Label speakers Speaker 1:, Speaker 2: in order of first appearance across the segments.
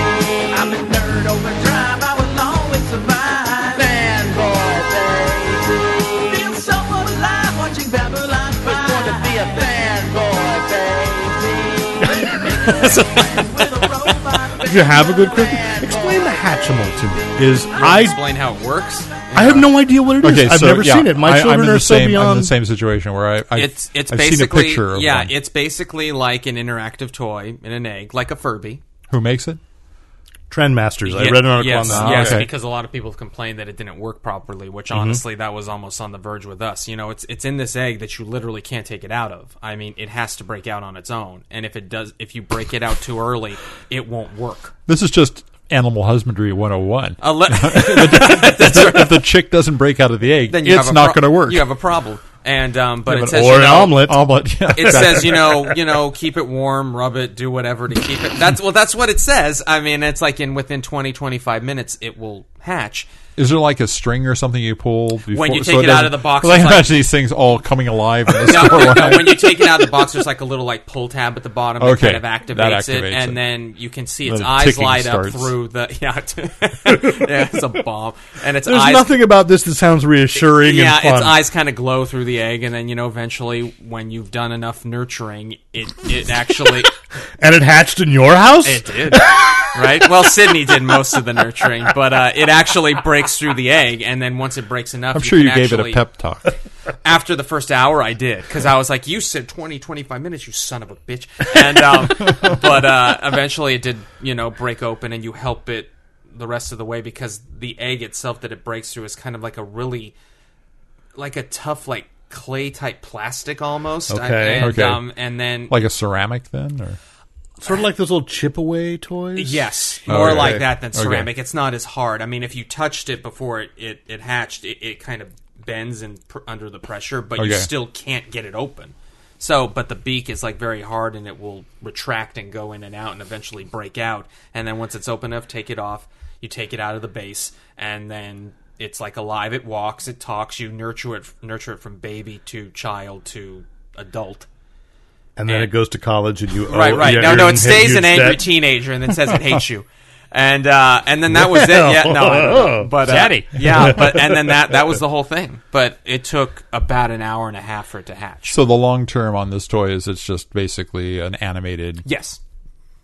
Speaker 1: I'm a nerd overdrive. I will always survive. Fanboy, baby feel so alive watching Babylon 5. It's going to be a fanboy, baby.
Speaker 2: If you have a good cricket, explain the Hatchimal to me. Is I
Speaker 3: explain how it works.
Speaker 2: I have no idea what it is.
Speaker 4: Okay,
Speaker 2: I've
Speaker 4: so,
Speaker 2: never
Speaker 4: yeah,
Speaker 2: seen it. My
Speaker 4: I, I'm
Speaker 2: children
Speaker 4: in
Speaker 2: are
Speaker 4: the
Speaker 2: so
Speaker 4: same, I'm in
Speaker 2: beyond.
Speaker 4: the same situation where I, I
Speaker 3: It's it's
Speaker 4: I've
Speaker 3: basically
Speaker 4: seen a picture of
Speaker 3: yeah,
Speaker 4: one.
Speaker 3: it's basically like an interactive toy in an egg, like a Furby.
Speaker 4: who makes it?
Speaker 2: Trendmasters. I
Speaker 3: Yeah,
Speaker 2: read an article
Speaker 3: yes,
Speaker 2: on that.
Speaker 3: Yes,
Speaker 4: okay. Mm-hmm.
Speaker 3: because a lot of people complained that it didn't work properly, which honestly, that was almost on the verge with us. You know, it's it's in this egg that you literally can't take it out of. I mean, it has to break out on its own, and if it does, if you break it out too early, it won't work.
Speaker 4: This is just animal husbandry 101.
Speaker 3: A le-
Speaker 4: if the chick doesn't break out of the egg,
Speaker 3: then you
Speaker 4: it's
Speaker 3: have a
Speaker 4: not
Speaker 3: pro-
Speaker 4: going to work.
Speaker 3: You have a problem, and um, but
Speaker 2: Yeah,
Speaker 3: it
Speaker 2: but-
Speaker 3: says
Speaker 2: or
Speaker 3: you
Speaker 2: an
Speaker 3: know,
Speaker 2: omelet.
Speaker 4: Omelet, yeah,
Speaker 3: It
Speaker 4: exactly.
Speaker 3: says, you know, you know, keep it warm, rub it, do whatever to keep it. That's well, that's what it says. I mean, it's like in within 20, 25 minutes, it will hatch.
Speaker 4: Is there like a string or something you pull before,
Speaker 3: you
Speaker 4: so
Speaker 3: take it out
Speaker 4: doesn't-
Speaker 3: of the box,
Speaker 4: 'cause I
Speaker 3: it's like-
Speaker 4: imagine these things all coming alive. In the
Speaker 3: No,
Speaker 4: store
Speaker 3: no,
Speaker 4: line.
Speaker 3: when you take it out of the box, there's like a little like pull tab at the bottom
Speaker 4: Okay,
Speaker 3: that kind of activates,
Speaker 4: that
Speaker 3: it,
Speaker 4: activates
Speaker 3: and
Speaker 4: it.
Speaker 3: then you can see its
Speaker 4: The
Speaker 3: eyes
Speaker 4: ticking
Speaker 3: light
Speaker 4: starts.
Speaker 3: up through the yeah, yeah, it's a bomb, and its
Speaker 2: There's
Speaker 3: eyes
Speaker 2: nothing about this that sounds reassuring
Speaker 3: yeah,
Speaker 2: and fun.
Speaker 3: its eyes kind of glow through the egg, and then you know eventually when you've done enough nurturing, it it actually
Speaker 2: and it hatched in your house?
Speaker 3: It did. right? Well, Sydney did most of the nurturing, but uh, it actually breaks through the egg, and then once it breaks enough,
Speaker 4: I'm sure you
Speaker 3: can
Speaker 4: gave it
Speaker 3: actually-
Speaker 4: a pep talk.
Speaker 3: After the first hour, I did, because I was like, you said 20, 25 minutes, you son of a bitch. And, um, but uh, eventually it did, you know, break open, and you help it the rest of the way because the egg itself that it breaks through is kind of like a really, like a tough, like, clay type plastic almost I-
Speaker 2: Okay,
Speaker 3: and,
Speaker 4: okay.
Speaker 3: Um, and then
Speaker 4: like a ceramic, then, or
Speaker 2: Sort of like those little chip away toys?
Speaker 3: Yes,
Speaker 4: Oh,
Speaker 3: more
Speaker 4: okay.
Speaker 3: like that than
Speaker 4: Okay.
Speaker 3: ceramic. It's not as hard. I mean, if you touched it before it, it, it hatched, it, it kind of bends and pr- under the pressure, but you
Speaker 4: Okay.
Speaker 3: still can't get it open. So, but the beak is like very hard, and it will retract and go in and out, and eventually break out. And then once it's open enough, take it off. You take it out of the base, and then it's like alive. It walks, it talks. You nurture it, nurture it from baby to child to adult.
Speaker 2: And then it goes to college and you
Speaker 4: Oh,
Speaker 3: Right,
Speaker 2: owe-
Speaker 3: right.
Speaker 2: yeah,
Speaker 3: no, no,
Speaker 2: you're
Speaker 3: it
Speaker 2: in
Speaker 3: stays
Speaker 2: huge
Speaker 3: an angry
Speaker 2: debt.
Speaker 3: teenager and then says it hates you. And uh, and then that was it. Yeah, no, I know. but uh,
Speaker 5: Daddy.
Speaker 3: Yeah, but and then that that was the whole thing. But it took about an hour and a half for it to hatch.
Speaker 4: so the long term on this toy is it's just basically an animated
Speaker 3: yes,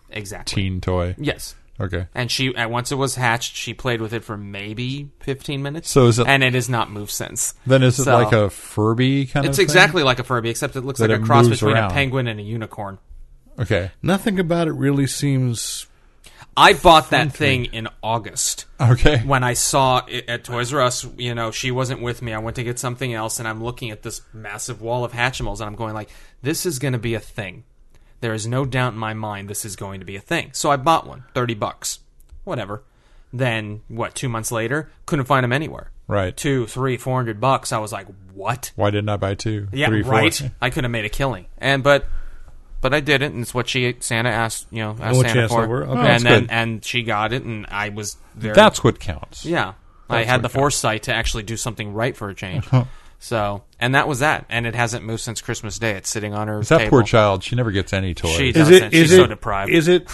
Speaker 3: exactly.
Speaker 4: teen toy.
Speaker 3: Yes,
Speaker 4: Okay.
Speaker 3: and she and once it was hatched, she played with it for maybe fifteen minutes.
Speaker 4: So is it-
Speaker 3: and it has not moved since.
Speaker 4: Then is it
Speaker 3: So-
Speaker 4: like a Furby kind of?
Speaker 3: It's
Speaker 4: thing?
Speaker 3: exactly like a Furby, except it looks
Speaker 4: That
Speaker 3: like
Speaker 4: it
Speaker 3: a cross
Speaker 4: moves
Speaker 3: between
Speaker 4: around.
Speaker 3: a penguin and a unicorn.
Speaker 4: Okay.
Speaker 2: Nothing about it really seems.
Speaker 3: I bought that thing in August.
Speaker 4: Okay.
Speaker 3: when I saw it at Toys R Us, you know, she wasn't with me. I went to get something else, and I'm looking at this massive wall of Hatchimals, and I'm going like, "This is going to be a thing." There is no doubt in my mind this is going to be a thing. So I bought one, thirty bucks, whatever. Then what? Two months later, couldn't find them anywhere.
Speaker 4: Right.
Speaker 3: Two, three, four hundred bucks. I was like, "What?"
Speaker 4: Why didn't I buy two?
Speaker 3: Yeah,
Speaker 4: three, four?
Speaker 3: right. I could have made a killing, and but but I didn't, and it's what she Santa asked. You know, asked
Speaker 2: what she
Speaker 3: Santa
Speaker 2: asked
Speaker 3: for,
Speaker 2: over. Okay. Oh,
Speaker 3: and
Speaker 2: that's
Speaker 3: then
Speaker 4: good.
Speaker 3: and she got it, and I was very
Speaker 4: That's what counts.
Speaker 3: yeah. I had the foresight to actually do something right for a change. so, and that was that. And it hasn't moved since Christmas Day. It's sitting on her
Speaker 4: Is that
Speaker 3: table.
Speaker 4: poor child? She never gets any toys.
Speaker 3: She-
Speaker 2: Is
Speaker 3: No,
Speaker 2: it?
Speaker 3: since
Speaker 2: Is
Speaker 3: she's so
Speaker 2: it?
Speaker 3: deprived.
Speaker 2: Is it?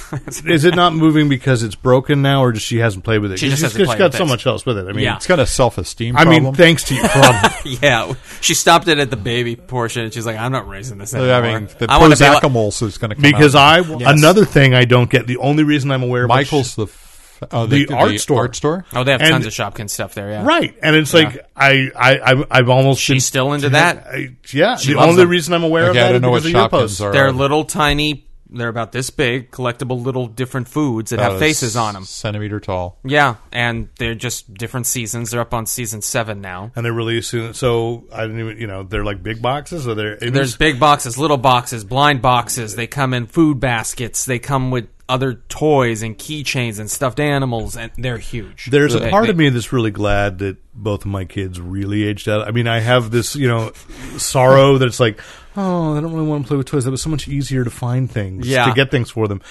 Speaker 2: Is it not moving because it's broken now, or just she hasn't played with it?
Speaker 3: She just
Speaker 2: She's
Speaker 3: hasn't played
Speaker 2: got
Speaker 3: with
Speaker 2: so
Speaker 3: it.
Speaker 2: much else with it. I mean,
Speaker 3: Yeah.
Speaker 4: It's got a self esteem
Speaker 2: I
Speaker 4: problem.
Speaker 2: mean, thanks to you, problem.
Speaker 3: Yeah. She stopped it at the baby portion and she's like, I'm not raising this
Speaker 4: They're
Speaker 3: anymore.
Speaker 4: having the
Speaker 3: I wanna be like-
Speaker 4: Prozacamols is going to come
Speaker 2: because I
Speaker 4: out.
Speaker 2: another thing I don't get. The only reason I'm aware of what
Speaker 4: Michael's the f- uh,
Speaker 2: The art store.
Speaker 4: art store.
Speaker 3: Oh, they have
Speaker 2: and-
Speaker 3: tons of Shopkins stuff there, yeah.
Speaker 2: she- right, and it's like I I I I'm almost
Speaker 3: She's still into that.
Speaker 2: I, yeah, the
Speaker 3: loves
Speaker 2: only
Speaker 3: them.
Speaker 2: reason I'm aware of
Speaker 4: Okay,
Speaker 2: that
Speaker 4: I don't know
Speaker 2: is
Speaker 4: what
Speaker 2: because of your
Speaker 4: Shopkins
Speaker 2: posts.
Speaker 4: are.
Speaker 3: They're little tiny, they're about this big, collectible little different foods that have
Speaker 4: Uh,
Speaker 3: faces on them.
Speaker 4: centimeter tall.
Speaker 3: Yeah. And they're just different seasons. They're up on season seven now.
Speaker 2: and they're really soon. So I didn't even, you know, they're like big boxes, or they're it
Speaker 3: There's
Speaker 2: is-
Speaker 3: big boxes, little boxes, blind boxes. They come in food baskets. They come with
Speaker 6: other toys and keychains and stuffed animals, and they're huge.
Speaker 2: There's a
Speaker 6: They-
Speaker 2: part of
Speaker 6: they-
Speaker 2: me that's really glad that both of my kids really aged out. I mean, I have this, you know, sorrow that it's like, oh, I don't really want to play with toys. That was so much easier to find things,
Speaker 6: Yeah.
Speaker 2: to get things for them.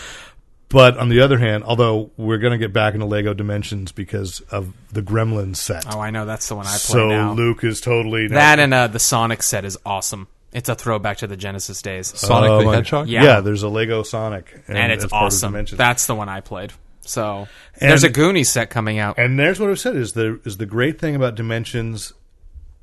Speaker 2: But on the other hand, although we're going to get back into Lego Dimensions because of the Gremlins set.
Speaker 6: Oh, I know that's the one I play
Speaker 2: so
Speaker 6: now.
Speaker 2: Luke is totally
Speaker 6: That and uh, the Sonic set is awesome. It's a throwback to the Genesis days.
Speaker 4: Sonic
Speaker 2: Oh,
Speaker 4: the
Speaker 2: my-
Speaker 4: Hedgehog.
Speaker 6: Um, Yeah.
Speaker 2: Yeah. there's a Lego Sonic,
Speaker 6: and it's
Speaker 2: that's part of
Speaker 6: awesome.
Speaker 2: Dimensions.
Speaker 6: That's the one I played. So
Speaker 2: And-
Speaker 6: there's a Goonies set coming out.
Speaker 2: And there's what I've said is the is the great thing about Dimensions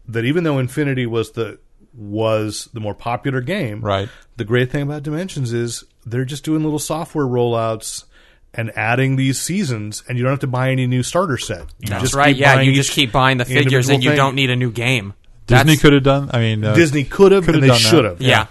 Speaker 2: that even though Infinity was the was the more popular game,
Speaker 4: Right.
Speaker 2: The great thing about Dimensions is they're just doing little software rollouts and adding these seasons, and you don't have to buy any new starter set. You
Speaker 6: That's
Speaker 2: just
Speaker 6: right.
Speaker 2: keep
Speaker 6: Yeah,
Speaker 2: buying
Speaker 6: you
Speaker 2: each
Speaker 6: just keep buying the figures,
Speaker 2: individual
Speaker 6: and you
Speaker 2: thing.
Speaker 6: don't need a new game.
Speaker 4: Disney
Speaker 6: That's-
Speaker 4: could have done. I mean, uh,
Speaker 2: Disney could have,
Speaker 4: could
Speaker 2: and
Speaker 4: have
Speaker 2: they
Speaker 4: done that.
Speaker 2: should have.
Speaker 6: Yeah.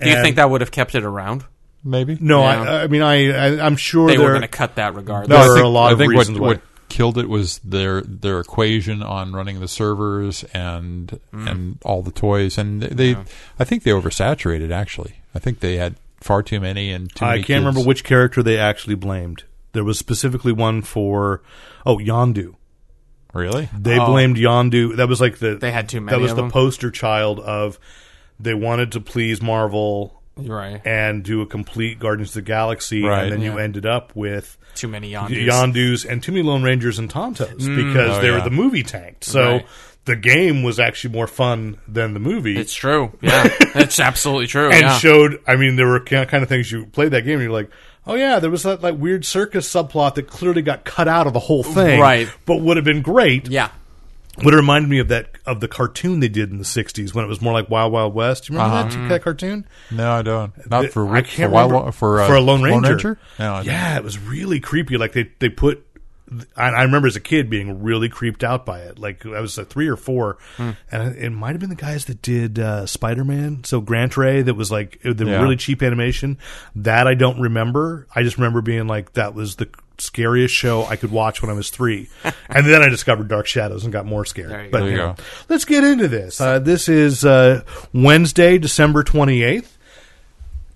Speaker 6: Do you
Speaker 2: And-
Speaker 6: think that would have kept it around?
Speaker 4: maybe.
Speaker 2: No,
Speaker 6: Yeah.
Speaker 2: I, I mean, I, I I'm sure
Speaker 6: They were
Speaker 2: there-
Speaker 6: going to cut that regardless.
Speaker 2: No, I There are a lot of
Speaker 4: what-
Speaker 2: reasons why.
Speaker 4: what, killed it was their their equation on running the servers and
Speaker 2: Mm.
Speaker 4: and all the toys, and they. I think they oversaturated. Actually, I think they had far too many and too
Speaker 2: I
Speaker 4: many
Speaker 2: can't
Speaker 4: kids.
Speaker 2: remember which character they actually blamed. There was specifically one for oh Yondu.
Speaker 4: Really,
Speaker 2: They blamed Yondu. That was like the
Speaker 6: Oh. They had too many
Speaker 2: That was
Speaker 6: of
Speaker 2: the
Speaker 6: them.
Speaker 2: poster child of they wanted to please Marvel
Speaker 6: You're right.
Speaker 2: and do a complete Guardians of the Galaxy,
Speaker 4: Right.
Speaker 2: and then you
Speaker 6: Yeah.
Speaker 2: ended up with
Speaker 6: Too many Yondus. Mm.
Speaker 2: Yondu's and too many Lone Rangers and Tontos because
Speaker 4: Oh,
Speaker 2: they were
Speaker 4: yeah.
Speaker 2: the movie tanked. So
Speaker 6: Right.
Speaker 2: the game was actually more fun than the movie.
Speaker 6: It's true. Yeah, it's absolutely true.
Speaker 2: and
Speaker 6: Oh, yeah.
Speaker 2: showed, I mean, there were ki- kind of things you played that game and you're like, oh yeah, there was that like weird circus subplot that clearly got cut out of the whole thing,
Speaker 6: Right.
Speaker 2: But would have been great
Speaker 6: yeah.
Speaker 2: what it reminded me of that of the cartoon they did in the '60s when it was more like Wild Wild West. Do you
Speaker 6: Uh-huh.
Speaker 2: remember that, that cartoon?
Speaker 4: No, I don't. Not for
Speaker 2: I
Speaker 4: Wick-
Speaker 2: can't
Speaker 4: for, Wild-
Speaker 2: remember.
Speaker 4: for, uh,
Speaker 2: a Lone Ranger.
Speaker 4: No, I don't.
Speaker 2: yeah, it was really creepy. Like they they put. I, I remember as a kid being really creeped out by it. Like I was uh, three or four, and it might have been the guys that did uh, Spider Man. So Grant Ray, that was like the
Speaker 4: Yeah.
Speaker 2: really cheap animation. That I don't remember. I just remember being like that was the scariest show I could watch when I was three. and then I discovered Dark Shadows and got more scared.
Speaker 6: There you
Speaker 2: but
Speaker 6: go.
Speaker 4: There you
Speaker 2: know,
Speaker 4: go.
Speaker 2: let's get into this. Uh, this is uh, Wednesday, December 28th.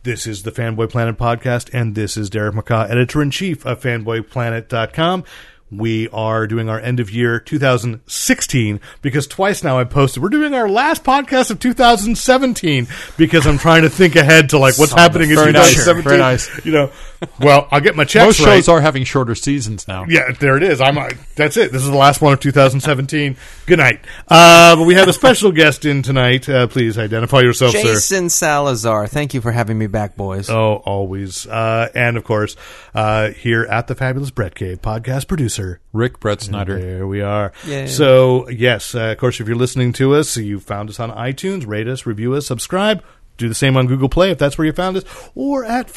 Speaker 2: This is the Fanboy Planet podcast, and this is Derek McCaw, editor in chief of fanboyplanet.com. We are doing our end of year 2016 because twice now I posted. We're doing our last podcast of 2017 because I'm trying to think ahead to like what's happening in
Speaker 4: Very nice.
Speaker 2: 2017.
Speaker 4: Very nice.
Speaker 2: You know, well, I'll get my checks
Speaker 4: Most
Speaker 2: right.
Speaker 4: shows are having shorter seasons now.
Speaker 2: Yeah, there it is. I'm. Uh, that's it. This is the last one of 2017. Good night. Uh, but we have a special guest in tonight. Uh, please identify yourself, sir.
Speaker 6: Jason Salazar, thank you for having me back, boys.
Speaker 2: Oh, always. Uh, and of course, uh, here at the fabulous Brett Cave podcast producer.
Speaker 4: Rick Brett Snyder.
Speaker 2: There we are.
Speaker 6: Yay.
Speaker 2: So yes, uh, of course, if you're listening to us, you found us on iTunes. Rate us, review us, subscribe. Do the same on Google Play if that's where you found us, or at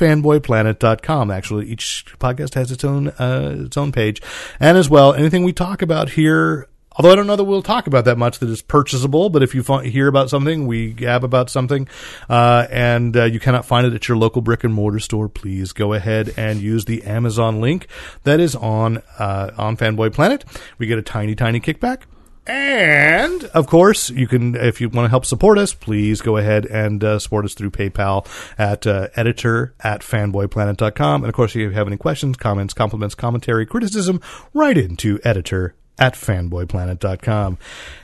Speaker 2: fanboyplanet.com. Actually, each podcast has its own uh, its own page, and as well, anything we talk about here. Although I don't know that we'll talk about that much that is purchasable, but if you fi- hear about something, we gab about something, uh, and uh, you cannot find it at your local brick and mortar store, please go ahead and use the Amazon link that is on uh, on Fanboy Planet. We get a tiny, tiny kickback. And of course, you can if you want to help support us, please go ahead and uh, support us through PayPal at uh, editor at fanboyplanet.com. And of course, if you have any questions, comments, compliments, commentary, criticism, write into editor at fanboyplanet.com.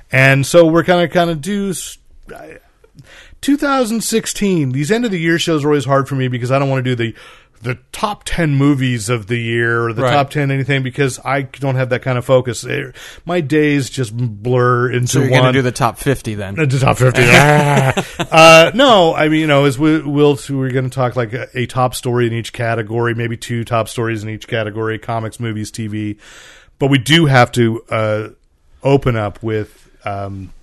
Speaker 2: And so we're kind of kind of do s- 2016. These end of the year shows are always hard for me because I don't want to do the the top 10 movies of the year or the
Speaker 4: Right.
Speaker 2: top 10 anything because I don't have that kind of focus. Eh, My days just blur into
Speaker 6: so you're going to
Speaker 2: one.
Speaker 6: do the top 50 then?
Speaker 2: Uh, the top 50. uh, no, I mean, you know, as we, we'll, so we're going to talk like a, a top story in each category, maybe two top stories in each category comics, movies, TV. But we do have to uh, open up with um,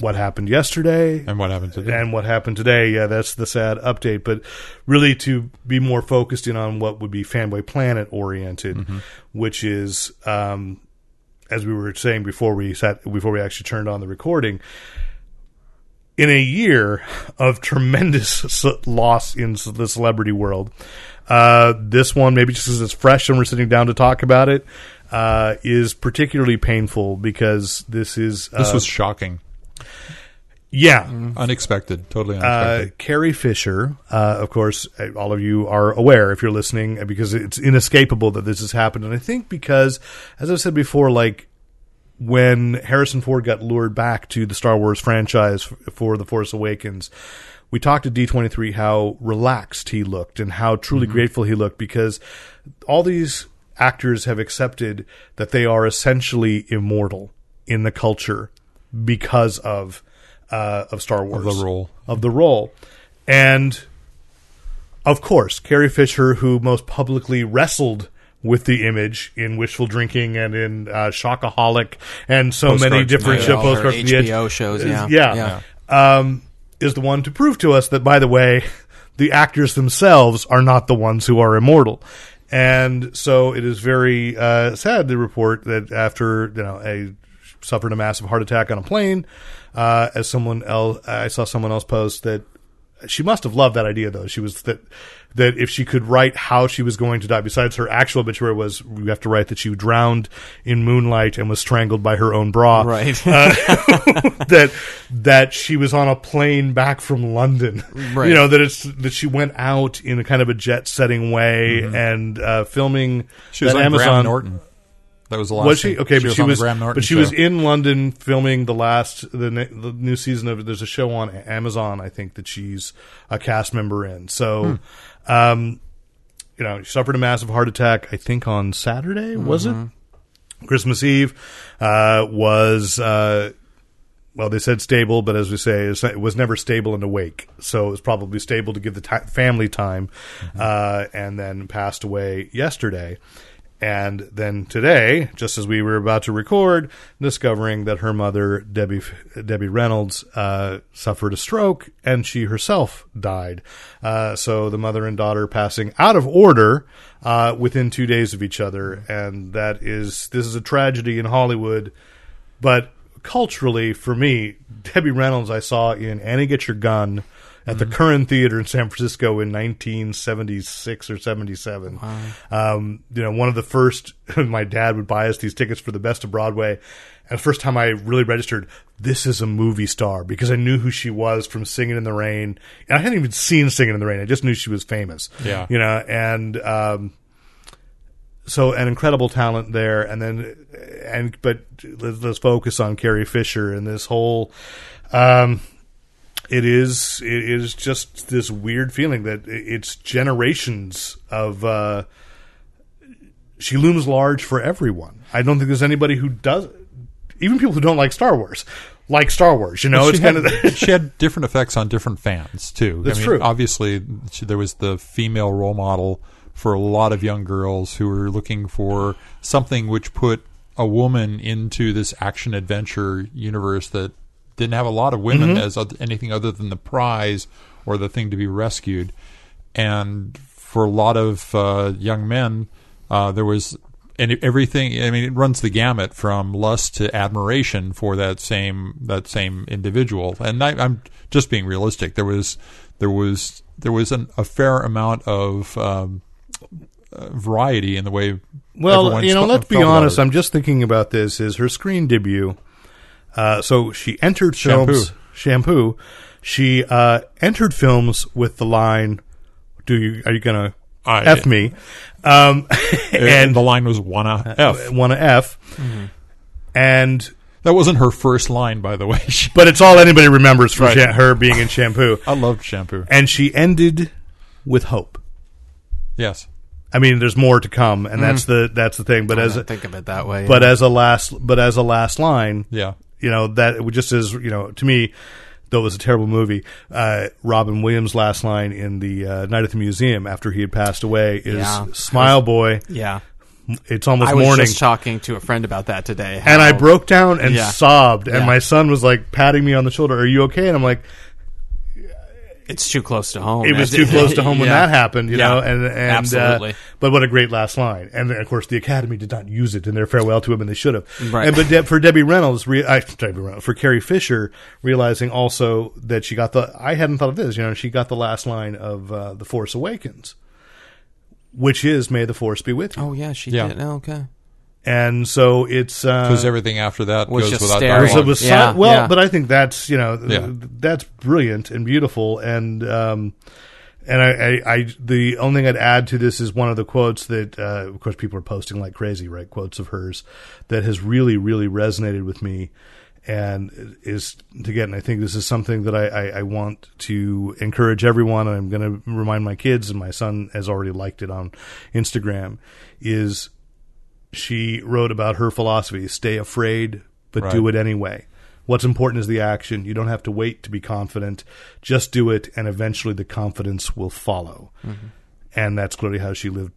Speaker 2: what happened yesterday
Speaker 4: And what happened to them?
Speaker 2: and what happened today. Yeah, that's the sad update. But really, to be more focused in on what would be fanboy planet oriented, which is um, as we were saying before we sat before we actually turned on the recording. In a year of tremendous ce- loss in ce- the celebrity world, uh, this one maybe just because it's fresh and we're sitting down to talk about it uh, is particularly painful because this is uh,
Speaker 4: This was shocking.
Speaker 2: Yeah.
Speaker 4: Unexpected, totally
Speaker 2: Uh,
Speaker 4: unexpected.
Speaker 2: Carrie Fisher, uh, of course, uh, all of you are aware if you're listening uh, because it's inescapable that this has happened. And I think because, as I've said before, like when Harrison Ford got lured back to the Star Wars franchise f- for The Force Awakens, we talked to D23 how relaxed he looked and how truly
Speaker 4: Mm-hmm.
Speaker 2: grateful he looked because all these actors have accepted that they are essentially immortal in the culture because of uh, of Star Wars
Speaker 4: the role.
Speaker 2: of the role. And of course, Carrie Fisher, who most publicly wrestled with the image in wishful drinking and in uh, shockaholic and so many
Speaker 4: Postcards from
Speaker 2: different
Speaker 4: the
Speaker 2: show
Speaker 4: Edge.
Speaker 3: all her
Speaker 2: postcards from the Edge.
Speaker 3: HBO shows. Yeah,
Speaker 2: yeah, Um, is the one to prove to us that, by the way, the actors themselves are not the ones who are immortal. And so it is very uh, sad to report that after you know a suffered a massive heart attack on a plane, uh, as someone else, I saw someone else post that she must have loved that idea though. She was that that if she could write how she was going to die, besides her actual obituary was we have to write that she drowned in moonlight and was strangled by her own bra
Speaker 3: Right.
Speaker 2: Uh, that that she was on a plane back from London.
Speaker 3: Right.
Speaker 2: You know that it's that she went out in a kind of a jet setting way and uh, filming.
Speaker 4: Mm-hmm. she was
Speaker 2: that
Speaker 4: on
Speaker 2: Amazon.
Speaker 4: Graham Norton. That was the last.
Speaker 2: Was she
Speaker 4: thing.
Speaker 2: okay? but she
Speaker 4: on the
Speaker 2: was,
Speaker 4: Graham Norton
Speaker 2: but she
Speaker 4: show.
Speaker 2: was in London filming the last the, ne- the new season of. There's a show on Amazon, I think, that she's a cast member in. So,
Speaker 4: Hmm.
Speaker 2: um, you know, she suffered a massive heart attack. I think on Saturday was it?
Speaker 4: Mm-hmm.
Speaker 2: Christmas Eve uh, was. Uh, well, they said stable, but as we say, it's- it was never stable and awake. So it was probably stable to give the ti family time, uh, and then passed away yesterday. And then today, just as we were about to record, discovering that her mother, Debbie Debbie Reynolds, uh, suffered a stroke, and she herself died. Uh, so the mother and daughter passing out of order uh, within two days of each other, and that is this is a tragedy in Hollywood but culturally for me debbie reynolds i saw in annie get your gun at the current theater in san francisco in 1976 or 77 um, you know one of the first my dad would buy us these tickets for the best of broadway and the first time i really registered this is a movie star because i knew who she was from singing in the rain and i hadn't even seen singing in the rain i just knew she was famous
Speaker 4: Yeah.
Speaker 2: you know and um, so an incredible talent there, and then and but let's, let's focus on Carrie Fisher and this whole. Um, it is it is just this weird feeling that i- it's generations of. Uh, she looms large for everyone. I don't think there's anybody who does, even people who don't like Star Wars, like Star Wars. You know,
Speaker 4: But
Speaker 2: it's
Speaker 4: she
Speaker 2: kind
Speaker 4: had,
Speaker 2: of
Speaker 4: she had different effects on different fans too.
Speaker 2: That's
Speaker 4: I mean,
Speaker 2: true.
Speaker 4: Obviously, she, there was the female role model for a lot of young girls who were looking for something which put a woman into this action adventure universe that didn't have a lot of women
Speaker 2: Mm-hmm.
Speaker 4: as oth- anything other than the prize or the thing to be rescued. And for a lot of uh, young men, uh, there was and it- everything i mean it runs the gamut from lust to admiration for that same that same individual and I, i'm just being realistic there was there was there was an, a fair amount of um, uh, variety in the way
Speaker 2: Well,
Speaker 4: everyone
Speaker 2: you know,
Speaker 4: felt-
Speaker 2: let's be
Speaker 4: felt about
Speaker 2: honest.
Speaker 4: it.
Speaker 2: I'm just thinking about this. Is her screen debut? Uh, so she entered films. Shampoo. She uh, entered films with the line, "Do you are you gonna
Speaker 4: I-
Speaker 2: f me?" Um,
Speaker 4: and
Speaker 2: and Uh,
Speaker 4: the line was wanna f Mm-hmm.
Speaker 2: wanna f. And
Speaker 4: that wasn't her first line by the way She-
Speaker 2: but it's all anybody remembers from Sha- her being in Shampoo.
Speaker 4: i loved shampoo
Speaker 2: and she ended with hope.
Speaker 4: yes
Speaker 2: I mean, there's more to come,
Speaker 4: Mm-hmm.
Speaker 2: and that's the that's the thing. But as
Speaker 3: I think of it that way.
Speaker 2: but as a last but as a last line,
Speaker 4: yeah
Speaker 2: you know that it just as you know to me though it was a terrible movie uh, robin williams last line in the uh, night at the museum after he had passed away is
Speaker 3: Yeah.
Speaker 2: smile boy
Speaker 3: yeah,
Speaker 2: it's almost
Speaker 3: I was
Speaker 2: morning
Speaker 3: just talking to a friend about that today,
Speaker 2: and i
Speaker 3: how-
Speaker 2: broke down and
Speaker 3: Yeah.
Speaker 2: sobbed and
Speaker 3: Yeah.
Speaker 2: my son was like patting me on the shoulder are you okay and i'm like
Speaker 3: It's too close to home.
Speaker 2: it was too close to home when that happened, you
Speaker 3: Yeah.
Speaker 2: know. And, and uh,
Speaker 3: Absolutely.
Speaker 2: but what a great last line! And of course, the Academy did not use it in their farewell to him, and they should have.
Speaker 3: Right.
Speaker 2: And but Deb for Debbie Reynolds, re- I, Debbie Reynolds, for Carrie Fisher, realizing also that she got the I hadn't thought of this, you know, she got the last line of uh, the Force Awakens, which is "May the Force be with you."
Speaker 3: Oh yeah, she
Speaker 4: Yeah.
Speaker 3: did. Oh, okay.
Speaker 2: and so it's uh,
Speaker 4: because everything after that
Speaker 3: Was
Speaker 4: goes
Speaker 3: just
Speaker 4: without
Speaker 3: staring.
Speaker 4: dialogue.
Speaker 2: So it was si-
Speaker 3: Yeah,
Speaker 2: well,
Speaker 3: yeah.
Speaker 2: but I think that's you know th-
Speaker 4: Yeah.
Speaker 2: that's brilliant and beautiful and um and I, I, I the only thing I'd add to this is one of the quotes that uh, of course people are posting like crazy right quotes of hers that has really really resonated with me and is again I think this is something that I, I, I want to encourage everyone and I'm going to remind my kids and my son has already liked it on Instagram is she wrote about her philosophy stay afraid but do
Speaker 4: Right.
Speaker 2: it anyway what's important is the action you don't have to wait to be confident just do it and eventually the confidence will follow and that's clearly how she lived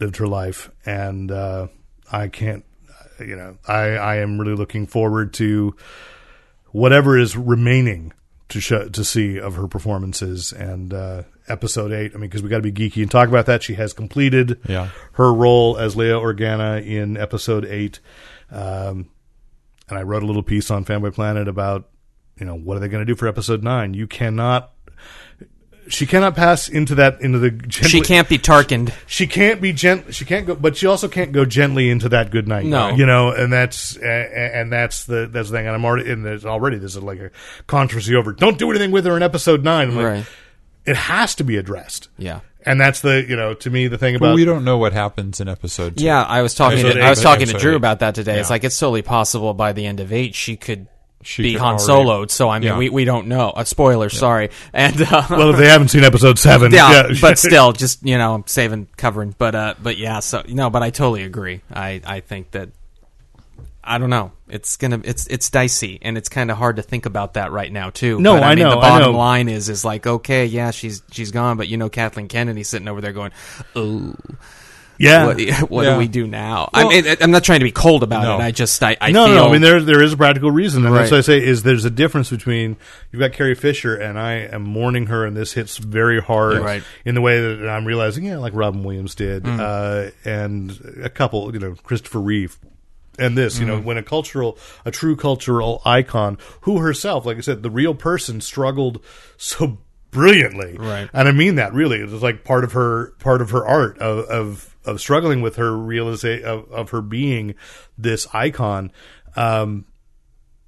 Speaker 2: lived her life and uh, i can't you know i i am really looking forward to whatever is remaining to show to see of her performances and uh episode 8 i mean because we got to be geeky and talk about that she has completed
Speaker 4: Yeah.
Speaker 2: her role as Leia Organa in episode eight. Um, and I wrote a little piece on Fanboy Planet about, you know, what are they going to do for episode nine? You cannot, she cannot pass into that, into the, gently,
Speaker 3: She can't be tarkened.
Speaker 2: she can't be gent, she can't go, but she also can't go gently into that good night.
Speaker 3: No.
Speaker 2: You know, and that's, a- a- and that's the, that's the thing. And I'm already, and there's already, there's like a controversy over, don't do anything with her in episode nine. I'm like,
Speaker 3: Right.
Speaker 2: it has to be addressed.
Speaker 3: Yeah.
Speaker 2: And that's the, you know, to me, the thing
Speaker 4: but
Speaker 2: about,
Speaker 4: we don't know what happens in episode two.
Speaker 3: Yeah, I was talking.
Speaker 4: Episode
Speaker 3: To, I was
Speaker 4: eight,
Speaker 3: talking to
Speaker 4: episode
Speaker 3: Drew
Speaker 4: eight.
Speaker 3: about that today. It's
Speaker 4: Yeah.
Speaker 3: like it's totally possible by the end of eight she could
Speaker 4: She
Speaker 3: be
Speaker 4: could
Speaker 3: Han
Speaker 4: already-
Speaker 3: Soloed. So I mean,
Speaker 4: Yeah.
Speaker 3: we, we don't know. A spoiler, sorry. And uh,
Speaker 2: well, if they haven't seen episode seven,
Speaker 3: yeah, but still, just you know, saving covering. But uh, but yeah, so no, but I totally agree. I I think that I don't know. It's gonna it's it's dicey, and it's kind of hard to think about that right now too.
Speaker 2: No,
Speaker 3: but,
Speaker 2: I
Speaker 3: mean,
Speaker 2: know,
Speaker 3: The
Speaker 2: I
Speaker 3: bottom
Speaker 2: know.
Speaker 3: line is is like okay, yeah, she's she's gone, but you know, Kathleen Kennedy's sitting over there going, ooh.
Speaker 2: Um, yeah.
Speaker 3: What, what
Speaker 4: Yeah.
Speaker 3: do we do now? I mean, I- I'm not trying to be cold about
Speaker 4: No.
Speaker 3: it. I just, I, I
Speaker 2: no,
Speaker 3: feel.
Speaker 2: no. I mean, there there is a practical reason, and that's
Speaker 3: Right.
Speaker 2: what I say is there's a difference between you've got Carrie Fisher, and I am mourning her, and this hits very hard
Speaker 3: Right.
Speaker 2: in the way that I'm realizing, yeah, like Robin Williams did, uh, and a couple, you know, Christopher Reeve. And this, you know, when a cultural, a true cultural icon, who herself, like I said, the real person struggled so brilliantly,
Speaker 3: Right.
Speaker 2: And I mean that really. It was like part of her, part of her art of of, of struggling with her realization of, of her being this icon. Um,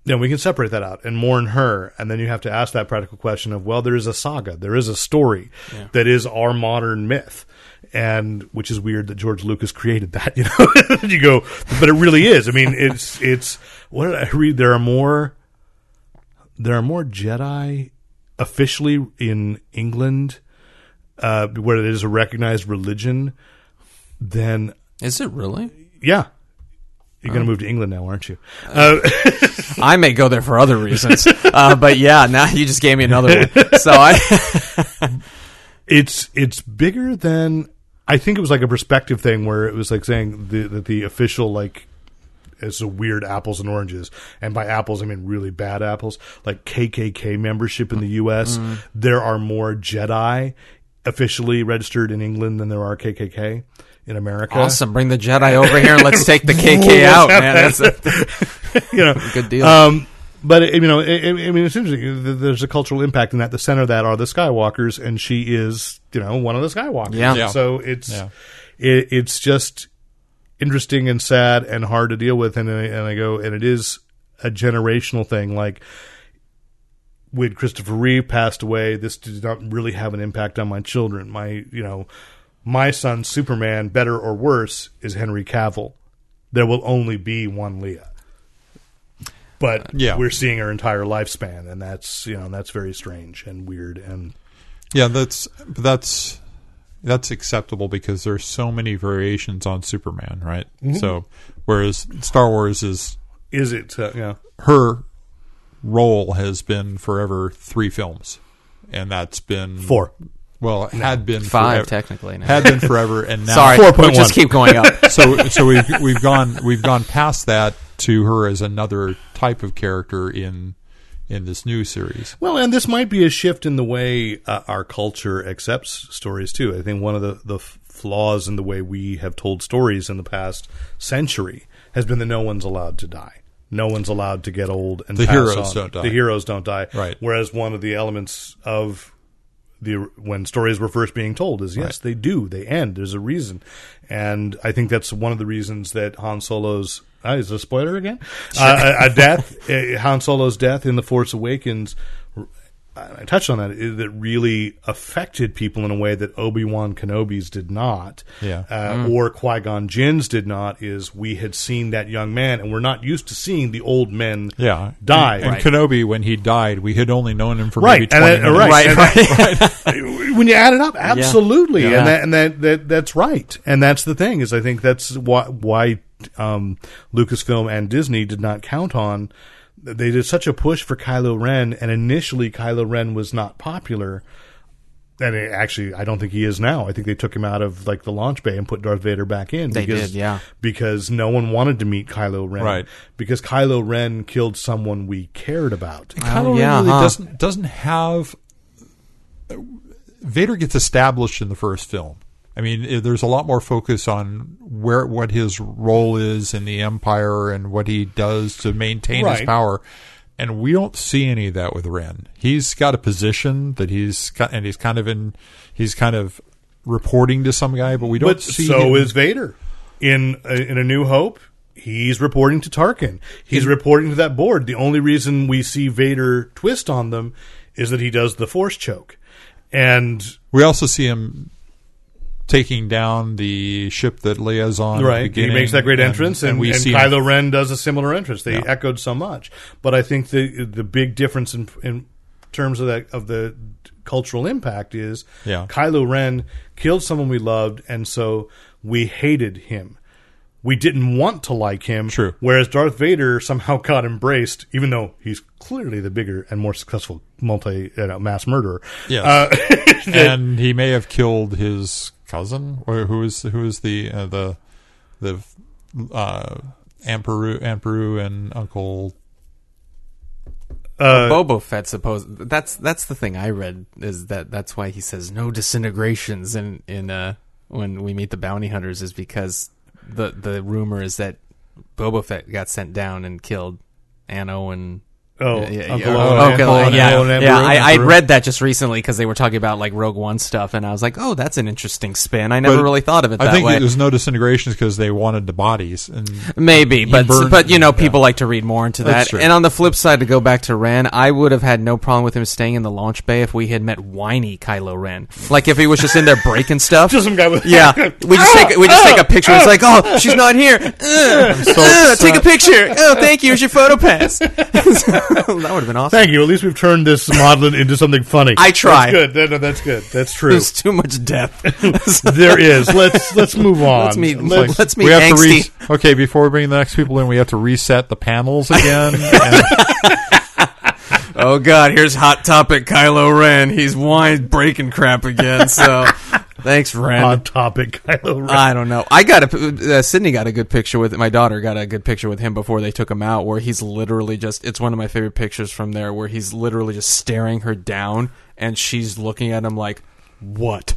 Speaker 2: then we can separate that out and mourn her and then you have to ask that practical question of well there is a saga there is a story that is our modern myth and which is weird that George Lucas created that you know you go but it really is i mean it's it's what did i read there are more there are more jedi officially in england uh where it is a recognized religion than
Speaker 3: is it really?
Speaker 2: yeah you're going to move to England now, aren't you?
Speaker 3: I may go there for other reasons, uh, but yeah, now you just gave me another one. So I,
Speaker 2: it's it's bigger than I think it was like a perspective thing where it was like saying the, that the official like it's a weird apples and oranges, and by apples I mean really bad apples. Like KKK membership in the U.S.,
Speaker 3: Mm-hmm.
Speaker 2: there are more Jedi officially registered in England than there are KKK in America.
Speaker 3: awesome. Bring the Jedi over here and let's take the KK out, man. That's a
Speaker 2: you know,
Speaker 3: good deal.
Speaker 2: Um, but it, you know, it, it, I mean, it's interesting. Th- There's a cultural impact in that. The center of that are the Skywalkers, and she is, you know, one of the Skywalkers.
Speaker 3: Yeah. Yeah.
Speaker 2: So it's
Speaker 4: Yeah.
Speaker 2: it, it's just interesting and sad and hard to deal with. And I, and I go, and it is a generational thing. Like when Christopher Reeve passed away, this did not really have an impact on my children. My, you know, my son Superman, better or worse, is Henry Cavill. There will only be one Leah. But
Speaker 4: Uh, Yeah.
Speaker 2: we're seeing her entire lifespan, and that's you know that's very strange and weird. And
Speaker 4: Yeah, that's but that's that's acceptable because there's so many variations on Superman, right?
Speaker 2: Mm-hmm.
Speaker 4: So whereas Star Wars is
Speaker 2: is it? Uh, yeah,
Speaker 4: her role has been forever three films. And that's been
Speaker 2: four.
Speaker 4: Well, had been
Speaker 3: five
Speaker 4: forever,
Speaker 3: technically. Now.
Speaker 4: had been forever and now
Speaker 3: Sorry, we'll
Speaker 2: 4.1.
Speaker 3: just keep going up.
Speaker 4: so so we've we've gone we've gone past that to her as another type of character in in this new series.
Speaker 2: Well, and this might be a shift in the way uh, our culture accepts stories too. I think one of the the f- flaws in the way we have told stories in the past century has been that no one's allowed to die. No one's allowed to get old and
Speaker 4: The
Speaker 2: pass
Speaker 4: heroes
Speaker 2: on.
Speaker 4: don't die.
Speaker 2: The heroes don't die.
Speaker 4: Right.
Speaker 2: Whereas one of the elements of the when stories were first being told is yes they do they end there's a reason and i think that's one of the reasons that han solo's ah, is it a spoiler again uh, a, a death uh, han solo's death in the force awakens I I touched on that i- that really affected people in a way that Obi Wan Kenobi's did not,
Speaker 4: Yeah. Mm.
Speaker 2: uh, or Qui Gon Jinn's did not. Is we had seen that young man, and we're not used to seeing the old men
Speaker 4: Yeah,
Speaker 2: die.
Speaker 4: And, and Kenobi, when he died, we had only known him for maybe
Speaker 2: Right, and
Speaker 4: twenty
Speaker 2: then,
Speaker 4: minutes.
Speaker 2: right, and that- when you add it up, absolutely, and that and that, that that's right, and that's the thing is I think that's why why um, Lucasfilm and Disney did not count on. They did such a push for Kylo Ren, and initially Kylo Ren was not popular. And it- actually, I don't think he is now. I think they took him out of like the launch bay and put Darth Vader back in. They
Speaker 3: did, yeah.
Speaker 2: Because no one wanted to meet Kylo Ren,
Speaker 4: Right.
Speaker 2: Because Kylo Ren killed someone we cared about.
Speaker 4: Kylo Ren
Speaker 3: yeah,
Speaker 4: really
Speaker 3: huh.
Speaker 4: doesn't doesn't have. Vader gets established in the first film. I mean, eh, there's a lot more focus on where what his role is in the Empire and what he does to maintain
Speaker 2: Right.
Speaker 4: his power, and we don't see any of that with Ren. He's got a position that he's ki- and he's kind of in, he's kind of reporting to some guy, but we don't
Speaker 2: But
Speaker 4: see.
Speaker 2: so
Speaker 4: him-
Speaker 2: is Vader in uh, in A New Hope. He's reporting to Tarkin. He's reporting to that board. The only reason we see Vader twist on them is that he does the Force choke, and
Speaker 4: We also see him taking down the ship that Leia's on. at the
Speaker 2: he
Speaker 4: beginning,
Speaker 2: makes that great
Speaker 4: and-
Speaker 2: entrance, and, and,
Speaker 4: we see him
Speaker 2: Kylo Ren does a similar entrance. They echoed so much, but I think the the big difference in in terms of that of the cultural impact is
Speaker 4: Yeah.
Speaker 2: Kylo Ren killed someone we loved, and so we hated him. We didn't want to like him.
Speaker 4: True.
Speaker 2: Whereas Darth Vader somehow got embraced, even though he's clearly the bigger and more successful multi you know, mass murderer.
Speaker 4: Yes. and he may have killed his cousin, or who is who is the uh, the the uh, Amperu Amperu and Uncle.
Speaker 3: Bobo Fett supposed that's that's the thing I read is that that's why he says no disintegrations in in uh when we meet the bounty hunters is because the the rumor is that Boba Fett got sent down and killed Anno and
Speaker 2: Oh,
Speaker 3: yeah, yeah,
Speaker 2: Uncle
Speaker 3: oh,
Speaker 2: Owen.
Speaker 3: okay,
Speaker 4: Uncle Owen,
Speaker 3: yeah,
Speaker 4: Uncle Owen,
Speaker 3: yeah.
Speaker 4: Emperor,
Speaker 3: I, I
Speaker 4: Emperor.
Speaker 3: read that just recently because they were talking about like Rogue One stuff, and I was like, oh, that's an interesting spin. I never
Speaker 4: But
Speaker 3: really thought of it that
Speaker 4: I think
Speaker 3: way.
Speaker 4: there's no disintegrations because they wanted the bodies, and
Speaker 3: Maybe, but
Speaker 4: burned-
Speaker 3: but you know, people like to read more into
Speaker 4: That's
Speaker 3: that.
Speaker 4: true.
Speaker 3: And on the flip side, to go back to Ren, I would have had no problem with him staying in the launch bay if we had met whiny Kylo Ren. Like if he was just in there breaking stuff.
Speaker 2: Just some guy with
Speaker 3: yeah, we just take we just take a picture. It's like, oh, she's not here. Ugh, ugh, take a picture. Oh, thank you. Here's your photo pass. that would have been awesome.
Speaker 2: Thank you. At least we've turned this modeling into something funny.
Speaker 3: I try.
Speaker 2: That's good. No, no, that's good. That's true.
Speaker 3: There's too much death.
Speaker 2: there is. Let's let's move on.
Speaker 3: let's meet.
Speaker 2: Let's-
Speaker 3: Let's, meet.
Speaker 4: we have to
Speaker 3: angsty.
Speaker 4: reach. Okay, before we bring the next people in, we have to reset the panels again. and
Speaker 3: Oh God! Here's hot topic. Kylo Ren. He's wine breaking crap again. So, thanks, Ren.
Speaker 2: on topic, Kylo Ren.
Speaker 3: I don't know. I got a p- uh, Sydney got a good picture with my daughter got a good picture with him before they took him out where he's literally just it's one of my favorite pictures from there where he's literally just staring her down and she's looking at him like what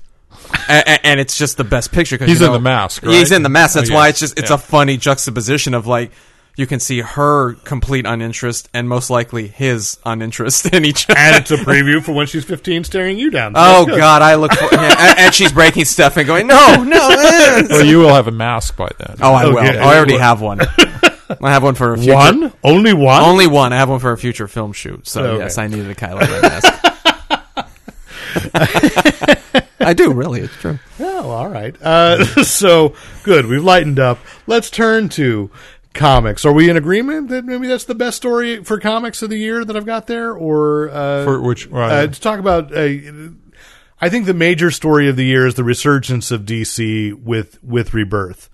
Speaker 3: and, and it's just the best picture because
Speaker 4: He's in the mask, right?
Speaker 3: he's in the mask that's
Speaker 4: Okay.
Speaker 3: why it's just it's
Speaker 4: Yeah.
Speaker 3: a funny juxtaposition of like you can see her complete uninterest and most likely his uninterest in each
Speaker 2: and it's a preview for when she's 15 staring you down. So
Speaker 3: Oh
Speaker 2: that's good.
Speaker 3: God! I look, for, yeah, and, and she's breaking stuff and going, no, no. eh."
Speaker 4: well, you will have a mask by then.
Speaker 3: Oh, I
Speaker 2: Okay.
Speaker 3: will. Oh, I already have one. I have one for a future.
Speaker 2: One? Only one?
Speaker 3: Only one. I have one for a future film shoot. So
Speaker 2: Okay.
Speaker 3: yes, I needed a Kylo Ren mask. I do really. It's true.
Speaker 2: Oh, all right. Uh, so, good. We've lightened up. Let's turn to comics. Are we in agreement that maybe that's the best story for comics of the year that I've got there? Or uh,
Speaker 4: For which- right.
Speaker 2: uh, to talk about. Uh, I think the major story of the year is the resurgence of DC with with Rebirth.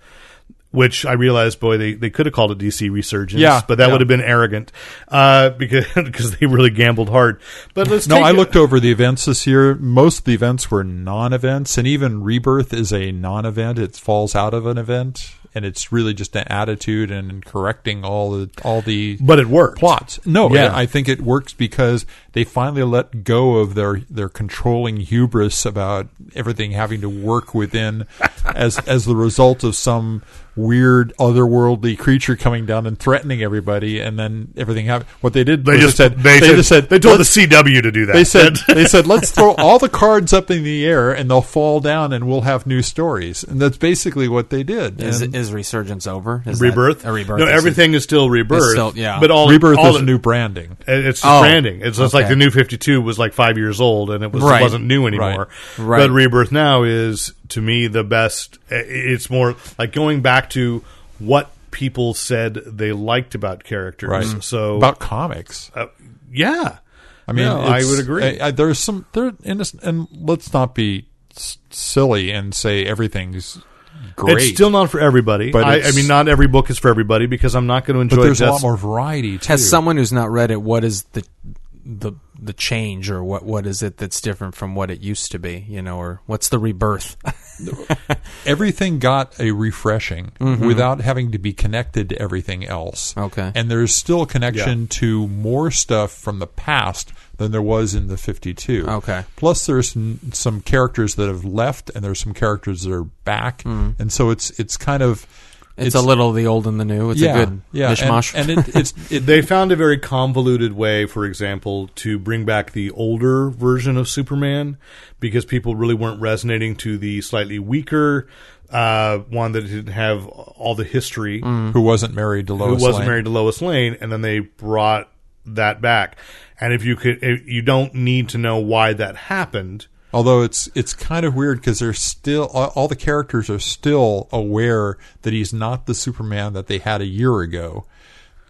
Speaker 2: Which I realized, boy, they, they could have called it DC Resurgence,
Speaker 4: Yeah,
Speaker 2: but that
Speaker 4: yeah.
Speaker 2: would have been arrogant uh, because because they really gambled hard. But let's
Speaker 4: No,
Speaker 2: take
Speaker 4: I
Speaker 2: it-
Speaker 4: looked over the events this year. Most of the events were non-events, and even Rebirth is a non-event. It falls out of an event, and it's really just an attitude and correcting all the all the
Speaker 2: but it worked.
Speaker 4: plots. No,
Speaker 2: Yeah.
Speaker 4: I think it works because they finally let go of their their controlling hubris about everything having to work within as as the result of some weird otherworldly creature coming down and threatening everybody, and then everything happened. What they did,
Speaker 2: They
Speaker 4: was
Speaker 2: just said they,
Speaker 4: just said
Speaker 2: they told
Speaker 4: "Let's
Speaker 2: the CW to do that.
Speaker 4: they said they said let's throw all the cards up in the air and they'll fall down and we'll have new stories and that's basically what they did
Speaker 3: Is,
Speaker 4: And
Speaker 3: is resurgence over? Is that
Speaker 2: rebirth.
Speaker 3: A rebirth.
Speaker 2: No,
Speaker 3: Is it-
Speaker 2: everything is still rebirth.
Speaker 3: It's still- yeah.
Speaker 2: but all
Speaker 4: rebirth
Speaker 2: all
Speaker 4: is
Speaker 2: the-
Speaker 4: new branding
Speaker 2: It's just
Speaker 3: Oh,
Speaker 2: branding. It's just like
Speaker 3: okay.
Speaker 2: the new 52 was like five years old and it was,
Speaker 3: Right.
Speaker 2: wasn't new anymore.
Speaker 3: Right.
Speaker 2: But Rebirth Now is, to me, the best. i- It's more like going back to what people said they liked about characters.
Speaker 4: Right.
Speaker 2: Mm, So,
Speaker 4: about comics
Speaker 2: uh, yeah.
Speaker 4: i mean
Speaker 2: No, I
Speaker 4: it's-
Speaker 2: would agree.
Speaker 4: I, I- there's some there and, this- and let's not be s- silly and say everything's great
Speaker 2: It's still not for everybody.
Speaker 4: But
Speaker 2: I, I
Speaker 4: it's-
Speaker 2: mean, not every book is for everybody because I'm not going to
Speaker 4: but
Speaker 2: enjoy
Speaker 4: there's a lot
Speaker 2: Death's-
Speaker 4: more variety too.
Speaker 3: As someone who's not read it, what is the the the change or what what is it that's different from what it used to be? You know, or what's the rebirth?
Speaker 4: everything got a refreshing without having to be connected to everything else.
Speaker 3: Mm-hmm. Okay.
Speaker 4: And there's still connection to more stuff from the past than there was in the 52.
Speaker 3: Okay.
Speaker 4: Plus there's n- some characters that have left and there's some characters that are back. And so it's it's kind of
Speaker 3: Mm. It's, a little of the old and the new. It's
Speaker 4: yeah,
Speaker 3: a good
Speaker 4: yeah, and-
Speaker 3: mishmash.
Speaker 4: And, it, it's it,
Speaker 2: They found a very convoluted way, for example, to bring back the older version of Superman because people really weren't resonating to the slightly weaker uh, one that didn't have all the history,
Speaker 4: who wasn't married to Mm. Lois
Speaker 2: who wasn't
Speaker 4: Lane.
Speaker 2: married to Lois Lane, and then they brought that back. And if you could, if you don't need to know why that happened.
Speaker 4: Although it's it's kind of weird because they're still all all the characters are still aware that he's not the Superman that they had a year ago,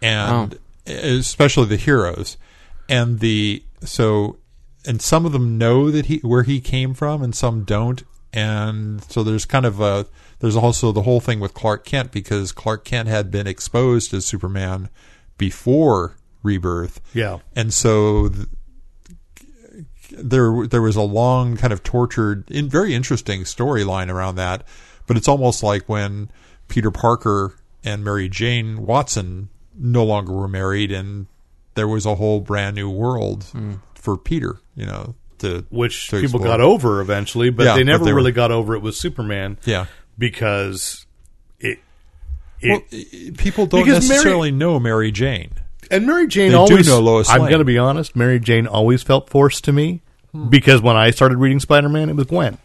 Speaker 4: and e, especially the heroes and the so and some of them know that he where he came from and some don't and so there's kind of a there's also the whole thing with Clark Kent because Clark Kent had been exposed as Superman before Rebirth,
Speaker 2: Yeah.
Speaker 4: and so th- there there was a long kind of tortured in very interesting storyline around that but it's almost like when Peter Parker and Mary Jane Watson no longer were married and there was a whole brand new world for Peter you know to
Speaker 2: Hmm. which
Speaker 4: to
Speaker 2: people
Speaker 4: explore.
Speaker 2: got over eventually, but
Speaker 4: Yeah,
Speaker 2: they
Speaker 4: but
Speaker 2: never
Speaker 4: they were-
Speaker 2: really got over it with Superman.
Speaker 4: Yeah.
Speaker 2: because it. it
Speaker 4: well, i- people don't
Speaker 2: Because Mary-
Speaker 4: necessarily know Mary Jane
Speaker 2: And Mary Jane
Speaker 4: They do
Speaker 2: always.
Speaker 4: know Lois
Speaker 2: I'm
Speaker 4: Lane.
Speaker 2: going to be honest. Mary Jane always felt forced to me because when I started reading Spider Man, it was Gwen,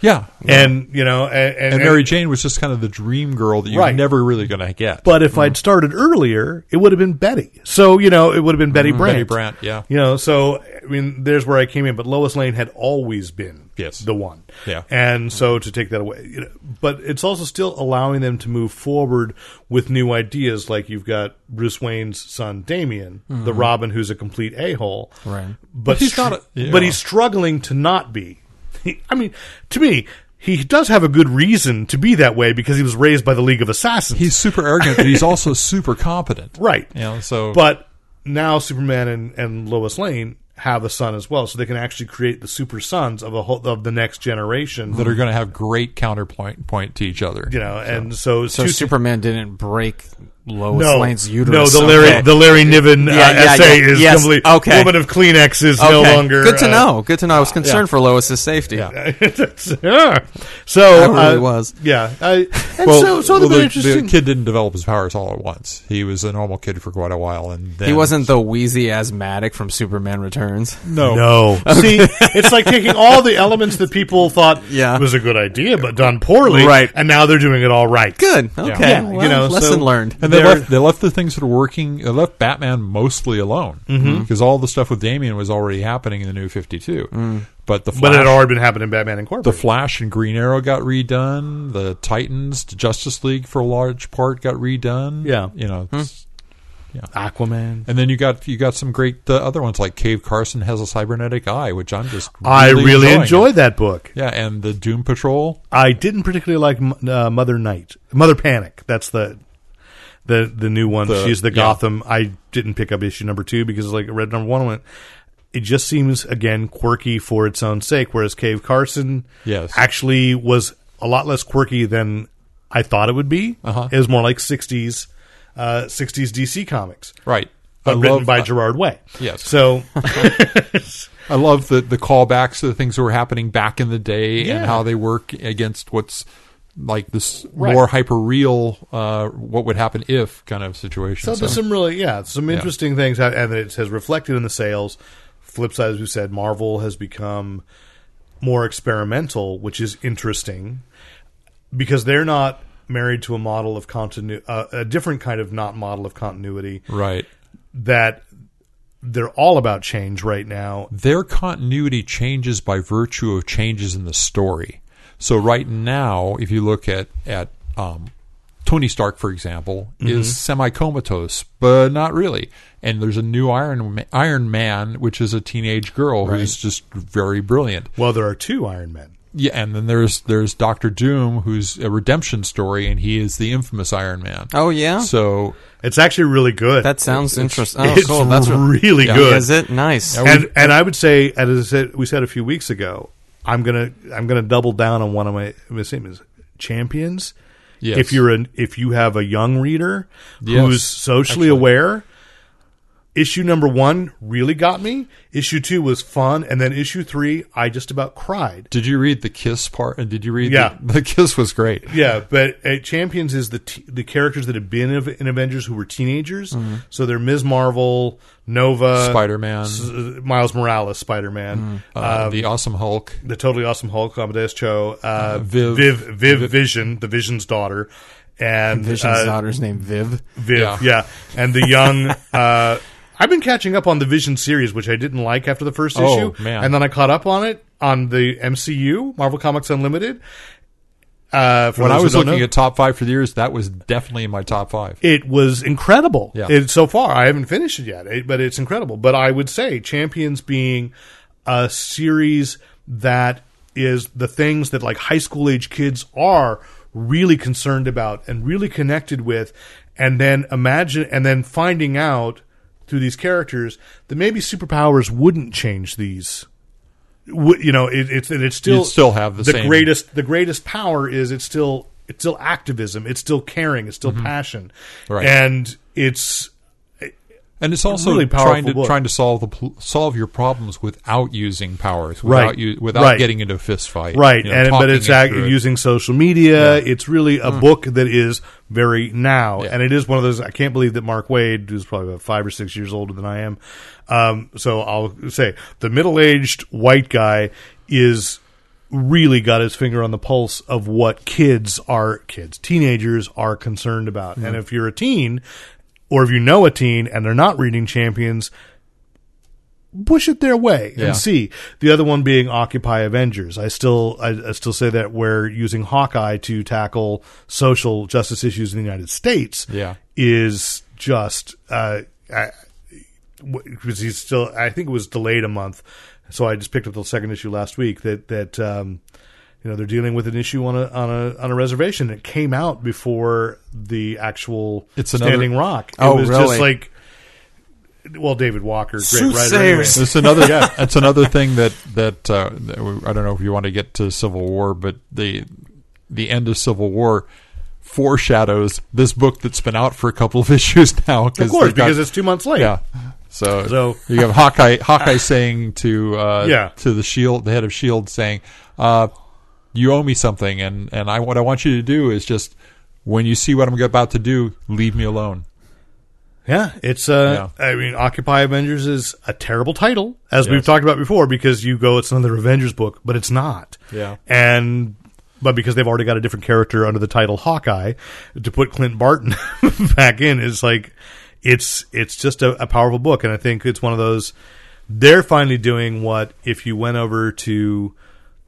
Speaker 4: yeah
Speaker 2: and you know, and, and,
Speaker 4: and Mary Jane was just kind of the dream girl that you're
Speaker 2: Right.
Speaker 4: never really going to get
Speaker 2: But if I'd started earlier, it would have been Betty. So you know, it would have been Betty Brant.
Speaker 4: Mm-hmm. Betty Brant, yeah.
Speaker 2: You know, so I mean, there's where I came in. But Lois Lane had always been
Speaker 4: Yes.
Speaker 2: the one.
Speaker 4: Yeah.
Speaker 2: And so to take that away, you know, but it's also still allowing them to move forward with new ideas. Like you've got Bruce Wayne's son Damian, the Robin who's a complete a hole.
Speaker 3: Right.
Speaker 2: But
Speaker 4: Mm-hmm. he's
Speaker 2: str-
Speaker 4: not a- yeah.
Speaker 2: But he's struggling to not be. He, I mean, to me. He does have a good reason to be that way because he was raised by the League of Assassins.
Speaker 4: he's super arrogant but he's also super competent
Speaker 2: Right.
Speaker 4: you know so
Speaker 2: But now Superman and, and Lois Lane have a son as well, so they can actually create the super sons of a whole, of the next generation.
Speaker 4: that are going to have great counterpoint point to each other.
Speaker 2: you know, and so,
Speaker 3: so
Speaker 2: two-
Speaker 3: Superman didn't break Lois
Speaker 2: no,
Speaker 3: Lane's
Speaker 2: no,
Speaker 3: uterus.
Speaker 2: the Larry
Speaker 3: Okay.
Speaker 2: the Larry Niven uh,
Speaker 3: Yeah, yeah,
Speaker 2: essay
Speaker 3: yeah.
Speaker 2: is
Speaker 3: Yes.
Speaker 2: complete.
Speaker 3: Okay.
Speaker 2: Woman of Kleenex is no
Speaker 3: Okay.
Speaker 2: longer
Speaker 3: Good to
Speaker 2: uh,
Speaker 3: know. Good to know. I was concerned for Lois's safety.
Speaker 2: that's- yeah. So
Speaker 3: I really
Speaker 2: uh,
Speaker 3: was.
Speaker 2: yeah, I, and
Speaker 4: Well,
Speaker 2: so so
Speaker 4: well,
Speaker 2: the,
Speaker 4: the,
Speaker 2: interesting.
Speaker 4: the kid didn't develop his powers all at once. He was a normal kid for quite a while, and then
Speaker 3: He wasn't the wheezy asthmatic from Superman Returns.
Speaker 4: No,
Speaker 2: no, see, it's like taking all the elements that people thought
Speaker 3: Yeah.
Speaker 2: was a good idea, but done poorly,
Speaker 3: Right.
Speaker 2: And now they're doing it all right.
Speaker 3: Good. Okay.
Speaker 2: Yeah, you
Speaker 3: Well,
Speaker 2: know, so-
Speaker 3: lesson learned.
Speaker 4: And they
Speaker 2: They're-
Speaker 4: left, they left the things that were working. They left Batman mostly alone because
Speaker 2: Mm-hmm.
Speaker 4: all the stuff with Damien was already happening in the New Fifty Two.
Speaker 3: Mm.
Speaker 4: But the Flash,
Speaker 2: But it had already been happening in Batman
Speaker 4: the
Speaker 2: Incorporated.
Speaker 4: Flash and Green Arrow got redone. The Titans, the Justice League for a large part got redone.
Speaker 2: Yeah.
Speaker 4: you know,
Speaker 3: Hmm.
Speaker 4: it's-
Speaker 2: Aquaman.
Speaker 4: and then you got you got some great uh, other ones like Cave Carson has a cybernetic eye, which I'm just
Speaker 2: I really
Speaker 4: enjoying.
Speaker 2: enjoyed that book.
Speaker 4: Yeah, and the Doom Patrol.
Speaker 2: I didn't particularly like M- uh, Mother Night, Mother Panic. That's the the the new one.
Speaker 4: The-
Speaker 2: She's the
Speaker 4: yeah.
Speaker 2: Gotham. I didn't pick up issue number two because like I read number one. and Went. It just seems again quirky for its own sake. Whereas Cave Carson,
Speaker 4: Yes.
Speaker 2: actually was a lot less quirky than I thought it would be.
Speaker 4: Uh-huh.
Speaker 2: It was more like '60s uh, '60s DC comics,
Speaker 4: Right.
Speaker 2: but written by
Speaker 4: I,
Speaker 2: Gerard Way.
Speaker 4: Yes.
Speaker 2: So
Speaker 4: I love the the callbacks to the things that were happening back in the day
Speaker 2: Yeah.
Speaker 4: and how they work against what's like this
Speaker 2: Right.
Speaker 4: more hyper real uh, what would happen if kind of situation.
Speaker 2: So, there's some really, yeah, some interesting things, ha- and it has reflected in the sales. Flip side, as we said, Marvel has become more experimental, which is interesting because they're not married to a model of continuity, uh, a different kind of not model of continuity
Speaker 4: right.
Speaker 2: that they're all about change right now.
Speaker 4: their continuity changes by virtue of changes in the story. So right now, if you look at at um, Tony Stark, for example,
Speaker 3: Mm-hmm.
Speaker 4: is semi comatose, but not really. And there's a new Iron Ma- Iron Man, which is a teenage girl who's just very brilliant.
Speaker 2: Well, there are two Iron Men.
Speaker 4: Yeah, and then there's there's Doctor Doom, who's a redemption story, and he is the infamous Iron Man.
Speaker 3: Oh yeah,
Speaker 4: So
Speaker 2: It's actually really good.
Speaker 3: that sounds interesting. Oh,
Speaker 2: it's
Speaker 3: cool. That's what-
Speaker 2: really
Speaker 4: Yeah.
Speaker 2: good.
Speaker 3: is it nice?
Speaker 2: and and I would say, as I said, we said a few weeks ago, I'm gonna I'm gonna double down on one of my, my statements. Champions.
Speaker 4: Yes.
Speaker 2: If you're an if you have a young reader
Speaker 4: Yes,
Speaker 2: who's socially aware, issue number one really got me. Issue two was fun, and then issue three, I just about cried.
Speaker 4: did you read the kiss part? And did you read?
Speaker 2: Yeah.
Speaker 4: the, the kiss was great.
Speaker 2: Yeah, but uh, Champions is the t- the characters that have been of- in Avengers who were teenagers. So they're Ms. Marvel, Nova,
Speaker 4: Mm-hmm. Spider-Man.
Speaker 2: S- uh, Miles Morales, Spider Man,
Speaker 4: Uh, the Awesome Hulk.
Speaker 2: the totally awesome Hulk, Amadeus Cho, uh,
Speaker 4: Viv.
Speaker 2: Viv, Viv, Vision, the Vision's daughter, and
Speaker 3: Vision's
Speaker 2: uh,
Speaker 3: daughter's named Viv.
Speaker 2: Viv,
Speaker 4: Yeah.
Speaker 2: yeah. and the young. uh, I've been catching up on the Vision series, which I didn't like after the first
Speaker 4: Oh,
Speaker 2: issue,
Speaker 4: man.
Speaker 2: and then I caught up on it on the MCU, Marvel Comics Unlimited. Uh, for
Speaker 4: when I
Speaker 2: those who
Speaker 4: was
Speaker 2: don't
Speaker 4: looking
Speaker 2: know,
Speaker 4: at top five for the years, that was definitely in my top five.
Speaker 2: it was incredible.
Speaker 4: Yeah.
Speaker 2: It, so far, I haven't finished it yet, it- but it's incredible. But I would say Champions being a series that is the things that like high school age kids are really concerned about and really connected with, and then imagine and then finding out through these characters that maybe superpowers wouldn't change these. Wo- You know, it, it's and it's still
Speaker 4: You'd still have the same-
Speaker 2: greatest greatest- the greatest power is it's still it's still activism, it's still caring, it's still passion,
Speaker 4: Right.
Speaker 2: and it's
Speaker 4: And it's also
Speaker 2: really powerful
Speaker 4: trying to
Speaker 2: book.
Speaker 4: trying to solve the pl- solve your problems without using powers, without
Speaker 2: Right.
Speaker 4: you, without
Speaker 2: Right.
Speaker 4: getting into a fist fight,
Speaker 2: right.
Speaker 4: you know,
Speaker 2: and but
Speaker 4: talking
Speaker 2: it's
Speaker 4: it
Speaker 2: ac-
Speaker 4: through it.
Speaker 2: using social media. It's really a book that is very now,
Speaker 4: Hmm. Yeah.
Speaker 2: and it is one of those. I can't believe that Mark Wade, who's probably about five or six years older than I am, um, so I'll say the middle aged white guy is really got his finger on the pulse of what kids are kids teenagers are concerned about
Speaker 4: Hmm.
Speaker 2: and if you're a teen or if you know a teen and they're not reading champions push it their way
Speaker 4: Yeah.
Speaker 2: and see the other one being occupy avengers i still I, I still say that we're using hawkeye to tackle social justice issues in the united states
Speaker 4: Yeah.
Speaker 2: is just uh I, because he's still I think it was delayed a month, so I just picked up the second issue last week that that um, you know they're dealing with an issue on a on a on a reservation. It came out before the actual
Speaker 4: It's another-
Speaker 2: Standing Rock. It
Speaker 3: Oh,
Speaker 2: was
Speaker 3: really?
Speaker 2: just like well, David Walker, great writer. Anyway.
Speaker 3: Soothsayers.
Speaker 4: It's another yeah. It's another thing that that, uh, that we- I don't know if you want to get to Civil War, but the the end of Civil War foreshadows this book that's been out for a couple of issues now.
Speaker 2: Of course,
Speaker 4: they've got-
Speaker 2: because it's two months late.
Speaker 4: Yeah. So,
Speaker 2: So-
Speaker 4: you have Hawkeye Hawkeye saying to uh,
Speaker 2: Yeah.
Speaker 4: to the Shield the head of Shield saying, uh, "You owe me something, and and I what I want you to do is just when you see what I'm about to do, leave me alone."
Speaker 2: Yeah, it's uh I mean Occupy Avengers is a terrible title as we've talked about before because you go it's another Avengers book, but it's not.
Speaker 4: Yeah.
Speaker 2: And but because they've already got a different character under the title Hawkeye to put Clint Barton back in is like it's it's just a, a powerful book and I think it's one of those they're finally doing what if you went over to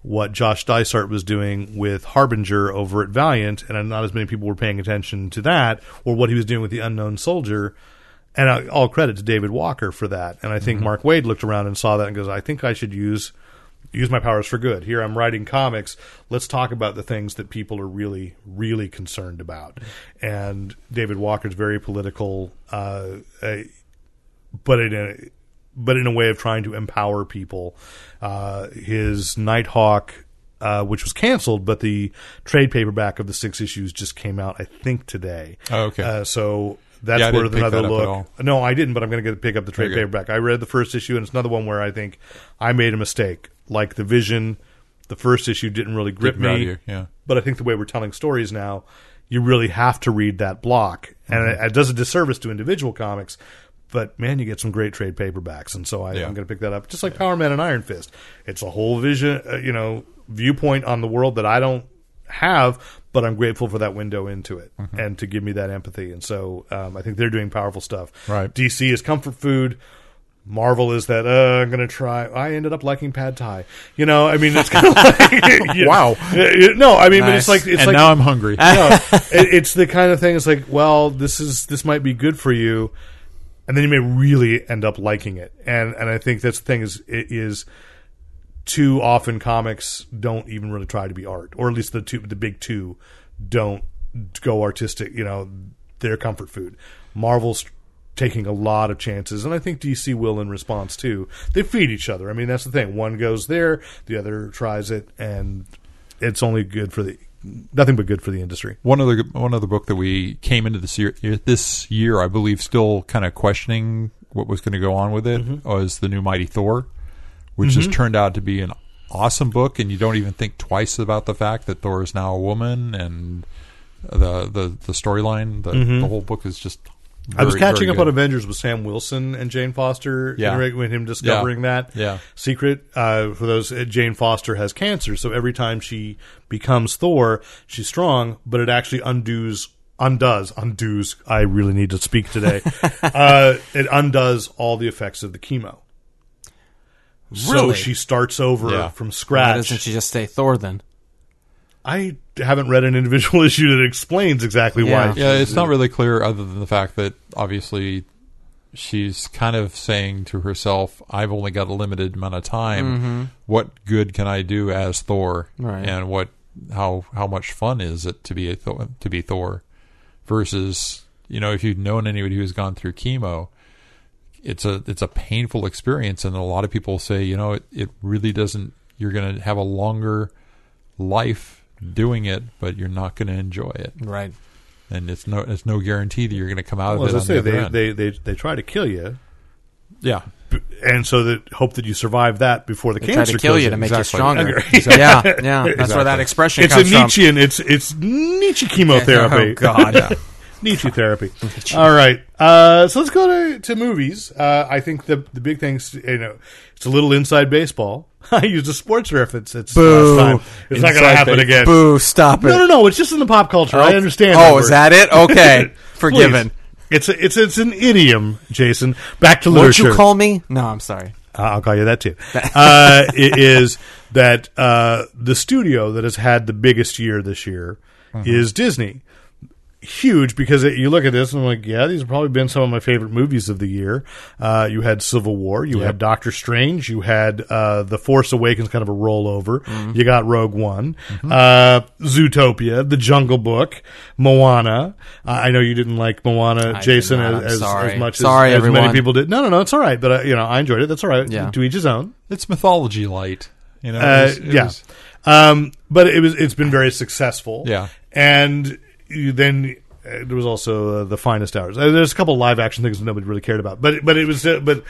Speaker 2: what Josh Dysart was doing with Harbinger over at Valiant, and not as many people were paying attention to that, or what he was doing with the Unknown Soldier. And I, all credit to David Walker for that. And I think Mark Wade looked around and saw that and goes, "I think I should use use my powers for good. Here I'm writing comics. Let's talk about the things that people are really, really concerned about." And David Walker's very political. Uh, a, but in a but in a way of trying to empower people. Uh, his Nighthawk, uh, which was canceled, but the trade paperback of the six issues just came out, I think, today.
Speaker 4: Oh, okay.
Speaker 2: Uh, so that's
Speaker 4: Yeah, I
Speaker 2: worth
Speaker 4: didn't pick
Speaker 2: another
Speaker 4: that up at all.
Speaker 2: look. No, I didn't, but I'm going to pick up the trade
Speaker 4: Very good.
Speaker 2: paperback. I read the first issue, and it's another one where I think I made a mistake, like the Vision the first issue didn't really grip
Speaker 4: Didn't grab
Speaker 2: me.
Speaker 4: you, yeah.
Speaker 2: But I think the way we're telling stories now, you really have to read that block, and
Speaker 4: Mm-hmm.
Speaker 2: it, it does a disservice to individual comics. But man, you get some great trade paperbacks, and so I,
Speaker 4: Yeah.
Speaker 2: I'm going to pick that up. Just like Power Man and Iron Fist, it's a whole vision, uh, you know, viewpoint on the world that I don't have, but I'm grateful for that window into it
Speaker 4: Mm-hmm.
Speaker 2: and to give me that empathy. And so um, I think they're doing powerful stuff.
Speaker 4: Right.
Speaker 2: DC is comfort food. Marvel is that uh, I'm going to try. I ended up liking pad thai. You know, I mean, it's kind of like you-
Speaker 4: Wow.
Speaker 2: Yeah, yeah, No, I mean, but it's
Speaker 3: Nice.
Speaker 2: like it's
Speaker 4: and
Speaker 2: like
Speaker 4: now I'm hungry.
Speaker 2: no, it, it's the kind of thing. It's like, well, this is this might be good for you, and then you may really end up liking it. And and I think that's the thing is it is too often comics don't even really try to be art, or at least the two the big two don't go artistic. You know, their comfort food. Marvel's taking a lot of chances, and I think DC will in response too. They feed each other. I mean, that's the thing. One goes there, the other tries it, and it's only good for the nothing but good for the industry.
Speaker 4: One other one other book that we came into this year this year, I believe, still kind of questioning what was going to go on with it
Speaker 2: Mm-hmm.
Speaker 4: was the new Mighty Thor, which has turned out to be an awesome book, and you don't even think twice about the fact that Thor is now a woman, and the the the storyline, the, the whole book is just.
Speaker 2: Mm-hmm. I was
Speaker 4: very,
Speaker 2: catching
Speaker 4: very
Speaker 2: up on
Speaker 4: good.
Speaker 2: Avengers with Sam Wilson and Jane Foster.
Speaker 4: Yeah.
Speaker 2: and with him discovering that
Speaker 4: Yeah.
Speaker 2: secret. Uh, for those, uh, Jane Foster has cancer, so every time she becomes Thor, she's strong, but it actually undoes, undoes, undoes. I really need to speak today. uh, it undoes all the effects of the chemo. So
Speaker 3: Really?
Speaker 2: she starts over
Speaker 4: Yeah.
Speaker 2: from
Speaker 3: Why
Speaker 2: scratch.
Speaker 3: doesn't she just stay Thor then?
Speaker 2: I haven't read an individual issue that explains exactly
Speaker 3: Yeah.
Speaker 2: why.
Speaker 4: Yeah, it's not really clear other than the fact that obviously she's kind of saying to herself, I've only got a limited amount of time. What good can I do as Thor?
Speaker 3: Right.
Speaker 4: And what how how much fun is it to be a Thor, to be Thor versus, you know, if you've known anybody who's gone through chemo, it's a it's a painful experience and a lot of people say, you know, it, it really doesn't you're going to have a longer life doing it, but you're not going to enjoy it
Speaker 3: Right.
Speaker 4: and it's no it's no guarantee that you're going to come out
Speaker 2: Well,
Speaker 4: of
Speaker 2: as
Speaker 4: it
Speaker 2: I
Speaker 4: on the
Speaker 2: say,
Speaker 4: other
Speaker 2: they,
Speaker 4: end.
Speaker 2: they they they try to kill you,
Speaker 4: yeah,
Speaker 2: and so that hope that you survive that before the
Speaker 3: They try
Speaker 2: cancer
Speaker 3: to kill
Speaker 2: kills
Speaker 3: you to make
Speaker 4: Exactly.
Speaker 3: you stronger. Yeah, yeah. That's where that expression
Speaker 2: It's a
Speaker 3: comes from.
Speaker 2: Nietzschean. It's it's Nietzsche chemotherapy.
Speaker 3: Oh God.
Speaker 2: Nietzsche therapy. All right. Uh, so let's go to, to movies. Uh, I think the the big things, you know, it's a little inside baseball. I used a sports reference. It's last
Speaker 3: Boo.
Speaker 2: time. It's not going to
Speaker 4: Inside
Speaker 2: happen
Speaker 4: base-
Speaker 2: again.
Speaker 3: Boo! Stop it.
Speaker 2: No, no, no. It's just in the pop culture. I understand.
Speaker 3: Oh,
Speaker 2: that
Speaker 3: is
Speaker 2: word.
Speaker 3: that it? Okay,
Speaker 2: Please.
Speaker 3: forgiven.
Speaker 2: It's a, it's it's an idiom, Jason. Back to
Speaker 3: Won't
Speaker 2: literature.
Speaker 3: you call me? No, I'm sorry.
Speaker 2: Uh, I'll call you that too. Uh, it is that uh, the studio that has had the biggest year this year
Speaker 3: Mm-hmm.
Speaker 2: is Disney. Huge because it, you look at this and I'm like, yeah, these have probably been some of my favorite movies of the year. Uh, you had Civil War, you had Doctor Strange, you had uh, The Force Awakens, kind of a rollover.
Speaker 3: Mm-hmm.
Speaker 2: You got Rogue One, uh, Zootopia, The Jungle Book, Moana. I I know you didn't like Moana,
Speaker 3: did
Speaker 2: Jason,
Speaker 3: not. I'm
Speaker 2: as, as, as
Speaker 3: sorry.
Speaker 2: much
Speaker 3: Sorry,
Speaker 2: as, as many
Speaker 3: everyone.
Speaker 2: people did. No, no, no, it's all right. But uh, you know, I enjoyed it. That's all right.
Speaker 3: Yeah.
Speaker 2: To each his own.
Speaker 4: it's mythology light. You know,
Speaker 2: Uh,
Speaker 4: it was- it
Speaker 2: yeah.
Speaker 4: was-
Speaker 2: Um, but it was it's been very successful.
Speaker 4: Yeah.
Speaker 2: And you, then uh, there was also uh, the finest hours. Uh, there's a couple live action things that nobody really cared about. But but it was uh, but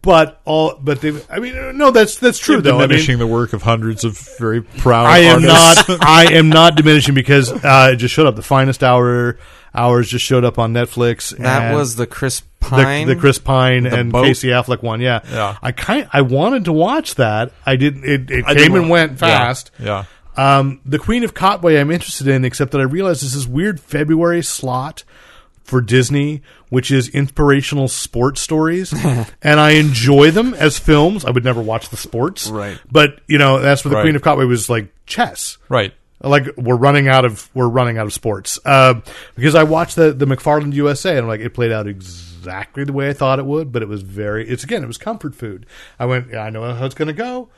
Speaker 2: but all but they. I mean, uh, no, that's that's true though. I mean,
Speaker 4: diminishing the work of hundreds of very proud.
Speaker 2: I am
Speaker 4: artists.
Speaker 2: not. I am not diminishing because uh, it just showed up. The finest hour hours just showed up on Netflix.
Speaker 3: That
Speaker 2: and-
Speaker 3: was the Chris
Speaker 2: the,
Speaker 3: Pine.
Speaker 2: the Chris Pine and
Speaker 4: boat.
Speaker 2: Casey Affleck one. Yeah,
Speaker 4: Yeah.
Speaker 2: I kind I wanted to watch that. I didn't. It, it
Speaker 4: I didn't
Speaker 2: came and
Speaker 4: want-
Speaker 2: went fast.
Speaker 4: Yeah,
Speaker 2: Um, the Queen of Cotway I'm interested in, except that I realized this is weird February slot for Disney, which is inspirational sports stories, and I enjoy them as films. I would never watch the sports,
Speaker 3: Right.
Speaker 2: But you know, that's where the
Speaker 4: Right.
Speaker 2: Queen of Cotway was like chess,
Speaker 4: right.
Speaker 2: like we're running out of we're running out of sports uh, because I watched the the McFarland USA and I'm like it played out exactly the way I thought it would, but it was very it's again it was comfort food. I went yeah, I know how it's going to go.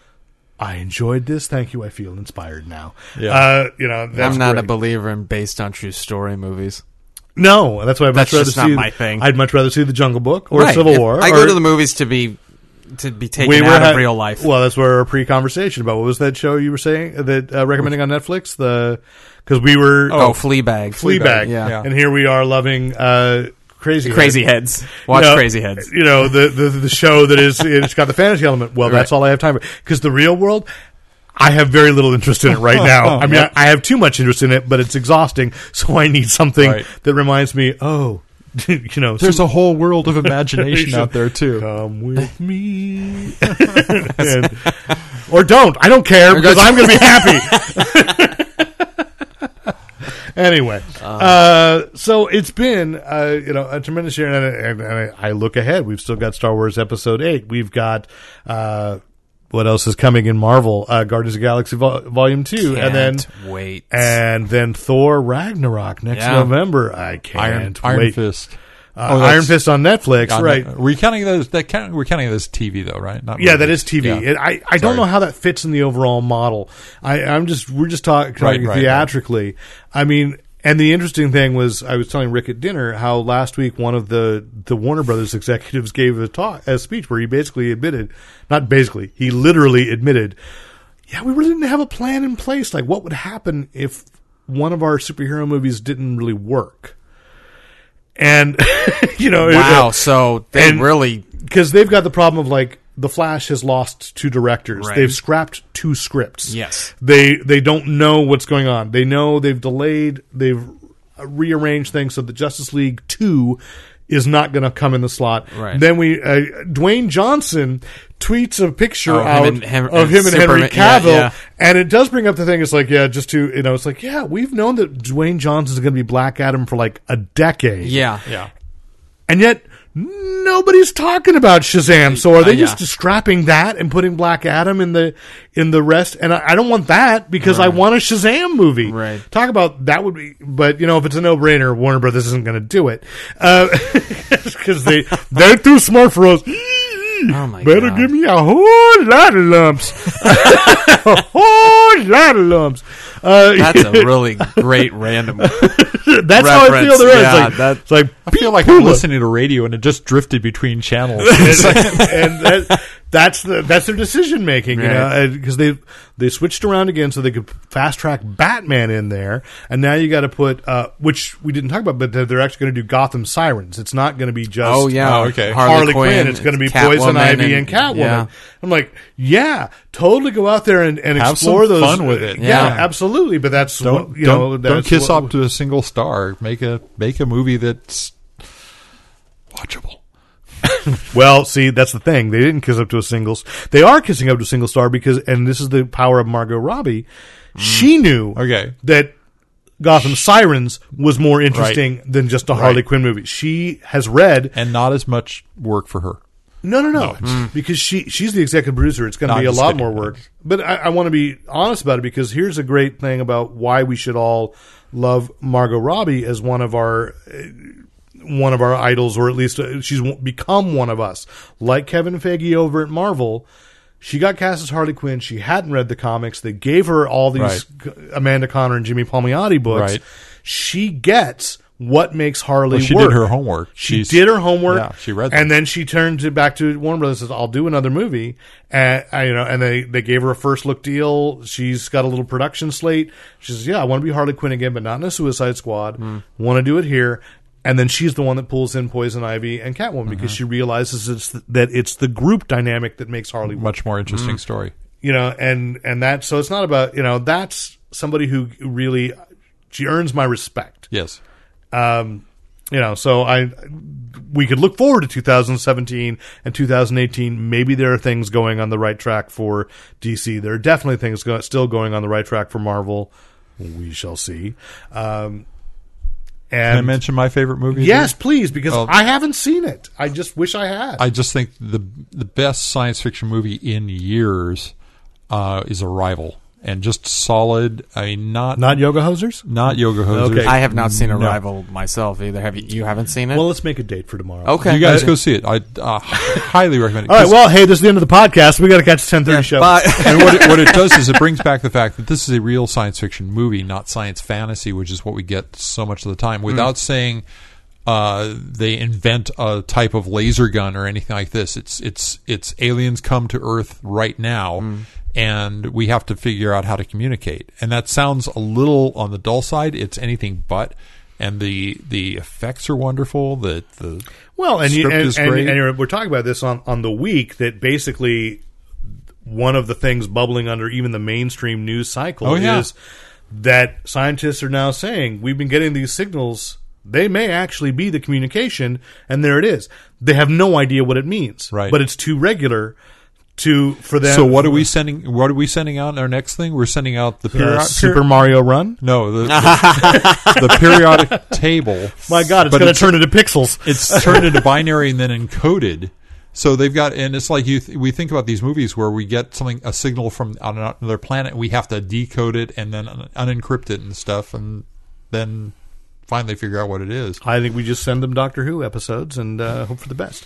Speaker 2: I enjoyed this. Thank you. I feel inspired now.
Speaker 4: Yeah.
Speaker 2: Uh, you know, that's
Speaker 3: I'm not
Speaker 2: great.
Speaker 3: a believer in based on true story movies.
Speaker 2: no. That's why I'd
Speaker 3: That's
Speaker 2: much rather
Speaker 3: just not
Speaker 2: see
Speaker 3: my thing.
Speaker 2: I'd much rather see the Jungle Book or Civil
Speaker 3: If
Speaker 2: War.
Speaker 3: I go
Speaker 2: or-
Speaker 3: to the movies to be to be taken
Speaker 2: were
Speaker 3: out
Speaker 2: ha-
Speaker 3: of real life.
Speaker 2: Well, that's where our pre-conversation about what was that show you were saying that uh, recommending on Netflix the because we were
Speaker 3: oh, Fleabag.
Speaker 2: Fleabag.
Speaker 3: Yeah.
Speaker 4: Yeah.
Speaker 2: And here we are loving uh, Crazy
Speaker 3: Crazy
Speaker 2: Head.
Speaker 3: Heads. Watch
Speaker 2: You know,
Speaker 3: Crazy Heads.
Speaker 2: You know the, the the show that is it's got the fantasy element. Well, that's all I have time for because the real world. I have very little interest in it right now. I mean, I, I have too much interest in it, but it's exhausting. So I need something
Speaker 4: Right.
Speaker 2: that reminds me, oh, you know,
Speaker 4: There's a whole world of imagination out there too.
Speaker 2: Come with me, And- or don't. I don't care because I'm going to be happy. anyway, uh, so it's been uh, you know a tremendous year, and, and, and I look ahead. We've still got Star Wars Episode Eight. We've got. Uh, what else is coming in Marvel? Uh, Guardians of the Galaxy Vol- Volume 2 and then
Speaker 3: Can't wait.
Speaker 2: and then Thor Ragnarok next
Speaker 3: Yeah.
Speaker 2: November. I can't
Speaker 4: Iron,
Speaker 2: wait.
Speaker 4: Iron Fist.
Speaker 2: Uh,
Speaker 4: Oh, that's-
Speaker 2: Iron Fist on Netflix,
Speaker 4: on
Speaker 2: right?
Speaker 4: that- We're counting those. That count, we're counting those TV though, right? Not
Speaker 2: Yeah,
Speaker 4: movies.
Speaker 2: that is TV.
Speaker 4: Yeah.
Speaker 2: It, I, I don't
Speaker 4: Sorry.
Speaker 2: know how that fits in the overall model. I, I'm just we're just talk, talking
Speaker 4: right, right.
Speaker 2: theatrically. I mean, and the interesting thing was I was telling Rick at dinner how last week one of the the Warner Brothers executives gave a talk a speech where he basically admitted, not basically, he literally admitted, yeah, we really didn't have a plan in place. Like, what would happen if one of our superhero movies didn't really work? And you know, it-
Speaker 3: wow. So they
Speaker 2: and-
Speaker 3: really
Speaker 2: because they've got the problem of like the Flash has lost two directors.
Speaker 3: Right.
Speaker 2: They've scrapped two scripts.
Speaker 3: Yes.
Speaker 2: they they don't know what's going on. They know they've delayed. They've rearranged things so that Justice League two is not going to come in the slot.
Speaker 3: Right.
Speaker 2: Then we uh, Dwayne Johnson tweets a picture
Speaker 3: Oh, him
Speaker 2: out
Speaker 3: and- him-
Speaker 2: of him and Henry
Speaker 3: Superman. Yeah,
Speaker 2: Cavill,
Speaker 3: yeah.
Speaker 2: and it does bring up the thing. It's like yeah, just to you know, it's like yeah, we've known that Dwayne Johnson is going to be Black Adam for like a decade.
Speaker 3: yeah.
Speaker 4: Yeah.
Speaker 2: And yet, nobody's talking about Shazam. So are they
Speaker 3: Uh, yeah.
Speaker 2: just scrapping that and putting Black Adam in the in the rest? And I, I don't want that because I want a Shazam movie.
Speaker 3: Right.
Speaker 2: Talk about that would be, but you know, if it's a no brainer, Warner Brothers isn't going to do it because they they're too smart for us. Oh
Speaker 3: my
Speaker 2: Better
Speaker 3: God.
Speaker 2: give me a whole lot of lumps, a whole lot of lumps. Uh,
Speaker 3: That's a really great random.
Speaker 2: that's how I feel.
Speaker 3: reference.
Speaker 2: There is
Speaker 3: Yeah,
Speaker 2: like,
Speaker 3: that-
Speaker 2: it's like
Speaker 4: I feel like I'm listening to radio and it just drifted between channels.
Speaker 2: and that, that's the that's their decision making, you
Speaker 3: Right.
Speaker 2: know, because they they switched around again so they could fast track Batman in there, and now you got to put uh, which we didn't talk about, but they're, they're actually going to do Gotham Sirens. It's not going to be just uh,
Speaker 3: Oh yeah.
Speaker 4: Oh, okay.
Speaker 2: Harley, Quinn. It's going to be Poison
Speaker 3: Catwoman,
Speaker 2: Ivy and, Catwoman.
Speaker 3: yeah.
Speaker 2: I'm like, yeah, totally go out there and, and
Speaker 4: Have some
Speaker 2: explore those.
Speaker 4: fun with it.
Speaker 2: Yeah,
Speaker 3: Yeah.
Speaker 2: absolutely. But that's
Speaker 4: don't
Speaker 2: what, you
Speaker 4: don't,
Speaker 2: know
Speaker 4: don't
Speaker 2: that's
Speaker 4: kiss
Speaker 2: what-
Speaker 4: up to a single star. Make a make a movie that's watchable.
Speaker 2: Well, see, that's the thing. They didn't kiss up to a single. They are kissing up to a single star because, and this is the power of Margot Robbie. She knew
Speaker 4: Okay.
Speaker 2: that Gotham Sirens was more interesting than just a Harley Quinn movie. She has read
Speaker 4: and not as much work for her.
Speaker 2: no, no, no, because she she's the executive producer. It's going to
Speaker 4: Mm. No,
Speaker 2: be a
Speaker 4: just
Speaker 2: lot
Speaker 4: kidding.
Speaker 2: more work. But I, I want to be honest about it because here's a great thing about why we should all love Margot Robbie as one of our eh, one of our idols, or at least uh, she's w- become one of us. Like Kevin Feige over at Marvel, she got cast as Harley Quinn. She hadn't read the comics. They gave her all these
Speaker 4: Right.
Speaker 2: c- Amanda Connor and Jimmy Palmiotti books.
Speaker 4: Right.
Speaker 2: She gets what makes Harley.
Speaker 4: Well, she
Speaker 2: work.
Speaker 4: did her homework.
Speaker 2: She
Speaker 4: She's-
Speaker 2: did her homework.
Speaker 4: Yeah, she read them.
Speaker 2: and then she turned it back to Warner Brothers. and Says, "I'll do another movie," and I- you know, and they they gave her a first look deal. She's got a little production slate. She says, "Yeah, I want to be Harley Quinn again, but not in a Suicide Squad.
Speaker 4: Hmm.
Speaker 2: Want to do it here." And then she's the one that pulls in Poison Ivy and Catwoman
Speaker 4: Uh-huh.
Speaker 2: because she realizes it's th- that it's the group dynamic that makes Harley
Speaker 4: Much more interesting
Speaker 2: Mm-hmm.
Speaker 4: story.
Speaker 2: you know and and that so it's not about you know that's somebody who really she earns my respect
Speaker 4: Yes.
Speaker 2: you know so i we could look forward to 2017 and 2018 maybe there are things going on the right track for dc there are definitely things go- still going on the right track for marvel we shall see um
Speaker 4: Can I
Speaker 2: and
Speaker 4: mention my favorite movie?
Speaker 2: yes
Speaker 4: there?
Speaker 2: please because
Speaker 4: Oh.
Speaker 2: i haven't seen it i just wish i had
Speaker 4: I just think the the best science fiction movie in years uh, is Arrival, and just solid. I mean, not not,
Speaker 2: yoga hosers
Speaker 4: Yoga Hosers.
Speaker 2: Okay.
Speaker 3: I have not seen
Speaker 4: No.
Speaker 3: Arrival myself either. Have you? You haven't seen it?
Speaker 2: well let's make a date for tomorrow
Speaker 3: okay.
Speaker 4: You guys go see it. I uh, highly recommend it.
Speaker 2: all right well hey this is the end of the podcast we gotta catch the 1030 show
Speaker 3: Bye.
Speaker 4: and what it, what it does is it brings back the fact that this is a real science fiction movie, not science fantasy, which is what we get so much of the
Speaker 2: Mm-hmm.
Speaker 4: time. Without saying uh, they invent a type of laser gun or anything like this, it's it's it's aliens come to Earth right now,
Speaker 2: Mm.
Speaker 4: and we have to figure out how to communicate. And that sounds a little on the dull side. It's anything but. And the the effects are wonderful. The the
Speaker 2: Well, and you,
Speaker 4: Script
Speaker 2: and,
Speaker 4: is
Speaker 2: and,
Speaker 4: great.
Speaker 2: and we're talking about this on, on the week that basically one of the things bubbling under even the mainstream news cycle
Speaker 4: Oh, yeah.
Speaker 2: is that scientists are now saying we've been getting these signals. They may actually be the communication, and there it is. They have no idea what it means,
Speaker 4: Right.
Speaker 2: But it's too regular to for them.
Speaker 4: So what are we sending? What are we sending out in our next thing? We're sending out the
Speaker 2: Uh,
Speaker 4: period.
Speaker 2: Super Mario Run?
Speaker 4: no, the, the, the periodic table.
Speaker 2: My God, it's
Speaker 4: But
Speaker 2: going to turn into pixels.
Speaker 4: it's turned into binary and then encoded. So they've got, and it's like you. Th- we think about these movies where we get something, a signal from on another planet. We have to decode it and then un- unencrypt it and stuff, and then finally figure out what it is.
Speaker 2: I think we just send them Doctor Who episodes and uh, hope for the best.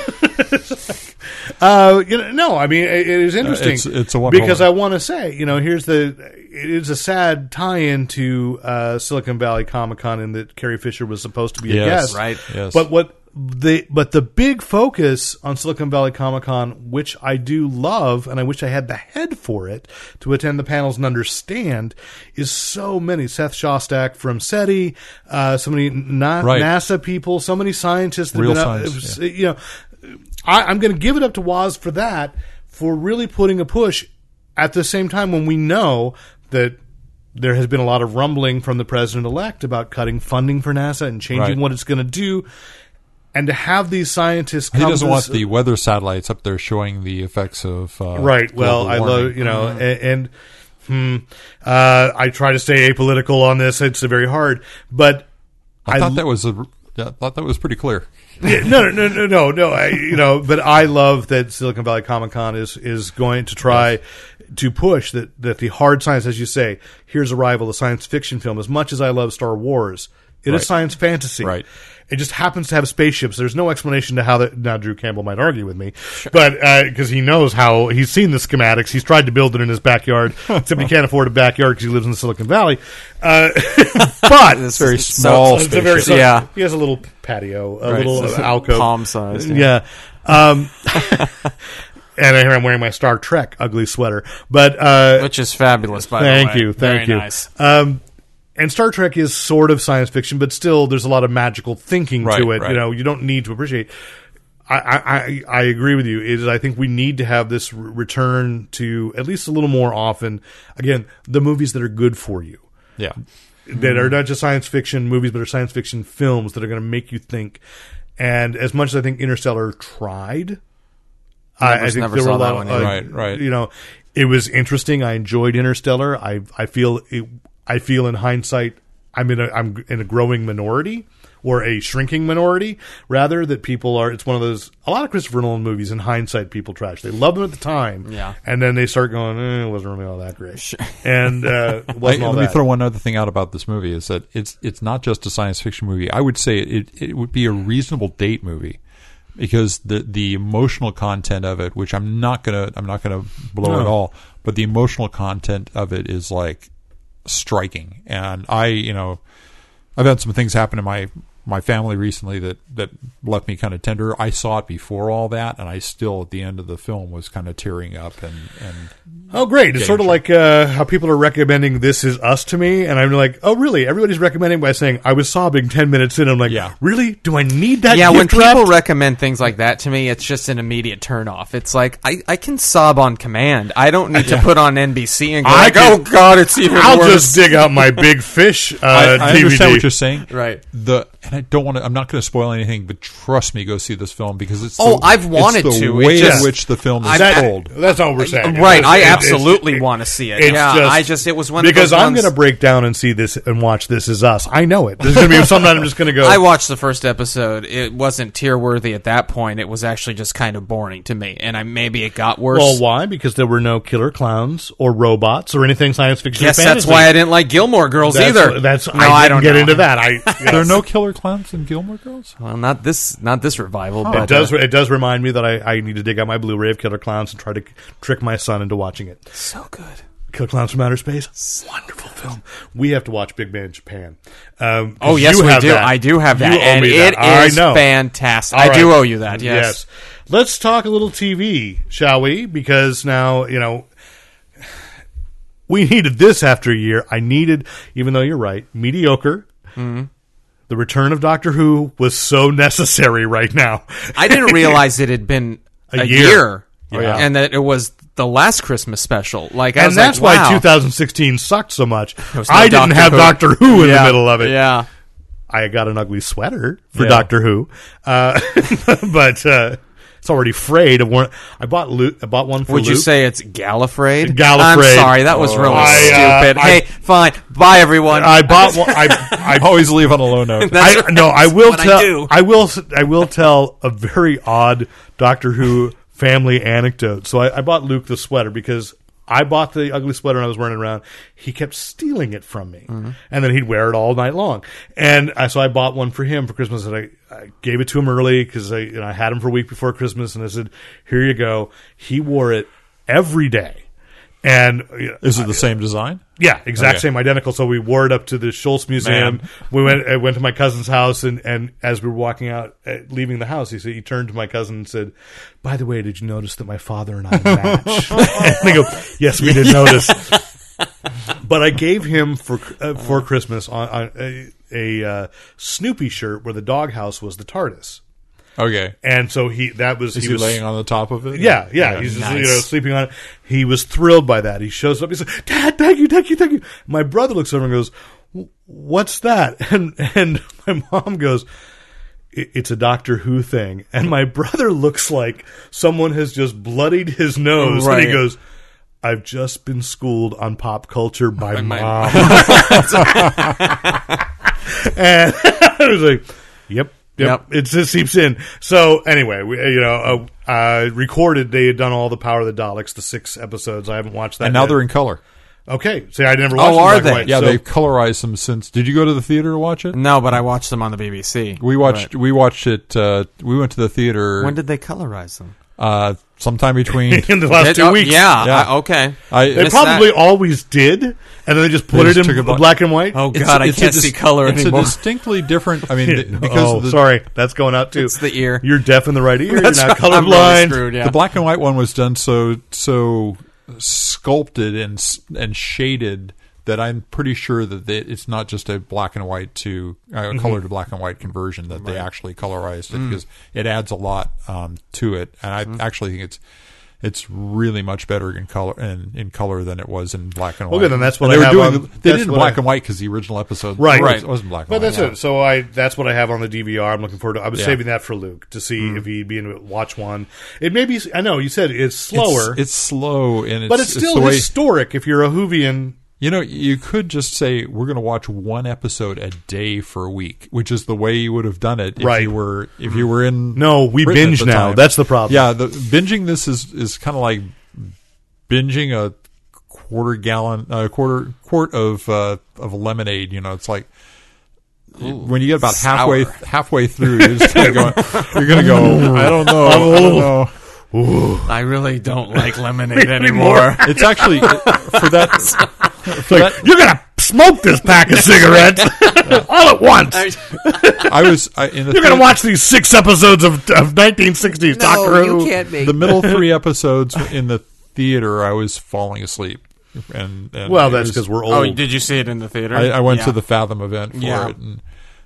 Speaker 2: Uh, uh, you know, no, I mean it, it is interesting.
Speaker 4: Uh, it's- it's a wonderful
Speaker 2: because
Speaker 4: life.
Speaker 2: I want to say, you know, here's the. It is a sad tie-in to uh, Silicon Valley Comic Con in that Carrie Fisher was supposed to be a
Speaker 4: Yes,
Speaker 2: guest,
Speaker 4: right. Yes.
Speaker 2: But what the but the big focus on Silicon Valley Comic Con, which I do love, and I wish I had the head for it to attend the panels and understand, is so many Seth Shostak from SETI, uh, so many not
Speaker 4: Right.
Speaker 2: NASA people, so many scientists. That
Speaker 4: Real
Speaker 2: have been
Speaker 4: science,
Speaker 2: out, you know, I, I'm going to give it up to Woz for that for really putting a push at the same time when we know that. There has been a lot of rumbling from the president elect about cutting funding for NASA and changing
Speaker 4: Right.
Speaker 2: what it's going to do and to have these scientists come
Speaker 4: He doesn't
Speaker 2: to
Speaker 4: want
Speaker 2: s-
Speaker 4: the weather satellites up there showing the effects of uh,
Speaker 2: right well
Speaker 4: global
Speaker 2: i
Speaker 4: warming.
Speaker 2: love you know a- and, hmm, uh, i try to stay apolitical on this it's very hard but
Speaker 4: I, thought
Speaker 2: l-
Speaker 4: that was a. I thought that was pretty clear.
Speaker 2: Yeah, no, no, no, no, no, no. I, you know, but I love that Silicon Valley Comic Con is is going to try to push that that the hard science, as you say, here's a rival, a science fiction film. As much as I love Star Wars, it is
Speaker 4: Right.
Speaker 2: science fantasy.
Speaker 4: Right.
Speaker 2: It just happens to have spaceships. There's no explanation to how that. Now, Drew Campbell might argue with me, but because he knows how he's seen the schematics, he's tried to build it in his backyard. except he can't afford a backyard because he lives in Silicon Valley. Uh, but
Speaker 3: It's
Speaker 4: very
Speaker 3: so-
Speaker 4: small
Speaker 2: it's a very
Speaker 4: spaceship.
Speaker 3: Yeah.
Speaker 2: He has a little patio, a
Speaker 3: Right.
Speaker 2: little
Speaker 3: It's
Speaker 2: alcove,
Speaker 3: palm-sized,
Speaker 2: Yeah. Um, and here I'm wearing my Star Trek ugly sweater, but uh,
Speaker 3: which is fabulous. By
Speaker 2: thank
Speaker 3: the way,
Speaker 2: you, thank
Speaker 3: Very
Speaker 2: you.
Speaker 3: Nice.
Speaker 2: Um, and Star Trek is sort of science fiction, but still there's a lot of magical thinking
Speaker 4: Right,
Speaker 2: to it.
Speaker 4: right.
Speaker 2: You know, you don't need to appreciate. I, I, I- I agree with you. Is I think we need to have this r- return to at least a little more often. Again, the movies that are good for you
Speaker 4: Yeah,
Speaker 2: that are not just science fiction movies, but are science fiction films that are going to make you think. And as much as I think Interstellar tried, I, I think
Speaker 3: never
Speaker 2: there were
Speaker 3: saw
Speaker 2: a
Speaker 3: that
Speaker 2: lot.
Speaker 3: one
Speaker 2: of,
Speaker 4: Right,
Speaker 3: either.
Speaker 4: right.
Speaker 2: You know, it was interesting. I enjoyed Interstellar. I I feel it, I feel in hindsight, I'm in a I'm in a growing minority or a shrinking minority rather that people are it's one of those a lot of christopher nolan movies in hindsight people trash they love them at the time
Speaker 3: Yeah.
Speaker 2: and then they start going eh, it wasn't really all that great and uh, it
Speaker 4: I,
Speaker 2: wasn't all
Speaker 4: let me
Speaker 2: that.
Speaker 4: throw one other thing out about this movie is that it's it's not just a science fiction movie. I would say it it would be a reasonable date movie because the the emotional content of it, which I'm not gonna I'm not gonna blow at all, but the emotional content of it is like striking. And I you know I've had some things happen in my my family recently that that left me kind of tender. I saw it before all that, and I still at the end of the film was kind of tearing up and and
Speaker 2: Oh, great! It's sort of like uh, how people are recommending "This Is Us" to me, and I'm like, "Oh, really?" Everybody's recommending by saying, "I was sobbing ten minutes in." I'm like,
Speaker 4: Yeah.
Speaker 2: really? Do I need that?"
Speaker 3: yeah, when
Speaker 2: gift wrap?"
Speaker 3: people recommend things like that to me, it's just an immediate turnoff. It's like I, I can sob on command. I don't need to put on NBC and go.
Speaker 2: I
Speaker 3: like,
Speaker 2: can-
Speaker 3: oh God, it's even
Speaker 2: I'll
Speaker 3: worse.
Speaker 2: just dig out my big fish uh,
Speaker 4: I, I
Speaker 2: DVD.
Speaker 4: understand what you're saying,
Speaker 3: Right.
Speaker 4: The and I don't want to. I'm not going to spoil anything, but trust me, go see this film because it's.
Speaker 3: Oh,
Speaker 4: the,
Speaker 3: I've
Speaker 4: it's
Speaker 3: wanted
Speaker 4: the
Speaker 3: to. It
Speaker 4: way
Speaker 2: just-
Speaker 4: in which the film is
Speaker 2: That-
Speaker 4: told.
Speaker 2: That's all we're saying.
Speaker 3: Right,
Speaker 2: It's-
Speaker 3: I
Speaker 2: it's-
Speaker 3: absolutely
Speaker 2: it's-
Speaker 3: wanna see it.
Speaker 2: it's
Speaker 3: Yeah, I just- it was one of
Speaker 2: because
Speaker 3: those
Speaker 2: I'm
Speaker 3: ones-
Speaker 2: going to break down and see this and watch This Is Us. I know it. There's going to be sometimes I'm just going to go.
Speaker 3: I watched the first episode. It wasn't tear worthy at that point. It was actually just kind of boring to me, and I maybe it got worse.
Speaker 2: well, why? Because there were no killer clowns or robots or anything science fiction. or
Speaker 3: Yes, that's
Speaker 2: fantasy.
Speaker 3: why I didn't like Gilmore Girls
Speaker 2: That's-
Speaker 3: either.
Speaker 2: That's
Speaker 3: no,
Speaker 2: I, didn't
Speaker 3: don't
Speaker 2: get
Speaker 3: know.
Speaker 2: into that. I yes.
Speaker 4: There are no killer clowns in Gilmore Girls.
Speaker 3: Well, not this, not this revival. but
Speaker 2: It does.
Speaker 3: uh,
Speaker 2: It does remind me that I, I need to dig out my Blu-ray of Killer Clowns and try to c- trick my son into watching it.
Speaker 3: so good.
Speaker 2: Killer Clowns from Outer Space, wonderful film. We have to watch Big Man in Japan. Um,
Speaker 3: Oh yes,
Speaker 2: you
Speaker 3: we
Speaker 2: have
Speaker 3: do.
Speaker 2: that.
Speaker 3: I do have that,
Speaker 2: You owe
Speaker 3: and
Speaker 2: me
Speaker 3: it
Speaker 2: that. I
Speaker 3: is
Speaker 2: know.
Speaker 3: fantastic.
Speaker 2: All
Speaker 3: I do
Speaker 2: right.
Speaker 3: owe you that. Yes.
Speaker 2: Let's talk a little TV, shall we? Because now you know. We needed this after a year. I needed, even though you're right, mediocre.
Speaker 3: Mm-hmm.
Speaker 2: The return of Doctor Who was so necessary right now.
Speaker 3: I didn't realize it had been
Speaker 2: A
Speaker 3: a,
Speaker 2: year. Oh,
Speaker 3: year,
Speaker 2: Yeah.
Speaker 3: and that it was the last Christmas special. Like, I
Speaker 2: and
Speaker 3: was
Speaker 2: that's
Speaker 3: like,
Speaker 2: why
Speaker 3: wow.
Speaker 2: 2016 sucked so much.
Speaker 3: was no
Speaker 2: I didn't
Speaker 3: Doctor
Speaker 2: have
Speaker 3: Who.
Speaker 2: Doctor Who in the middle of it.
Speaker 3: Yeah,
Speaker 2: I got an ugly sweater for
Speaker 3: Yeah.
Speaker 2: Doctor Who, uh, but uh, it's already frayed. Of one, I bought Luke. I bought one for
Speaker 3: Would you
Speaker 2: Luke.
Speaker 3: say it's Gallifreyed? I'm
Speaker 2: Gallifreyed.
Speaker 3: sorry, that was really
Speaker 2: I, uh,
Speaker 3: stupid.
Speaker 2: I-
Speaker 3: hey, fine. Bye, everyone.
Speaker 2: I bought one. I,
Speaker 4: I always leave on a low note.
Speaker 2: I, No, I will
Speaker 3: what I
Speaker 2: tell.
Speaker 3: do.
Speaker 2: will. s- I will tell a very odd Doctor Who family anecdote. So I, I bought Luke the sweater because I bought the ugly sweater and I was wearing it around. He kept stealing it from me,
Speaker 3: Mm-hmm.
Speaker 2: and then he'd wear it all night long. And I, so I bought one for him for Christmas, and I, I gave it to him early because I, you know, I had him for a week before Christmas, and I said, "Here you go." He wore it every day. And uh, you know,
Speaker 4: Is it the same design?
Speaker 2: yeah, exact
Speaker 4: Okay.
Speaker 2: same, identical. So we wore it up to the Schultz Museum.
Speaker 4: Man.
Speaker 2: We went I went to my cousin's house, and, and as we were walking out, uh, leaving the house, he said he turned to my cousin and said, "By the way, did you notice that my father and I match?" and they go, "Yes, we did notice." but I gave him for uh, for Christmas on, on a, a uh, Snoopy shirt where the doghouse was the TARDIS,
Speaker 4: Okay.
Speaker 2: and so he that was
Speaker 4: Is he,
Speaker 2: was
Speaker 4: laying on the top of it?
Speaker 2: yeah, yeah. He's just you know sleeping on it. He was thrilled by that. He shows up. He's like, "Dad, thank you, thank you, thank you." My brother looks over and goes, "W- "What's that?" And and my mom goes, "I- "It's a Doctor Who thing." And my brother looks like someone has just bloodied his nose, and he
Speaker 3: Right.
Speaker 2: goes. I've just been schooled on pop culture by,
Speaker 6: my-
Speaker 2: mom. and I was like, "Yep, yep,
Speaker 3: Yep.
Speaker 2: it just seeps in." So anyway, we, you know, uh, uh, recorded. They had done all the Power of the Daleks, the six episodes. I haven't watched that.
Speaker 4: And now
Speaker 2: yet.
Speaker 4: they're in color.
Speaker 2: okay. See, I never watched.
Speaker 3: Oh,
Speaker 2: them
Speaker 3: are
Speaker 2: black and
Speaker 3: they?
Speaker 2: white,
Speaker 4: Yeah,
Speaker 2: so-
Speaker 4: they've colorized them since. Did you go to the theater to watch it?
Speaker 3: no, but I watched them on the BBC.
Speaker 4: We watched. We watched it. Uh, we went to the theater.
Speaker 3: When did they colorize them?
Speaker 4: uh, sometime between.
Speaker 2: in the last
Speaker 3: It-
Speaker 2: two
Speaker 3: oh,
Speaker 2: weeks.
Speaker 3: Yeah.
Speaker 4: Yeah.
Speaker 3: I- okay.
Speaker 4: I-
Speaker 2: they
Speaker 3: Missed
Speaker 2: probably
Speaker 3: that.
Speaker 2: always did, and then they just put
Speaker 4: They
Speaker 2: it
Speaker 4: just
Speaker 2: in
Speaker 4: took a bu-
Speaker 2: black and white.
Speaker 3: Oh God,
Speaker 4: It's a-
Speaker 3: I
Speaker 4: it's a
Speaker 3: can't
Speaker 4: dis-
Speaker 3: see color
Speaker 4: It's
Speaker 3: anymore.
Speaker 4: a distinctly different. I mean, th- because
Speaker 2: Oh,
Speaker 4: of the,
Speaker 2: sorry, that's going out too.
Speaker 3: It's the ear.
Speaker 2: You're deaf in the right ear.
Speaker 3: That's
Speaker 2: You're not
Speaker 3: right, I'm really
Speaker 2: colorblind.
Speaker 3: screwed, yeah.
Speaker 4: the black and white one was done so so sculpted and s- and shaded that I'm pretty sure that they, it's not just a black and white to uh,
Speaker 2: Mm-hmm.
Speaker 4: color to black and white conversion that they actually colorized
Speaker 2: Mm.
Speaker 4: it because it adds a lot um, to it, and I
Speaker 2: Mm-hmm.
Speaker 4: actually think it's. It's really much better in color in, in color than it was in black and white.
Speaker 2: Okay, then that's what
Speaker 4: And they
Speaker 2: I
Speaker 4: were
Speaker 2: have
Speaker 4: doing.
Speaker 2: on-
Speaker 4: they did
Speaker 2: that's
Speaker 4: in
Speaker 2: what
Speaker 4: black
Speaker 2: I-
Speaker 4: and white because the original episode,
Speaker 2: Right.
Speaker 4: was- wasn't black. And
Speaker 2: But
Speaker 4: white.
Speaker 2: that's it. So I that's what I have on the DVR. I'm looking forward to. I was
Speaker 4: Yeah. Mm-hmm.
Speaker 2: saving that for Luke to see if he'd be in it, watch one. It may be. I know you said it's slower,
Speaker 4: It's, it's slow and it's
Speaker 2: but it's still
Speaker 4: the way,
Speaker 2: historic. If you're a Hoovian,
Speaker 4: You know, you could just say we're going to watch one episode a day for a week, which is the way you would have done it if
Speaker 2: Right.
Speaker 4: you were if you were in.
Speaker 2: No, we
Speaker 4: Britain at
Speaker 2: binge
Speaker 4: the
Speaker 2: now.
Speaker 4: time.
Speaker 2: That's the problem.
Speaker 4: Yeah, the, binging this is is kind of like binging a quarter gallon, a quarter quart of uh, of lemonade. You know, it's like. when you get about halfway halfway through, you're just gonna go. You're gonna go. I don't
Speaker 2: Oh,
Speaker 4: know. I don't know.
Speaker 3: I really don't like lemonade anymore.
Speaker 4: It's actually for that.
Speaker 2: it's like you're gonna smoke this pack of cigarettes all at once.
Speaker 4: I was I, in the
Speaker 2: you're gonna
Speaker 4: third-
Speaker 2: watch these six episodes of, of 1960s Doctor Who.
Speaker 4: the middle three episodes in the theater, I was falling asleep. And, and
Speaker 2: Well,
Speaker 4: it
Speaker 2: that's
Speaker 4: was-
Speaker 2: because we're
Speaker 3: oh,
Speaker 2: old.
Speaker 3: did you see it in the theater?
Speaker 4: I, I went
Speaker 3: Yeah.
Speaker 4: to the Fathom event for
Speaker 3: Yeah.
Speaker 4: it, and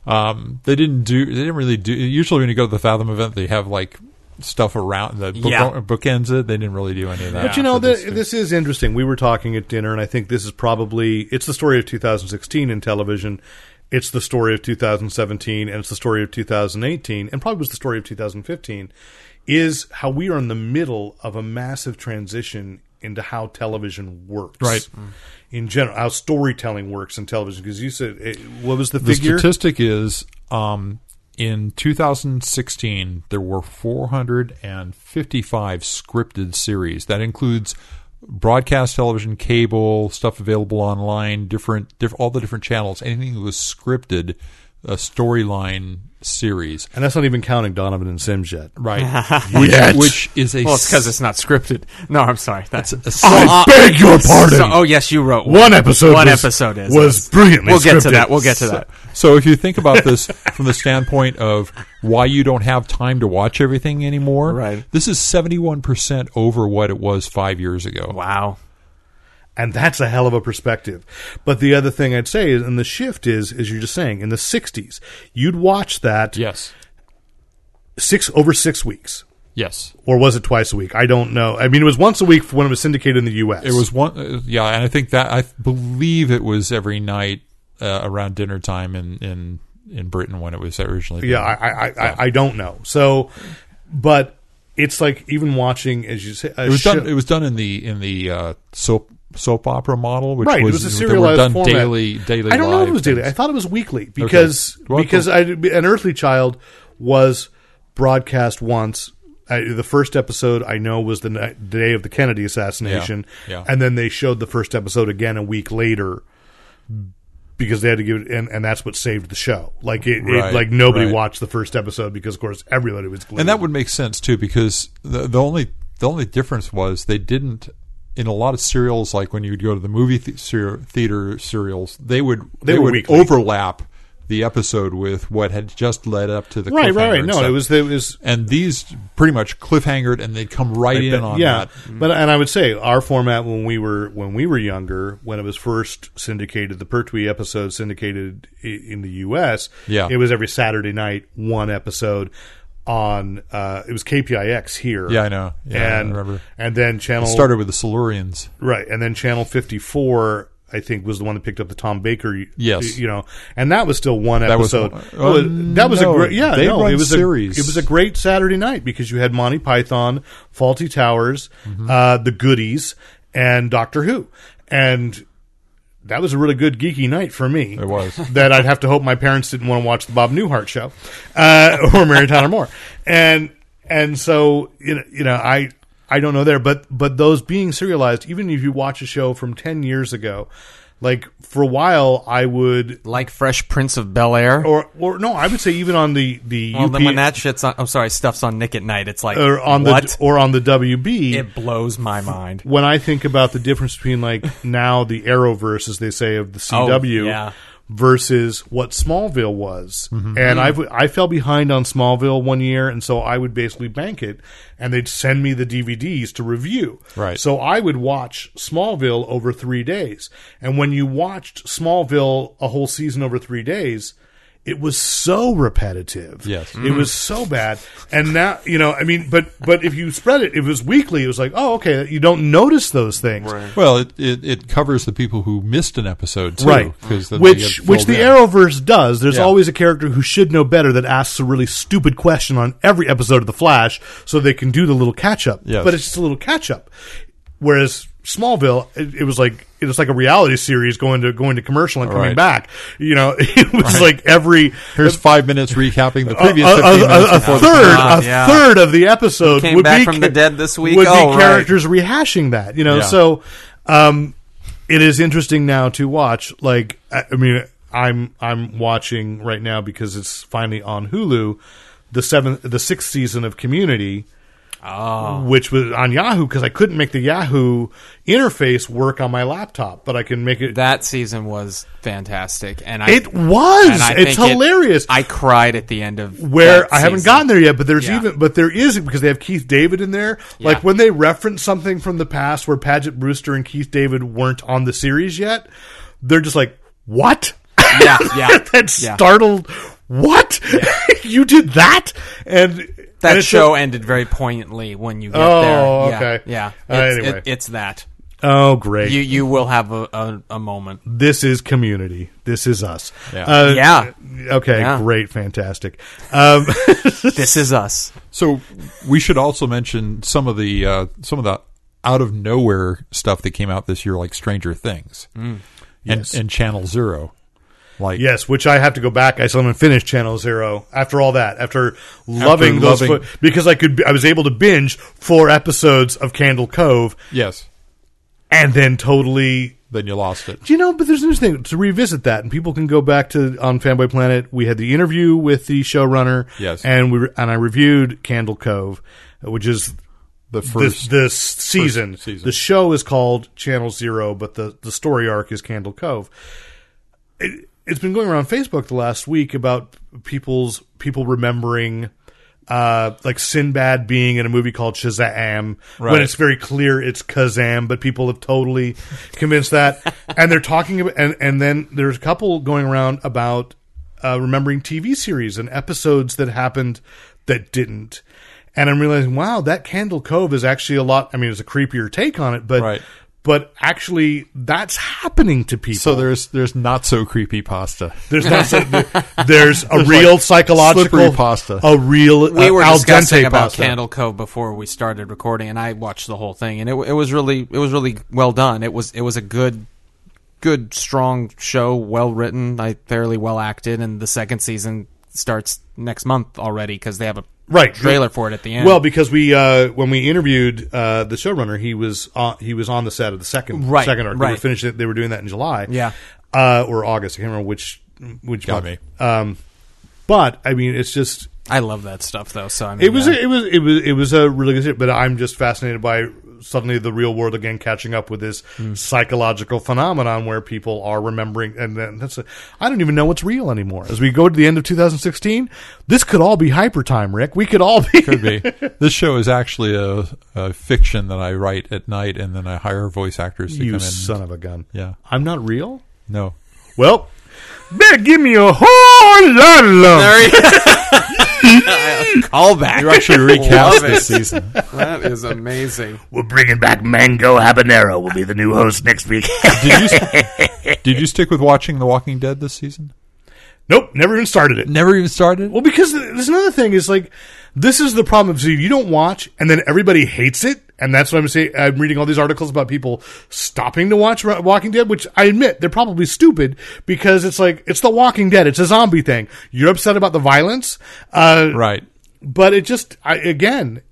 Speaker 4: um, they didn't do. They didn't really do. Usually, when you go to the Fathom event, they have like stuff around the book,
Speaker 3: Yeah.
Speaker 4: bookends it. They didn't really do any of that.
Speaker 2: But you know,
Speaker 4: for
Speaker 2: this,
Speaker 4: thing.
Speaker 2: this is interesting. We were talking at dinner, and I think this is probably it's the story of 2016 in television. It's the story of 2017, and it's the story of 2018, and probably was the story of 2015. Is how we are in the middle of a massive transition into how television works, Mm.
Speaker 4: Right.
Speaker 2: In general, how storytelling works in television. Because you said it, what was the,
Speaker 4: the
Speaker 2: figure?
Speaker 4: statistic is um, in 2016 there were 455 scripted series that includes broadcast television cable stuff available online different diff- all the different channels anything that was scripted a storyline series
Speaker 2: and that's not even counting Donovan and Sims yet.
Speaker 4: right which, which is a
Speaker 3: Well, it's because it's not scripted. No, I'm sorry. That's
Speaker 4: a-
Speaker 3: Uh,
Speaker 2: beg your pardon.
Speaker 3: so- oh yes, you wrote
Speaker 2: one episode.
Speaker 3: One
Speaker 2: was,
Speaker 3: episode is
Speaker 2: was brilliantly.
Speaker 3: We'll get to
Speaker 2: scripted.
Speaker 3: that. We'll get to that.
Speaker 4: So if you think about this from the standpoint of why you don't have time to watch everything anymore,
Speaker 3: Right.
Speaker 4: this is 71% over what it was five years ago.
Speaker 3: Wow.
Speaker 2: and that's a hell of a perspective. But the other thing I'd say is, and the shift is, as you're just saying, in the '60s, you'd watch that
Speaker 4: Yes.
Speaker 2: six over six weeks.
Speaker 4: Yes,
Speaker 2: or was it twice a week? I don't know. I mean, it was once a week when it was syndicated in the U.S.
Speaker 4: it was one. uh, Yeah, and I think that I believe it was every night uh, around dinner time in in in Britain when it was originally.
Speaker 2: Yeah, I I, I, I- I don't know. So, but it's like even watching as you say, a
Speaker 4: it was
Speaker 2: show-
Speaker 4: done. It was done in the in the uh, soap soap opera model, which
Speaker 2: right.
Speaker 4: was,
Speaker 2: it was a
Speaker 4: they were
Speaker 2: serialized
Speaker 4: done
Speaker 2: format.
Speaker 4: daily. Daily.
Speaker 2: I don't know if
Speaker 4: live
Speaker 2: it was daily.
Speaker 4: things.
Speaker 2: I thought it was weekly because
Speaker 4: Well,
Speaker 2: because I, an Earthly Child was broadcast once. I, the first episode I know was the ni- day of the Kennedy assassination,
Speaker 4: Yeah, yeah.
Speaker 2: and then they showed the first episode again a week later because they had to give it, and, and that's what saved the show. Like it,
Speaker 4: Right,
Speaker 2: it like nobody
Speaker 4: right.
Speaker 2: watched the first episode because of course everybody was glued.
Speaker 4: and that would make sense too because the, the only the only difference was they didn't in a lot of serials like when you would go to the movie th- ser- theater serials they would
Speaker 2: They
Speaker 4: they,
Speaker 2: were
Speaker 4: would
Speaker 2: weekly.
Speaker 4: overlap the episode with what had just led up to the
Speaker 2: right, right,
Speaker 4: cliffhanger
Speaker 2: right.
Speaker 4: and
Speaker 2: No,
Speaker 4: stuff.
Speaker 2: it was it was
Speaker 4: and these pretty much cliffhangered and they'd come right in
Speaker 2: But-
Speaker 4: on
Speaker 2: yeah,
Speaker 4: that
Speaker 2: but and I would say our format when we were when we were younger, when it was first syndicated, the Pertwee episode syndicated i- in the U.S.
Speaker 4: Yeah.
Speaker 2: it was every Saturday night, one episode on. Uh, it was KPIX here.
Speaker 4: Yeah, I know. Yeah, I
Speaker 2: and
Speaker 4: remember.
Speaker 2: and then channel
Speaker 4: it started with the Silurians
Speaker 2: right, and then channel fifty four. I think was the one that picked up the Tom Baker. y-
Speaker 4: Yes.
Speaker 2: you know, and that was still one
Speaker 4: That was
Speaker 2: episode.
Speaker 4: one-
Speaker 2: Well,
Speaker 4: um,
Speaker 2: that was
Speaker 4: no,
Speaker 2: a great. Yeah,
Speaker 4: they
Speaker 2: no,
Speaker 4: run
Speaker 2: it was
Speaker 4: series.
Speaker 2: A, it was a great Saturday night because you had Monty Python, Faulty Towers,
Speaker 4: Mm-hmm.
Speaker 2: uh, The Goodies, and Doctor Who, and that was a really good geeky night for me.
Speaker 4: It was.
Speaker 2: that I'd have to hope my parents didn't want to watch the Bob Newhart show uh, or Mary Tyler Moore, and and so you know, you know I. I don't know there, but but those being serialized, even if you watch a show from ten years ago, like for a while, I would
Speaker 3: Like Fresh Prince of Bel Air.
Speaker 2: or or no, I would say even on the the
Speaker 3: Well,
Speaker 2: UP,
Speaker 3: then when that shit's on, I'm sorry, stuff's on Nick at Night, it's like,
Speaker 2: or on
Speaker 3: what?
Speaker 2: the or on the WB.
Speaker 3: it blows my mind.
Speaker 2: when I think about the difference between like now the Arrowverse, as they say, of the CW.
Speaker 3: Oh, yeah. Mm-hmm.
Speaker 2: Versus what Smallville was, and I I fell behind on Smallville one year, and so I would basically bank it, and they'd send me the DVDs to review.
Speaker 4: Right.
Speaker 2: So I would watch Smallville over three days, and when you watched Smallville a whole season over three days, it was so repetitive.
Speaker 4: Yes.
Speaker 2: It was so bad. And now, you know, I mean, but but if you spread it, if it was weekly, it was like, oh, okay, you don't notice those things. Right.
Speaker 4: well it, it, it covers the people who missed an episode too because
Speaker 2: which which the Arrowverse does. There's
Speaker 4: Yeah.
Speaker 2: always a character who should know better that asks a really stupid question on every episode of The Flash, so they can do the little catch up.
Speaker 4: Yes.
Speaker 2: But it's just a little catch up. Whereas Smallville, it, it was like it was like a reality series going to going to commercial and coming
Speaker 4: Right.
Speaker 2: back. You know, it was like every
Speaker 4: here's five minutes recapping the
Speaker 2: a,
Speaker 4: previous
Speaker 2: a-
Speaker 4: 15
Speaker 2: a-
Speaker 4: minutes
Speaker 2: a
Speaker 4: before the
Speaker 2: uh, third, a
Speaker 3: Yeah.
Speaker 2: third of the episode
Speaker 3: Came
Speaker 2: would
Speaker 3: back
Speaker 2: be
Speaker 3: from
Speaker 2: ca-
Speaker 3: the dead this week?
Speaker 2: Would be
Speaker 3: Oh, right.
Speaker 2: characters rehashing that, you know.
Speaker 4: Yeah.
Speaker 2: So, um, it is interesting now to watch. Like, I I mean, I'm I'm watching right now because it's finally on Hulu. The seventh, the sixth season of Community,
Speaker 3: Ah.
Speaker 2: which was on Yahoo because I couldn't make the Yahoo interface work on my laptop, but I can make it.
Speaker 3: That season was fantastic, and I
Speaker 2: it was.
Speaker 3: and I
Speaker 2: It's
Speaker 3: think it-
Speaker 2: hilarious.
Speaker 3: I cried at the end of
Speaker 2: where
Speaker 3: that
Speaker 2: I haven't
Speaker 3: season.
Speaker 2: gotten there yet, but there's
Speaker 3: Yeah.
Speaker 2: even but there is because they have Keith David in there. Like
Speaker 3: Yeah.
Speaker 2: when they reference something from the past where Paget Brewster and Keith David weren't on the series yet, they're just like, "What?"
Speaker 3: Yeah, yeah,
Speaker 2: that
Speaker 3: yeah.
Speaker 2: startled. What? you did that? And and
Speaker 3: that
Speaker 2: it's
Speaker 3: show ended very poignantly when you get
Speaker 2: Oh,
Speaker 3: there. Yeah,
Speaker 2: okay.
Speaker 3: Yeah.
Speaker 2: Uh,
Speaker 3: It's,
Speaker 2: anyway.
Speaker 3: it- it's that.
Speaker 2: oh, great!
Speaker 3: You you will have a, a, a moment.
Speaker 2: this is community. This is us.
Speaker 4: Yeah.
Speaker 2: Uh,
Speaker 3: Yeah.
Speaker 2: Okay.
Speaker 3: Yeah.
Speaker 2: Great. Fantastic. Um,
Speaker 3: This is us.
Speaker 4: So we should also mention some of the uh, some of the out of nowhere stuff that came out this year, like Stranger Things
Speaker 2: Mm. Yes.
Speaker 4: and, and Channel Zero. Like
Speaker 2: Yes, which I have to go back. I still haven't finished Channel Zero after all that. After loving those,
Speaker 4: loving-
Speaker 2: fo- because I could, I was able to binge four episodes of Candle Cove,
Speaker 4: yes,
Speaker 2: and then totally.
Speaker 4: then you lost it.
Speaker 2: Do you know? But there's this thing to revisit that, and people can go back to on Fanboy Planet. We had the interview with the showrunner,
Speaker 4: Yes.
Speaker 2: and we re- and I reviewed Candle Cove, which is
Speaker 4: The
Speaker 2: this,
Speaker 4: first
Speaker 2: this season.
Speaker 4: season.
Speaker 2: The show is called Channel Zero, but the, the story arc is Candle Cove. It, it's been going around Facebook the last week about people's people remembering. Uh, like Sinbad being in a movie called Shazam, when
Speaker 4: Right.
Speaker 2: it's very clear it's Kazam, but people have totally convinced that, and they're talking about, and and then there's a couple going around about uh, remembering TV series and episodes that happened that didn't, and I'm realizing, wow, that Candle Cove is actually a lot. I mean, it's a creepier take on it, but
Speaker 4: Right.
Speaker 2: but actually, that's happening to people.
Speaker 4: So there's there's not so creepy pasta.
Speaker 2: There's not so, there- there's a real psychological
Speaker 4: slippery pasta.
Speaker 2: a real
Speaker 3: we
Speaker 2: uh,
Speaker 3: were
Speaker 2: al
Speaker 3: discussing
Speaker 2: dente
Speaker 3: about
Speaker 2: pasta.
Speaker 3: Candle Cove before we started recording, and I watched the whole thing, and it, it was really it was really well done. It was it was a good, good strong show, well written, I fairly well acted, and the second season starts next month already because they have a
Speaker 2: Right.
Speaker 3: trailer for it at the end.
Speaker 2: Well, because we uh, when we interviewed uh, the showrunner, he was on, he was on the set of the second
Speaker 3: Right,
Speaker 2: second arc. They were
Speaker 3: right.
Speaker 2: finishing it. They were doing that in July,
Speaker 3: Yeah.
Speaker 2: uh, or August. I can't remember which which
Speaker 4: Got
Speaker 2: month. Um, but I mean, it's just
Speaker 3: I love that stuff though, so I mean,
Speaker 2: it was
Speaker 3: yeah.
Speaker 2: it was it was it was a really good. shit, But I'm just fascinated by suddenly the real world again catching up with this
Speaker 4: Hmm.
Speaker 2: psychological phenomenon where people are remembering, and then that's a, I don't even know what's real anymore. As we go to the end of 2016, this could all be hyper time, Rick. We could all be.
Speaker 4: Could be. this show is actually a, a fiction that I write at night, and then I hire voice actors to
Speaker 2: You
Speaker 4: come in.
Speaker 2: son of a gun.
Speaker 4: Yeah.
Speaker 2: I'm not real?
Speaker 4: No.
Speaker 2: Well, better give me a whole lot of love.
Speaker 3: callback.
Speaker 4: You actually recast
Speaker 6: Love it.
Speaker 4: this season.
Speaker 6: That is amazing.
Speaker 7: We're bringing back Mango Habanero. Will be the new host next week.
Speaker 4: Did you, st- did you stick with watching The Walking Dead this season?
Speaker 2: Nope, never even started it.
Speaker 4: Never even started.
Speaker 2: Well, because th- there's another thing is like, this is the problem. So you don't watch, and then everybody hates it, and that's what I'm saying. I'm reading all these articles about people stopping to watch Ra- Walking Dead, which I admit they're probably stupid because it's like it's the Walking Dead, it's a zombie thing. You're upset about the violence, uh,
Speaker 4: Right.
Speaker 2: but it just I, again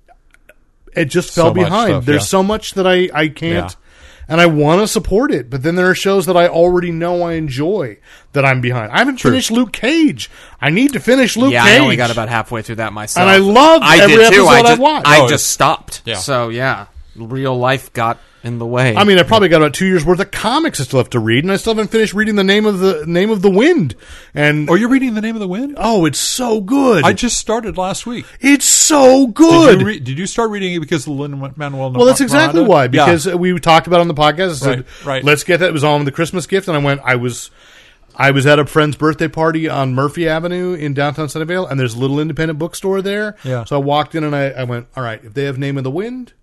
Speaker 2: it just fell
Speaker 4: So much
Speaker 2: behind
Speaker 4: stuff,
Speaker 2: there's
Speaker 4: yeah.
Speaker 2: so much that i i can't
Speaker 4: Yeah.
Speaker 2: and i want to support it but then there are shows that i already know i enjoy that i'm behind i haven't finished luke cage i need to finish luke
Speaker 3: yeah,
Speaker 2: cage
Speaker 3: I only got about halfway through that myself,
Speaker 2: And I loved
Speaker 3: I
Speaker 2: every
Speaker 3: did
Speaker 2: episode
Speaker 3: too.
Speaker 2: I
Speaker 3: I just,
Speaker 2: watched.
Speaker 3: I
Speaker 4: Oh, it's-
Speaker 3: just stopped.
Speaker 4: yeah.
Speaker 3: So yeah, real life got in the way.
Speaker 2: I mean, I probably got about two years worth of comics still left to read, and I still haven't finished reading the name of the name of the wind. And
Speaker 4: Oh, you're reading The Name of the Wind?
Speaker 2: oh, it's so good!
Speaker 4: I just started last week.
Speaker 2: it's so good.
Speaker 4: Did you, re- did you start reading it because of Lin Manuel?
Speaker 2: Well, that's exactly why
Speaker 4: Yeah.
Speaker 2: because we talked about it on the podcast. I said,
Speaker 4: Right, right.
Speaker 2: "Let's get that." It was on the Christmas gift, and I went. I was, I was at a friend's birthday party on Murphy Avenue in downtown Sunnyvale, and there's a little independent bookstore there.
Speaker 4: Yeah.
Speaker 2: So I walked in and I, I went, "All right, if they have Name of the Wind,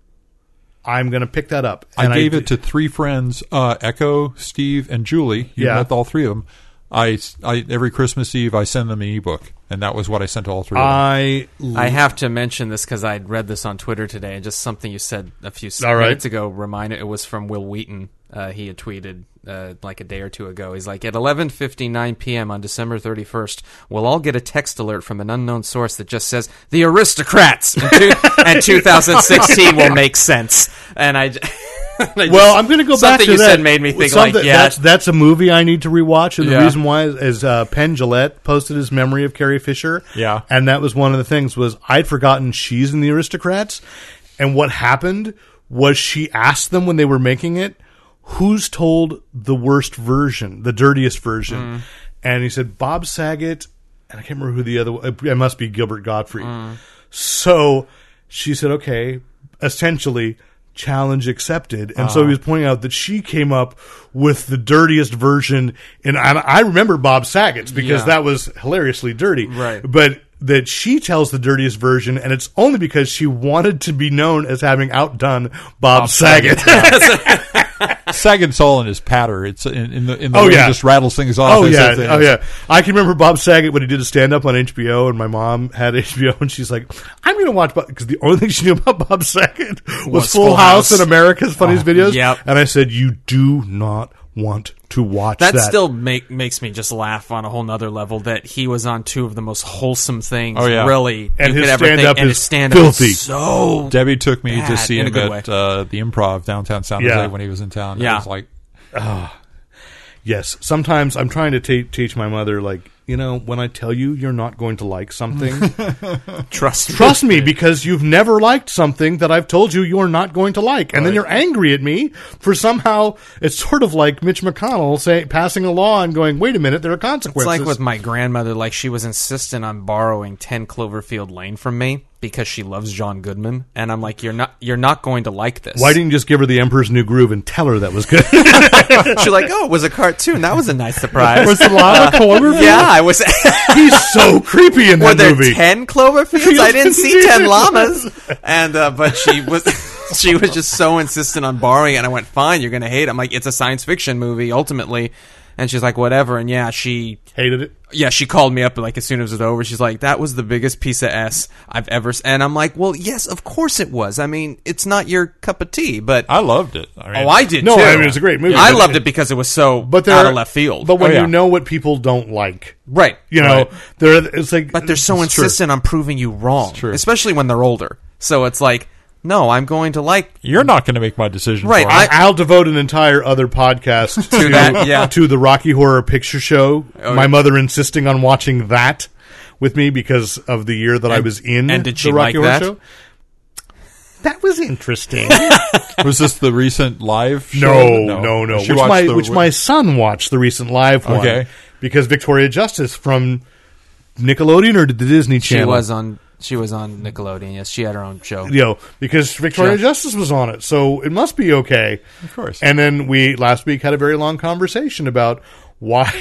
Speaker 2: I'm going to pick that up." And
Speaker 4: I gave it
Speaker 2: did-
Speaker 4: to three friends: uh, Echo, Steve, and Julie. You
Speaker 2: Yeah.
Speaker 4: met all three of them. I, s- I- every Christmas Eve I send them an ebook, and that was what I sent to all three. of them.
Speaker 2: I.
Speaker 3: I have to mention this because I read this on Twitter today, and just something you said a few s-
Speaker 2: All right.
Speaker 3: minutes ago reminded it was from Will Wheaton. Uh, he had tweeted uh, like a day or two ago. He's like, at 11:59 p.m. on December 31st, we'll all get a text alert from an unknown source that just says the aristocrats and, two- and 2016 will make sense. And I. j- I just-
Speaker 2: Well, I'm going to go back
Speaker 3: something
Speaker 2: to
Speaker 3: you
Speaker 2: that.
Speaker 3: said made me think
Speaker 2: Something-
Speaker 3: like yeah.
Speaker 2: that's, that's a movie I need to rewatch, and the
Speaker 3: Yeah.
Speaker 2: reason why is, is uh, Penn Gillette posted his memory of Carrie Fisher.
Speaker 4: Yeah.
Speaker 2: and that was one of the things was I'd forgotten she's in the Aristocrats, and what happened was she asked them when they were making it, "Who's told the worst version, the dirtiest version?"
Speaker 3: Mm.
Speaker 2: And he said Bob Saget, and I can't remember who the other. It must be Gilbert Gottfried.
Speaker 3: Mm.
Speaker 2: So she said, okay, essentially, challenge accepted. And so he was pointing out that she came up with the dirtiest version. And I, I remember Bob Saget's because
Speaker 3: Yeah.
Speaker 2: that was hilariously dirty.
Speaker 3: Right.
Speaker 2: But that she tells the dirtiest version, and it's only because she wanted to be known as having outdone Bob, Saget.
Speaker 4: Sagan's all in his patter. It's in, in the in the
Speaker 2: Uh, Oh,
Speaker 4: way he
Speaker 2: yeah.
Speaker 4: just rattles things off.
Speaker 2: Oh
Speaker 4: as
Speaker 2: yeah,
Speaker 4: if they-
Speaker 2: oh yeah. I can remember Bob Saget when he did a stand up on HBO, and my mom had HBO, and she's like, "I'm going to watch," because the only thing she knew about Bob Saget was, Full,
Speaker 3: Full
Speaker 2: House,
Speaker 3: House. Oh,
Speaker 2: and America's Funniest Videos.
Speaker 3: yep.
Speaker 2: And I said, "You do not want to watch
Speaker 3: that,
Speaker 2: that."
Speaker 3: still make, makes me just laugh on a whole nother level that he was on two of the most wholesome things
Speaker 4: Oh, yeah.
Speaker 3: really
Speaker 2: And
Speaker 3: you
Speaker 2: his
Speaker 3: could ever think
Speaker 2: stand-up
Speaker 3: and
Speaker 2: is
Speaker 3: his stand-up is
Speaker 2: filthy.
Speaker 3: so
Speaker 4: Debbie took me to
Speaker 3: Bad,
Speaker 4: see
Speaker 3: in a
Speaker 4: him
Speaker 3: good
Speaker 4: at uh, the Improv downtown San Jose
Speaker 2: Yeah.
Speaker 4: when he was in town.
Speaker 3: Yeah.
Speaker 4: I was like,
Speaker 2: yes. Sometimes I'm trying to ta teach my mother, like, you know, when I tell you you're not going to like something,
Speaker 3: trust
Speaker 2: trust me because you've never liked something that I've told you you're not going to like, and then you're angry at me for somehow. It's sort of like Mitch McConnell saying passing a law and going, "Wait a minute, there are
Speaker 3: It's
Speaker 2: consequences."
Speaker 3: like with my grandmother, like she was insistent on borrowing ten Cloverfield Lane from me because she loves John Goodman, and I'm like, you're not, you're not going to like this.
Speaker 2: Why didn't you just give her the Emperor's New Groove and tell her that was good?
Speaker 3: she's like, oh, it was a cartoon. That was a nice surprise.
Speaker 2: a lot of
Speaker 3: yeah, I was.
Speaker 2: He's so creepy in
Speaker 3: were
Speaker 2: that
Speaker 3: there
Speaker 2: movie.
Speaker 3: ten Cloverfields? I didn't see ten llamas. And uh, but she was she was just so insistent on borrowing it. And I went, fine, you're gonna hate. It. I'm like, it's a science fiction movie ultimately. And she's like, whatever. And yeah, she
Speaker 2: Hated it.
Speaker 3: yeah, she called me up like as soon as it was over. She's like, "That was the biggest piece of s I've ever." S-. And I'm like, "Well, yes, of course it was. I mean, it's not your cup of tea, but
Speaker 4: I loved it. I mean,
Speaker 3: oh, I did.
Speaker 2: No,
Speaker 3: too.
Speaker 2: I mean, it's a great movie,
Speaker 3: I
Speaker 2: but-
Speaker 3: loved it because it was so
Speaker 2: But there
Speaker 3: out
Speaker 2: are-
Speaker 3: of left field.
Speaker 2: But when
Speaker 4: Oh, yeah.
Speaker 2: you know what people don't like,
Speaker 3: right,
Speaker 2: you know, there it's like.
Speaker 3: but they're so
Speaker 2: it's true.
Speaker 3: insistent on proving you wrong,
Speaker 4: true.
Speaker 3: especially when they're older. So it's like, no, I'm going to like
Speaker 4: You're not going to make my decision.
Speaker 3: Right,
Speaker 4: for me.
Speaker 3: I-
Speaker 2: I'll devote an entire other podcast to,
Speaker 3: that, yeah. Oh,
Speaker 2: to the Rocky Horror Picture Show. My mother insisting on watching that with me because of the year that I was in
Speaker 3: and did she
Speaker 2: the Rocky Horror
Speaker 3: like that?
Speaker 2: Show. That was interesting.
Speaker 4: was this the recent live?
Speaker 2: no,
Speaker 4: show?
Speaker 2: no, no.
Speaker 4: She
Speaker 2: Which
Speaker 4: watched
Speaker 2: my
Speaker 4: the-
Speaker 2: which my son watched the recent live one
Speaker 4: Okay.
Speaker 2: because Victoria Justice from Nickelodeon or did the Disney
Speaker 3: she
Speaker 2: Channel.
Speaker 3: was on she was on Nickelodeon. Yes, she had her own show.
Speaker 2: you know, because Victoria Justice was on it, so it must be okay. Of
Speaker 4: course.
Speaker 2: And then we last week had a very long conversation about why.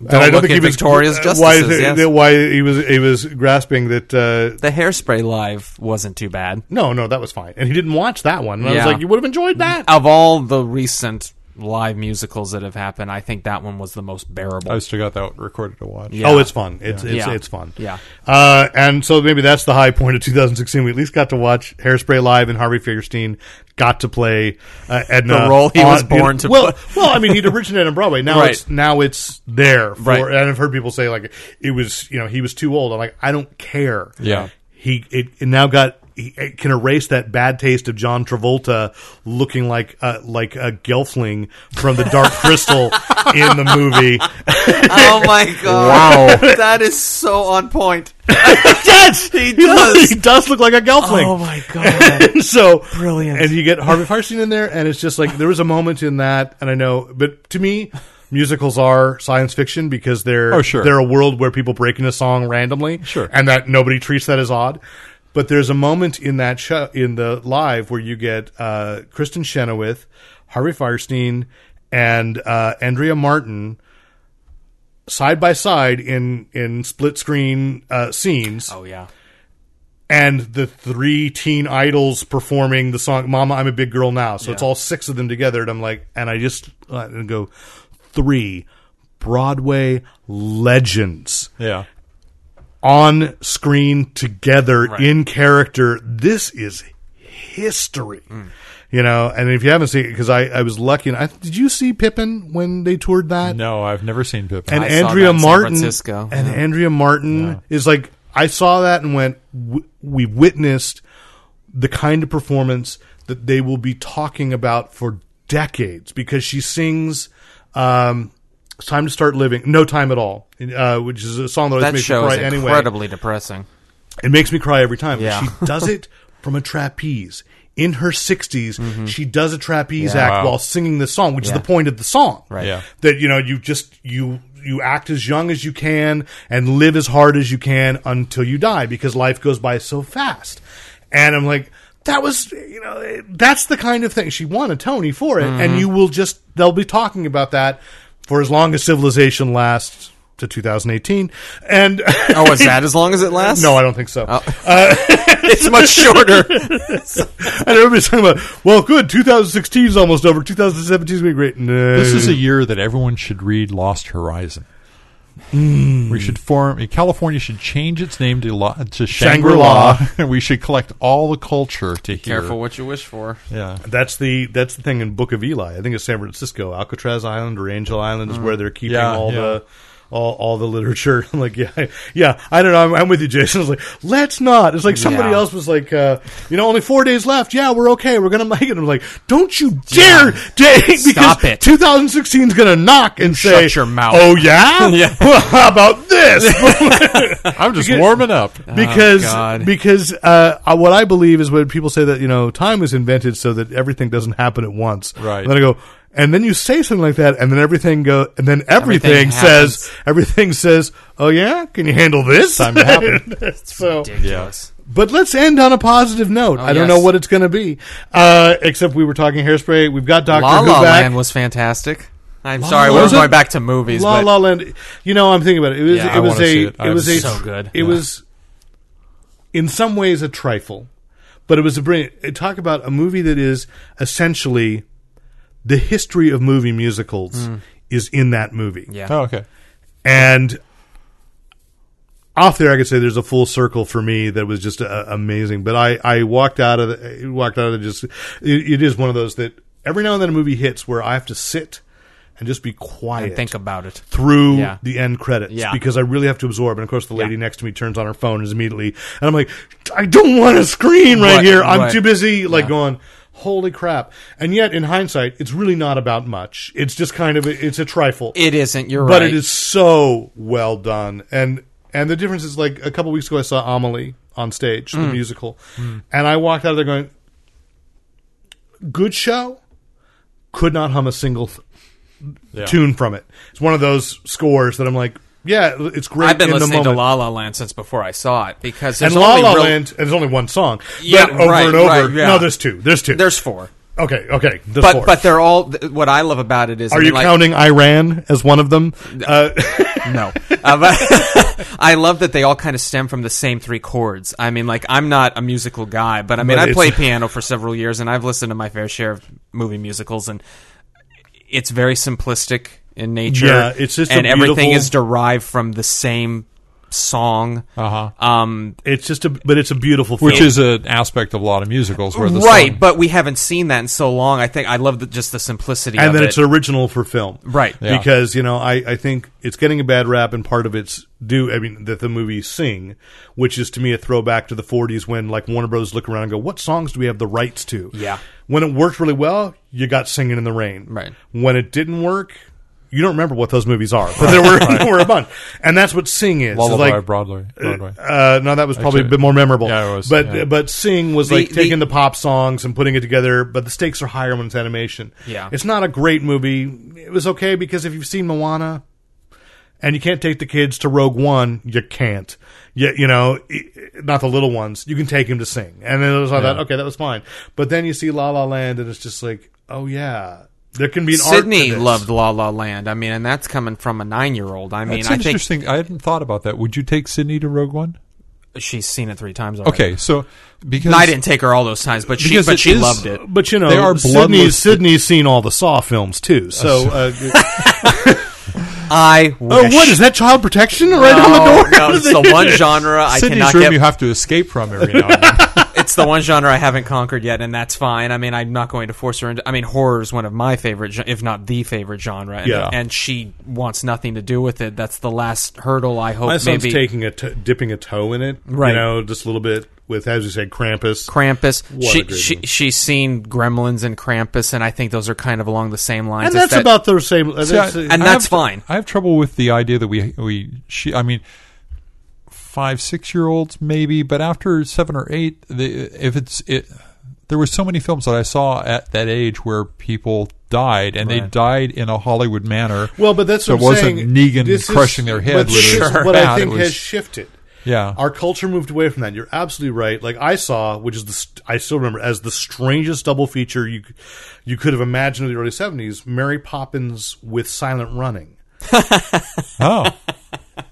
Speaker 2: and
Speaker 3: Don't look at Victoria's
Speaker 2: uh, why,
Speaker 3: Justices, yes.
Speaker 2: that- why he was he was grasping that. Uh,
Speaker 3: The hairspray live wasn't too bad.
Speaker 2: no, no, that was fine, and he didn't watch that one. And I
Speaker 3: Yeah.
Speaker 2: was like, you would have enjoyed that.
Speaker 3: Of all the recent live musicals that have happened, I think that one was the most bearable.
Speaker 4: I still got that recorded to watch.
Speaker 3: Yeah.
Speaker 2: Oh, it's fun. It's it's,
Speaker 3: Yeah.
Speaker 2: it's fun.
Speaker 3: Yeah.
Speaker 2: Uh, and so maybe that's the high point of 2016. We at least got to watch Hairspray live, and Harvey Fierstein got to play uh, Edna.
Speaker 3: The role he was born to
Speaker 2: Well,
Speaker 3: play.
Speaker 2: well, I mean, he'd originated in Broadway. Now
Speaker 3: Right.
Speaker 2: it's now it's there. For,
Speaker 3: Right.
Speaker 2: And I've heard people say like it was you know he was too old. I'm like I don't care.
Speaker 4: Yeah.
Speaker 2: He it, it now got. he- It can erase that bad taste of John Travolta looking like uh, like a gelfling from the Dark Crystal in the movie.
Speaker 3: oh my god! Wow, that is so on point. yes, he does.
Speaker 2: he does look like a gelfling.
Speaker 3: Oh my god!
Speaker 2: so
Speaker 3: Brilliant.
Speaker 2: And you get Harvey Fierstein in there, and it's just like there was a moment in that, and I know, but to me, musicals are science fiction because they're
Speaker 4: Oh, sure.
Speaker 2: they're a world where people break into song randomly,
Speaker 4: Sure.
Speaker 2: and that nobody treats that as odd. But there's a moment in that show in the live where you get uh, Kristen Chenoweth, Harvey Fierstein, and uh, Andrea Martin. Side by side in in split screen uh, scenes,
Speaker 3: Oh yeah.
Speaker 2: and the three teen idols performing the song "Mama, I'm a Big Girl Now." So it's all six of them together, and I'm like, and I just uh, and go three Broadway legends
Speaker 4: Yeah.
Speaker 2: on screen together
Speaker 3: Right.
Speaker 2: in character. This is history. You know, and if you haven't seen it, because I, I was lucky. And I, did you see Pippin when they toured that?
Speaker 4: No, I've never seen Pippin.
Speaker 2: and
Speaker 3: I saw
Speaker 2: Andrea
Speaker 3: that in San
Speaker 2: Martin
Speaker 3: Francisco,
Speaker 2: and
Speaker 3: yeah.
Speaker 2: Andrea Martin is like I saw that and went "W- we witnessed the kind of performance that they will be talking about for decades because she sings um it's time to start living no time at all uh, which is a song that, always
Speaker 3: That
Speaker 2: makes me
Speaker 3: show
Speaker 2: cry
Speaker 3: is
Speaker 2: anyway
Speaker 3: incredibly depressing.
Speaker 2: it makes me cry every time.
Speaker 3: Yeah.
Speaker 2: She does it from a trapeze. In her 60s, she does a trapeze
Speaker 3: Mm-hmm. Yeah.
Speaker 2: act
Speaker 4: Wow.
Speaker 2: while singing the song, which
Speaker 3: Yeah.
Speaker 2: is the point of the song.
Speaker 3: Right.
Speaker 4: Yeah.
Speaker 2: That you know, you just you you act as young as you can and live as hard as you can until you die because life goes by so fast. And I'm like that was you know that's the kind of thing she won a Tony for it
Speaker 3: Mm-hmm.
Speaker 2: and you will just they'll be talking about that for as long as civilization lasts to 2018 and
Speaker 3: Oh, is that as long as it lasts?
Speaker 2: no I don't think
Speaker 3: Uh,
Speaker 2: so.
Speaker 3: it's much shorter.
Speaker 2: And everybody's talking about, well, good, 2016 is almost over. 2017 is going to be great. No.
Speaker 4: This is a year that everyone should read Lost Horizon.
Speaker 2: Hmm.
Speaker 4: We should form California should change its name to Lo- to Shangri La,
Speaker 2: Shangri-La.
Speaker 4: and we should collect all the culture to here.
Speaker 3: Careful what you wish for.
Speaker 4: Yeah.
Speaker 2: that's the that's the thing in Book of Eli. I think it's San Francisco, Alcatraz Island or Angel Island
Speaker 3: Mm.
Speaker 2: is where they're keeping
Speaker 4: Yeah,
Speaker 2: all
Speaker 4: yeah.
Speaker 2: the all, all the literature. I'm like, yeah, yeah. I don't know. I'm, I'm with you, Jason. It's like, let's not. It's like somebody
Speaker 3: Yeah.
Speaker 2: else was like, uh, you know, only four days left. Yeah, we're okay. We're gonna make it. I'm like, don't you dare, Jake, because
Speaker 3: Stop it.
Speaker 2: 2016 is gonna knock and
Speaker 3: Shut
Speaker 2: say,
Speaker 3: your mouth.
Speaker 2: Oh yeah,
Speaker 3: Yeah.
Speaker 2: Well, how about this?
Speaker 4: I'm just warming up.
Speaker 3: Uh-huh.
Speaker 2: because
Speaker 3: God.
Speaker 2: because uh, uh, what I believe is when people say that you know time was invented so that everything doesn't happen at once.
Speaker 4: Right.
Speaker 2: And then I go, and then you say something like that, and then everything go, and then everything,
Speaker 3: Everything
Speaker 2: says, everything says, oh yeah, can you handle this?
Speaker 4: Time to happen.
Speaker 2: so,
Speaker 3: Ridiculous.
Speaker 2: but let's end on a positive note. I don't
Speaker 3: yes.
Speaker 2: know what it's going to be, uh, except we were talking hairspray. We've got Doctor
Speaker 3: La
Speaker 2: Who
Speaker 3: La
Speaker 2: back.
Speaker 3: Land was fantastic. I'm sorry, we're
Speaker 2: Was it?
Speaker 3: going back to movies.
Speaker 2: La
Speaker 3: but
Speaker 2: La Land. You know, I'm thinking about it. It was
Speaker 4: Yeah, I
Speaker 2: it was
Speaker 4: wanna
Speaker 2: a
Speaker 4: see it.
Speaker 2: it,
Speaker 4: I
Speaker 2: was
Speaker 4: was
Speaker 2: a
Speaker 4: so
Speaker 2: tr-
Speaker 3: good.
Speaker 2: It was in some ways a trifle, but it was a brilliant. Talk about a movie that is essentially the history of movie musicals
Speaker 4: Mm.
Speaker 2: is in that movie.
Speaker 3: Yeah.
Speaker 4: Oh, okay.
Speaker 2: And off there, I could say there's a full circle for me that was just uh, amazing. But I, I walked out of the, eh, walked out of the just. It, it is one of those that every now and then a movie hits where I have to sit and just be quiet
Speaker 3: think about it.
Speaker 2: through
Speaker 3: Yeah.
Speaker 2: the end credits
Speaker 3: Yeah.
Speaker 2: because I really have to absorb. And of course, the lady
Speaker 3: Yeah.
Speaker 2: next to me turns on her phone and is immediately, and I'm like, I don't want to screen right,
Speaker 3: Right,
Speaker 2: here. I'm
Speaker 3: right.
Speaker 2: too busy, like going, holy crap. And yet, in hindsight, it's really not about much. It's just kind of it's a trifle
Speaker 3: It isn't. You're
Speaker 2: but
Speaker 3: right.
Speaker 2: it is so well done and and the difference is like a couple weeks ago i saw amelie on stage
Speaker 3: Mm.
Speaker 2: the musical and i walked out of there going good show could not hum a single th-
Speaker 4: Yeah.
Speaker 2: tune from it it's one of those scores that i'm like yeah it's great
Speaker 3: I've been
Speaker 2: in the
Speaker 3: listening to
Speaker 2: moment
Speaker 3: La La Land since before I saw it because there's
Speaker 2: and La
Speaker 3: only
Speaker 2: La
Speaker 3: real-
Speaker 2: Land, and there's only one song.
Speaker 3: Yeah,
Speaker 2: but over
Speaker 3: right,
Speaker 2: and over.
Speaker 3: right, yeah.
Speaker 2: No, there's two. There's two.
Speaker 3: There's four,
Speaker 2: okay, okay. There's
Speaker 3: but
Speaker 2: four.
Speaker 3: but they're all. th- What I love about it is I
Speaker 2: are
Speaker 3: mean,
Speaker 2: you
Speaker 3: like,
Speaker 2: counting Iran as one of them? Uh,
Speaker 3: No, Uh, but I love that they all kind of stem from the same three chords. I mean, like I'm not a musical guy, but I mean,
Speaker 2: But
Speaker 3: I
Speaker 2: it's-
Speaker 3: played piano for several years, and I've listened to my fair share of movie musicals, and it's very simplistic in nature.
Speaker 2: Yeah, it's just a
Speaker 3: and everything
Speaker 2: beautiful-
Speaker 3: is derived from the same song.
Speaker 2: Uh-huh.
Speaker 4: Uh huh.
Speaker 3: Um,
Speaker 2: it's just a, but it's a beautiful.
Speaker 4: Which
Speaker 2: film.
Speaker 4: is an aspect of a lot of musicals where the
Speaker 3: right,
Speaker 4: song-
Speaker 3: but we haven't seen that in so long. I think I love the, just the simplicity of
Speaker 2: and then
Speaker 3: it.
Speaker 2: it's original for film,
Speaker 3: Right.
Speaker 4: Yeah.
Speaker 2: Because you know, I, I think it's getting a bad rap, and part of it's due. I mean, that the movie "Sing," which is to me a throwback to the '40s when like Warner Bros. look around and go, "What songs do we have the rights to?"
Speaker 3: Yeah.
Speaker 2: When it worked really well, you got "Singing in the Rain."
Speaker 3: Right.
Speaker 2: When it didn't work. You don't remember what those movies are, but there were there were a bunch, and that's what "Sing" is. It's
Speaker 4: Lullaby
Speaker 2: like-
Speaker 4: Broadway. Broadway.
Speaker 2: uh, no, that was probably a
Speaker 4: Actually,
Speaker 2: bit more memorable.
Speaker 4: yeah, it was,
Speaker 2: But
Speaker 4: yeah.
Speaker 2: but Sing was
Speaker 3: The-
Speaker 2: like
Speaker 3: the-
Speaker 2: taking the pop songs and putting it together. But the stakes are higher when it's animation.
Speaker 3: Yeah.
Speaker 2: it's not a great movie. It was okay because if you've seen Moana, and you can't take the kids to Rogue One, you can't. You, you know, i- not the little ones. You can take him to Sing, and then it was like that. Okay, that was fine. But then you see La La Land, and it's just like, oh yeah, there can be an art to
Speaker 3: Sydney
Speaker 2: this.
Speaker 3: loved La La Land. I mean, and that's coming from a nine-year-old. I mean,
Speaker 4: That's
Speaker 3: I think
Speaker 4: interesting. I hadn't thought about that. Would you take Sydney to Rogue One?
Speaker 3: she's seen it three times. Already.
Speaker 4: Okay, so because
Speaker 3: I didn't take her all those times, but she
Speaker 4: Because
Speaker 3: but
Speaker 4: it
Speaker 3: she
Speaker 4: is-
Speaker 3: loved it.
Speaker 2: But you know,
Speaker 4: They are
Speaker 2: Sydney's,
Speaker 4: bloodless-
Speaker 2: Sydney's seen all the Saw films too. So, uh,
Speaker 3: I
Speaker 2: oh,
Speaker 3: wish.
Speaker 2: what is that? Child protection right on the
Speaker 3: No,
Speaker 2: door?
Speaker 3: no, it's the one genre I
Speaker 4: Sydney's
Speaker 3: cannot
Speaker 4: room
Speaker 3: get.
Speaker 4: you have to escape from every now and then.
Speaker 3: it's the one genre I haven't conquered yet, and that's fine. I mean, I'm not going to force her into. I mean, horror is one of my favorite, gen- if not the favorite genre. And,
Speaker 4: Yeah.
Speaker 3: and she wants nothing to do with it. That's the last hurdle. I hope
Speaker 2: My son's
Speaker 3: maybe
Speaker 2: taking a t- dipping a toe in it,
Speaker 3: Right.
Speaker 2: You know, just a little bit with, as you said, Krampus.
Speaker 3: Krampus.
Speaker 2: a
Speaker 3: She,
Speaker 2: great
Speaker 3: she
Speaker 2: movie.
Speaker 3: she's seen Gremlins and Krampus, and I think those are kind of along the same lines.
Speaker 2: and
Speaker 3: It's
Speaker 2: that's
Speaker 3: that-
Speaker 2: about the same. uh, that's, uh,
Speaker 3: and
Speaker 4: I
Speaker 3: that's
Speaker 4: have-
Speaker 3: fine.
Speaker 4: I have trouble with the idea that we we she. I mean, five six year olds maybe, but after seven or eight, the, if it's it, there were so many films that I saw at that age where people died, and they died in a Hollywood manner.
Speaker 2: well, but that's
Speaker 4: so
Speaker 2: what
Speaker 4: it
Speaker 2: I'm
Speaker 4: wasn't
Speaker 2: saying.
Speaker 4: Negan
Speaker 2: This is
Speaker 4: crushing their head
Speaker 2: what-
Speaker 4: with
Speaker 2: this is
Speaker 4: his
Speaker 2: what
Speaker 4: bat.
Speaker 2: I
Speaker 4: It
Speaker 2: think
Speaker 4: was-
Speaker 2: has shifted.
Speaker 4: yeah.
Speaker 2: Our culture moved away from that. You're absolutely right. Like I saw, which is the st- I still remember as the strangest double feature you c- you could have imagined in the early '70s: Mary Poppins with Silent Running.
Speaker 4: oh,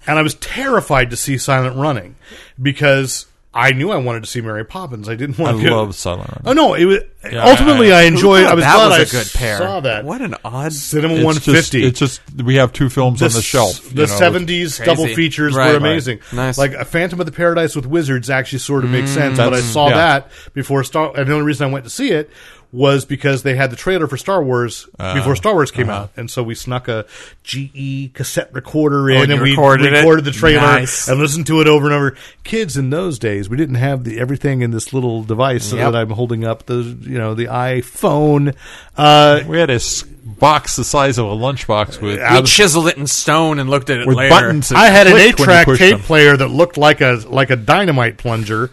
Speaker 2: and I was terrified to see Silent Running because I knew I wanted to see Mary Poppins. I didn't
Speaker 4: I
Speaker 2: want to.
Speaker 4: love Silent Running.
Speaker 2: Oh no! It was
Speaker 4: Yeah,
Speaker 2: ultimately
Speaker 4: I-
Speaker 2: I, enjoyed. I was
Speaker 3: that
Speaker 2: glad
Speaker 3: was a
Speaker 2: I
Speaker 3: good pair.
Speaker 2: saw that.
Speaker 3: What an odd.
Speaker 2: Cinema
Speaker 4: It's
Speaker 2: One
Speaker 4: just-
Speaker 2: Fifty.
Speaker 4: It's just we have two films on the
Speaker 2: s-
Speaker 4: shelf. you know.
Speaker 2: The seventies double features
Speaker 3: Right.
Speaker 2: were
Speaker 3: Right.
Speaker 2: amazing.
Speaker 3: Nice.
Speaker 2: Like a Phantom of the Paradise with wizards actually sort of makes sense. But I saw
Speaker 4: Mm, yeah.
Speaker 2: that before Star. And the only reason I went to see it was because they had the trailer for Star Wars
Speaker 4: Ah,
Speaker 2: before Star Wars came
Speaker 4: uh-huh.
Speaker 2: out, and so we snuck a GE cassette recorder in,
Speaker 3: you
Speaker 2: and we
Speaker 3: recorded it?
Speaker 2: recorded the trailer
Speaker 3: Nice.
Speaker 2: and listened to it over and over. Kids in those days, we didn't have the everything in this little device
Speaker 3: Yep.
Speaker 2: that I'm holding up. The you know the iPhone. Uh,
Speaker 4: We had a s- box the size of a lunchbox with
Speaker 3: We chiseled it in stone and looked at it
Speaker 4: with
Speaker 3: later.
Speaker 4: buttons. that
Speaker 2: I had an
Speaker 4: clicked when you
Speaker 2: eight-track
Speaker 4: pushed
Speaker 2: tape
Speaker 4: them.
Speaker 2: player that looked like a like a dynamite plunger.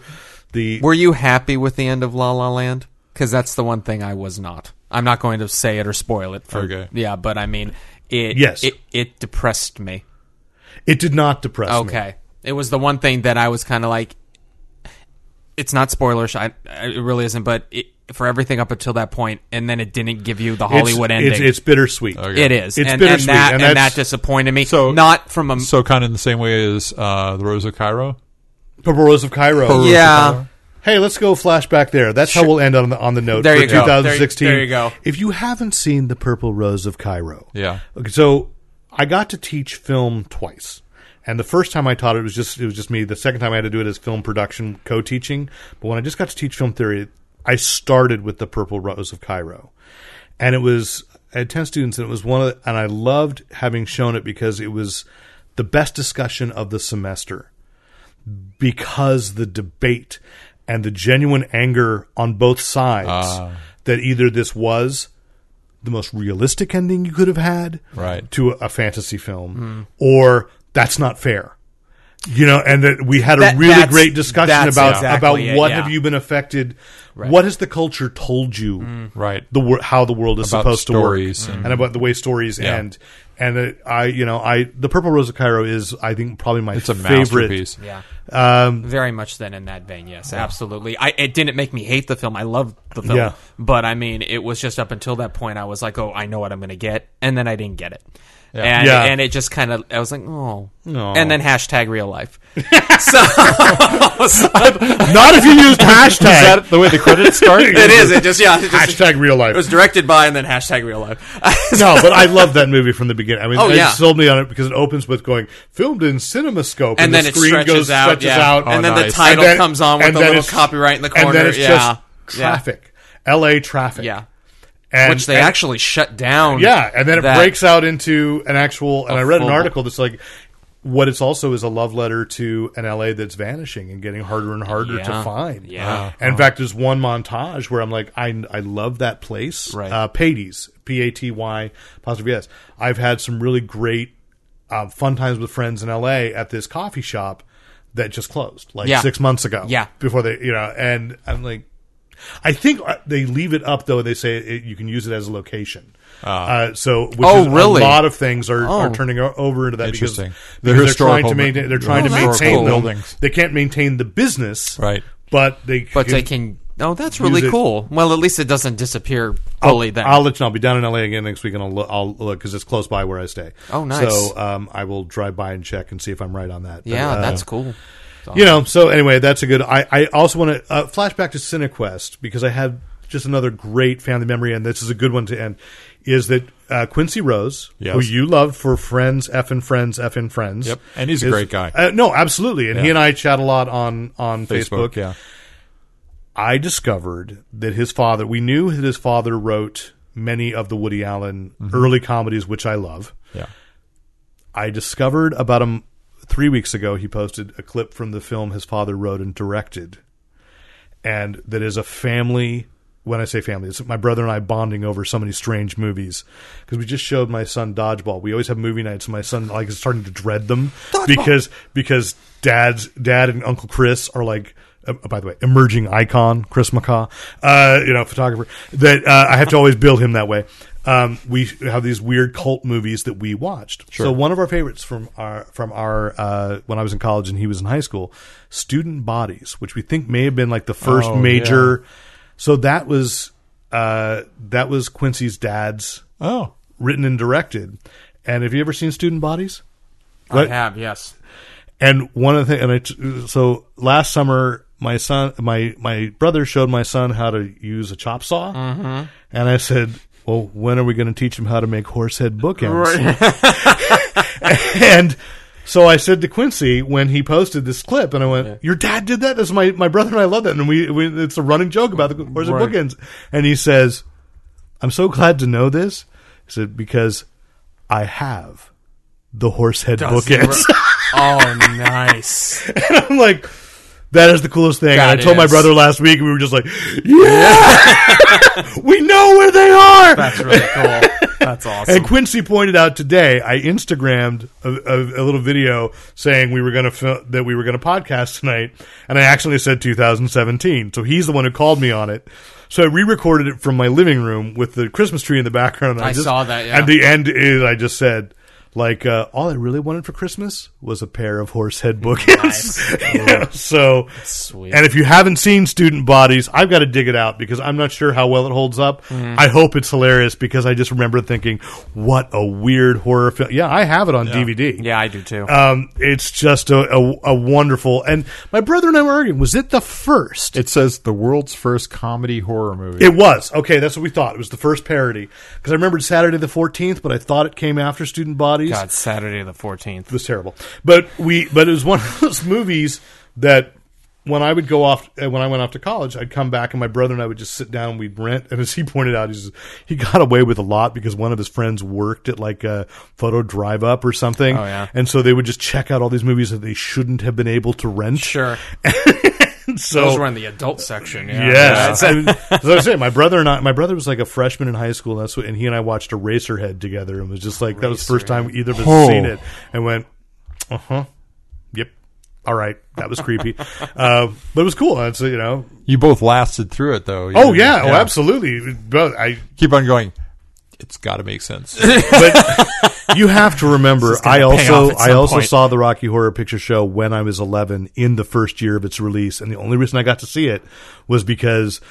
Speaker 2: The
Speaker 3: Were you happy with the end of La La Land? Because that's the one thing I was not. I'm not going to say it or spoil it. For,
Speaker 4: Okay.
Speaker 3: Yeah, but I mean, it.
Speaker 2: Yes.
Speaker 3: It, it depressed me.
Speaker 2: it did not depress me.
Speaker 3: Okay. It was the one thing that I was kind of like. it's not spoilerish. I, I it really isn't, but it, for everything up until that point, and then it didn't give you the Hollywood
Speaker 2: it's,
Speaker 3: ending.
Speaker 2: It's, it's bittersweet.
Speaker 3: It is.
Speaker 2: It's
Speaker 3: and,
Speaker 2: bittersweet,
Speaker 3: and that
Speaker 2: and
Speaker 3: and,
Speaker 2: that's-
Speaker 3: that disappointed me.
Speaker 4: So-
Speaker 3: So not from a
Speaker 4: So kind of in the same way as uh, the Rose of Cairo.
Speaker 2: Purple Rose of Cairo.
Speaker 3: yeah.
Speaker 2: Hey, let's go flashback there. That's how we'll end on the on the note
Speaker 3: There
Speaker 2: for
Speaker 3: you go.
Speaker 2: 2016.
Speaker 3: There you- there you go.
Speaker 2: If you haven't seen the Purple Rose of Cairo,
Speaker 4: Yeah.
Speaker 2: Okay, so I got to teach film twice. And the first time I taught it was just it was just me. The second time I had to do it as film production co-teaching. But when I just got to teach film theory, I started with the Purple Rose of Cairo, and it was I had ten students, and it was one of the, and I loved having shown it because it was the best discussion of the semester because the debate and the genuine anger on both sides
Speaker 4: Ah.
Speaker 2: that either this was the most realistic ending you could have had
Speaker 4: Right. Hmm.
Speaker 2: to a, a fantasy film or that's not fair you know and that we had a
Speaker 3: That-
Speaker 2: really
Speaker 3: that's-
Speaker 2: great discussion
Speaker 3: that's
Speaker 2: about
Speaker 3: exactly
Speaker 2: about
Speaker 3: it,
Speaker 2: what
Speaker 3: yeah.
Speaker 2: have you been affected what has the culture told you
Speaker 4: Right.
Speaker 2: the wor- how the world is
Speaker 4: Hmm. About
Speaker 2: supposed
Speaker 4: stories
Speaker 2: to work
Speaker 4: and-
Speaker 2: and, about the way stories
Speaker 4: Yeah.
Speaker 2: end and it, i you know i the purple rose of cairo is i think probably my
Speaker 4: It's a
Speaker 2: favorite
Speaker 4: masterpiece.
Speaker 3: Yeah.
Speaker 2: um,
Speaker 3: Very much then in that vein, yes, absolutely. I it didn't make me hate the film. I loved the film,
Speaker 2: Yeah.
Speaker 3: but I mean, it was just up until that point, I was like, oh, I know what I'm going to get, and then I didn't get it, and
Speaker 2: Yeah.
Speaker 3: and it just kind of, I was like, oh,
Speaker 2: No.
Speaker 3: and then hashtag real life. so
Speaker 2: not if you used hashtag
Speaker 4: the way the credits start?
Speaker 3: it is. It just yeah. It, just,
Speaker 2: hashtag real life
Speaker 3: it was directed by and then hashtag real life.
Speaker 2: no, but I love that movie from the beginning. I mean,
Speaker 3: Oh,
Speaker 2: it
Speaker 3: yeah.
Speaker 2: sold me on it because it opens with going filmed in CinemaScope,
Speaker 3: and then
Speaker 2: the
Speaker 3: it stretches
Speaker 2: goes,
Speaker 3: out,
Speaker 2: stretches
Speaker 3: yeah.
Speaker 2: out,
Speaker 3: and
Speaker 4: Oh,
Speaker 3: then
Speaker 4: nice.
Speaker 3: the title
Speaker 2: And then-
Speaker 3: comes on
Speaker 2: and
Speaker 3: with a
Speaker 2: then
Speaker 3: little
Speaker 2: it's-
Speaker 3: copyright in the corner.
Speaker 2: and then it's
Speaker 3: yeah,
Speaker 2: just traffic, L.A. traffic,
Speaker 3: Yeah.
Speaker 2: and,
Speaker 3: which they
Speaker 2: and-
Speaker 3: actually shut down.
Speaker 2: yeah, and then it
Speaker 3: that-
Speaker 2: breaks out into an actual. And I read an
Speaker 3: full-
Speaker 2: article that's like. What it's also is a love letter to an LA that's vanishing and getting harder and harder to
Speaker 3: Yeah.
Speaker 2: find.
Speaker 3: Yeah.
Speaker 2: And in fact, there's one montage where I'm like, I, I love that place.
Speaker 3: Right.
Speaker 2: Uh, Patey's, P A T Y, apostrophe S. I've had some really great uh, fun times with friends in LA at this coffee shop that just closed like
Speaker 3: Yeah.
Speaker 2: six months ago.
Speaker 3: Yeah.
Speaker 2: Before they, you know, and I'm like, I think uh, they leave it up though. They say it, you can use it as a location.
Speaker 4: Ah.
Speaker 2: Uh, so, which
Speaker 3: Oh,
Speaker 2: is
Speaker 3: really?
Speaker 2: a
Speaker 3: Oh.
Speaker 2: lot of things are, are turning o- over into that because,
Speaker 4: Interesting.
Speaker 2: because
Speaker 4: The
Speaker 2: they're trying
Speaker 4: historical
Speaker 2: to maintain. They're
Speaker 4: bu-
Speaker 2: trying to
Speaker 4: Oh, that's
Speaker 2: maintain
Speaker 4: cool.
Speaker 2: them.
Speaker 4: buildings.
Speaker 2: They can't maintain the business,
Speaker 4: Right.
Speaker 2: But they,
Speaker 3: but they can. Oh, that's really
Speaker 2: Use it. Oh,
Speaker 3: cool. Well, at least it doesn't disappear fully. then
Speaker 2: I'll let you know. I'll be down in LA again next week, and I'll look, I'll look because it's close by where I stay.
Speaker 3: Oh, nice.
Speaker 2: So um, I will drive by and check and see if I'm right on that. But,
Speaker 3: yeah,
Speaker 2: uh,
Speaker 3: that's cool.
Speaker 2: you know. So anyway, that's a good. I, I also want to uh, flash back to CineQuest because I had just another great family memory, and this is a good one to end. Is that uh, Quincy Rose,
Speaker 4: Yes.
Speaker 2: who you love for Friends, F and Friends, F and Friends?
Speaker 4: Yep. And he's a
Speaker 2: is-
Speaker 4: great guy.
Speaker 2: Uh, no, absolutely, and he
Speaker 4: Yeah.
Speaker 2: and I chat a lot on on
Speaker 4: Facebook,
Speaker 2: Facebook.
Speaker 4: yeah.
Speaker 2: I discovered that his father, we knew that his father wrote many of the Woody Allen
Speaker 4: Mm-hmm.
Speaker 2: early comedies, which I love.
Speaker 4: Yeah.
Speaker 2: I discovered about him three weeks ago, he posted a clip from the film his father wrote and directed. And that is a family. When I say family, it's my brother and I bonding over so many strange movies because we just showed my son Dodgeball. We always have movie nights, and my son like is starting to dread them because because dad's dad and Uncle Chris are like, uh, by the way, emerging icon Chris McCaw, uh, you know, photographer. That uh, I have to always build him that way. Um, we have these weird cult movies that we watched. So one of our favorites from our from our uh, when I was in college and he was in high school, Student Bodies, which we think may have been like the first
Speaker 4: Oh,
Speaker 2: major. So that was uh, that was Quincy's dad's
Speaker 4: Oh.
Speaker 2: written and directed. And have you ever seen Student Bodies?
Speaker 3: I have yes.
Speaker 2: And one of the things, and I t- so last summer, my son, my my brother showed my son how to use a chop saw, and I said, "Well, when are we going to teach him how to make horsehead bookends?" and so I said to Quincy when he posted this clip, and I went, "Your dad did that." This my my brother and I love that, and we, we it's a running joke about the horsehead bookends. And he says, "I'm so glad to know this," he said, "because I have the horsehead bookends."
Speaker 3: Oh, nice.
Speaker 2: I'm like, that is the coolest thing. and I
Speaker 3: That
Speaker 2: told my
Speaker 3: is.
Speaker 2: brother last week, and we were just like, yeah, we know where they are.
Speaker 3: That's really cool. That's awesome.
Speaker 2: and Quincy pointed out today, I Instagrammed a, a, a little video saying we were going to fil- that we were going to podcast tonight, and I actually said 2017. So he's the one who called me on it. So I re-recorded it from my living room with the Christmas tree in the background. And
Speaker 3: I
Speaker 2: just-
Speaker 3: saw that, yeah.
Speaker 2: And the end is, I just said, Like uh, all I really wanted for Christmas was a pair of horse head bookends. Yeah, so, and if you haven't seen Student Bodies, I've got to dig it out because I'm not sure how well it holds up. I hope it's hilarious because I just remember thinking, what a weird horror film. Yeah, I have it on DVD.
Speaker 3: Yeah, I do too.
Speaker 2: Um, it's just a, a, a wonderful. And my brother and I were arguing, was it the first?
Speaker 4: It says the world's first comedy horror movie.
Speaker 2: It was. Okay, that's what we thought. It was the first parody. Because I remembered Saturday the 14th, but I thought it came after Student Bodies.
Speaker 3: God, Saturday the fourteenth.
Speaker 2: It was terrible. But we but it was one of those movies that when I would go off uh, when I went off to college, I'd come back and my brother and I would just sit down and we'd rent. And as he pointed out, he's, he got away with a lot because one of his friends worked at like a photo drive up or something. Oh,
Speaker 3: yeah.
Speaker 2: And so they would just check out all these movies that they shouldn't have been able to rent.
Speaker 3: Sure,
Speaker 2: So
Speaker 6: Those were in the adult section. Yeah.
Speaker 2: Yes, I mean, as I was saying, my brother and I, my brother was like a freshman in high school. And that's what, and he and I watched Eraserhead together, and was just like that was the first time either of us had seen it, and went, uh huh, yep, all right, that was creepy, uh, but it was cool. And so you know,
Speaker 4: You both lasted through it though. You
Speaker 2: oh
Speaker 4: didn't-
Speaker 2: yeah, oh absolutely, but I,
Speaker 4: Keep on going. It's got to make sense.
Speaker 2: but you have to remember, I
Speaker 3: pay off
Speaker 2: also
Speaker 3: at some
Speaker 2: I also
Speaker 3: point.
Speaker 2: saw the Rocky Horror Picture Show when I was 11 in the first year of its release, and the only reason I got to see it was because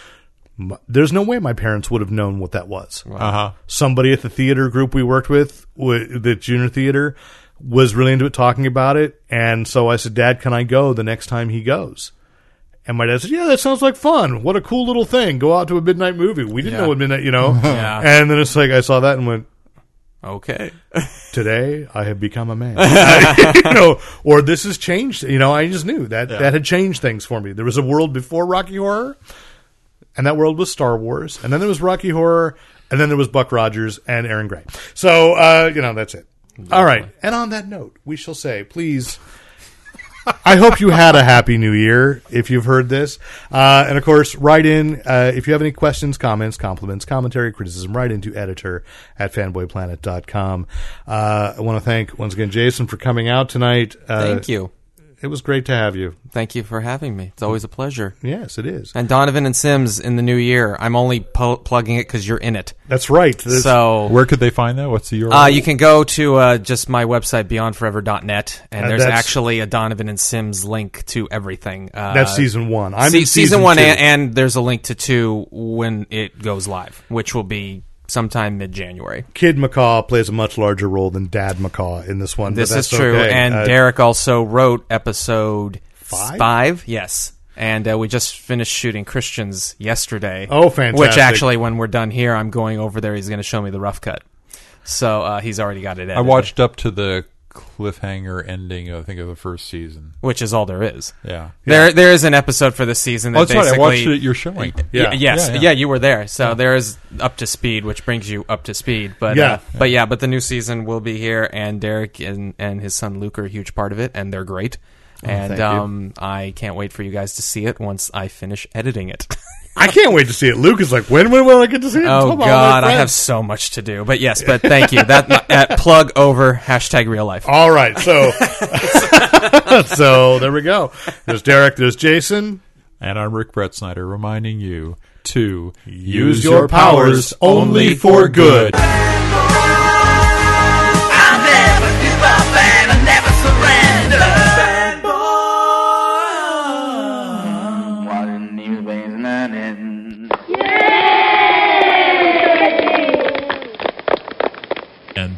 Speaker 2: m there's no way my parents would have known what that was.
Speaker 4: Uh
Speaker 3: Uh-huh.
Speaker 4: huh.
Speaker 2: Somebody at the theater group we worked with, w- the junior theater, was really into it, talking about it, and so I said, "Dad, can I go the next time he goes?" And my dad said, "Yeah, that sounds like fun. What a cool little thing. Go out to a midnight movie. We didn't know what midnight, you know." And then it's like I saw that and went
Speaker 3: okay.
Speaker 2: today I have become a man. you know, or this has changed. You know, I just knew that that had changed things for me. There was a world before Rocky Horror, and that world was Star Wars, and then there was Rocky Horror, and then there was Buck Rogers and Aaron Gray. So uh, you know, that's it. All right, and on that note, we shall say, please. I hope you had a happy new year if you've heard this. Uh, and of course, write in uh, if you have any questions, comments, compliments, commentary, criticism, write in to editor at fanboyplanet.com. Uh, I want to thank once again Jason for coming out tonight. Uh,
Speaker 3: Thank you.
Speaker 2: It was great to have you.
Speaker 3: Thank you for having me. It's always a pleasure.
Speaker 2: Yes, it is.
Speaker 3: And Donovan and Sims in the new year. I'm only po- plugging it because you're in it.
Speaker 2: That's right. This-
Speaker 3: So
Speaker 4: Where could they find that? What's the URL?
Speaker 3: uh, you can go to uh, just my website beyondforever.net, and
Speaker 2: Uh,
Speaker 3: there's
Speaker 2: that's-
Speaker 3: actually a Donovan and Sims link to everything. Uh,
Speaker 2: that's season one. I'm
Speaker 3: se-
Speaker 2: in
Speaker 3: season, one,
Speaker 2: two.
Speaker 3: and, and there's a link to two when it goes live, which will be sometime mid January.
Speaker 2: Kid McCaw plays a much larger role than Dad McCaw in this one. but
Speaker 3: This is
Speaker 2: that's
Speaker 3: true.
Speaker 2: okay.
Speaker 3: And
Speaker 2: Uh,
Speaker 3: Derek also wrote episode
Speaker 2: Five?
Speaker 3: yes. And uh, we just finished shooting Christians yesterday.
Speaker 2: Oh, fantastic.
Speaker 3: Which actually, when we're done here, I'm going over there. He's going to show me the rough cut. So uh, he's already got it. Edited,
Speaker 4: I watched up to the cliffhanger ending. I think of the first season.
Speaker 3: which is all there is.
Speaker 4: Yeah.
Speaker 3: There, there is an episode for this season that
Speaker 4: Oh, that's right. I
Speaker 3: basically.
Speaker 4: watched it. at your showing.
Speaker 3: Yeah. Yes.
Speaker 4: Yeah,
Speaker 3: Yeah,
Speaker 4: yeah.
Speaker 3: you were there. So there is up to speed, which brings you up to speed. But
Speaker 2: Yeah.
Speaker 3: yeah. Uh, but yeah, but the new season will be here, and Derek and, and his son Luke are a huge part of it, and they're great.
Speaker 2: Oh, thank
Speaker 3: And
Speaker 2: you.
Speaker 3: um, I can't wait for you guys to see it once I finish editing it.
Speaker 2: I can't wait to see it. Luke is like, when, when will I get to see it? Tell my-
Speaker 3: oh
Speaker 2: all my
Speaker 3: God, I
Speaker 2: friends.
Speaker 3: have so much to do. But yes, but thank you. That, that plug over hashtag real life.
Speaker 2: All right, so so there we go. There's Derek. There's Jason.
Speaker 4: And I'm Rick Brett Snyder reminding you to
Speaker 2: Use your powers only for good.
Speaker 1: I never give up and I never surrender.
Speaker 7: Watching these ways not end.
Speaker 4: And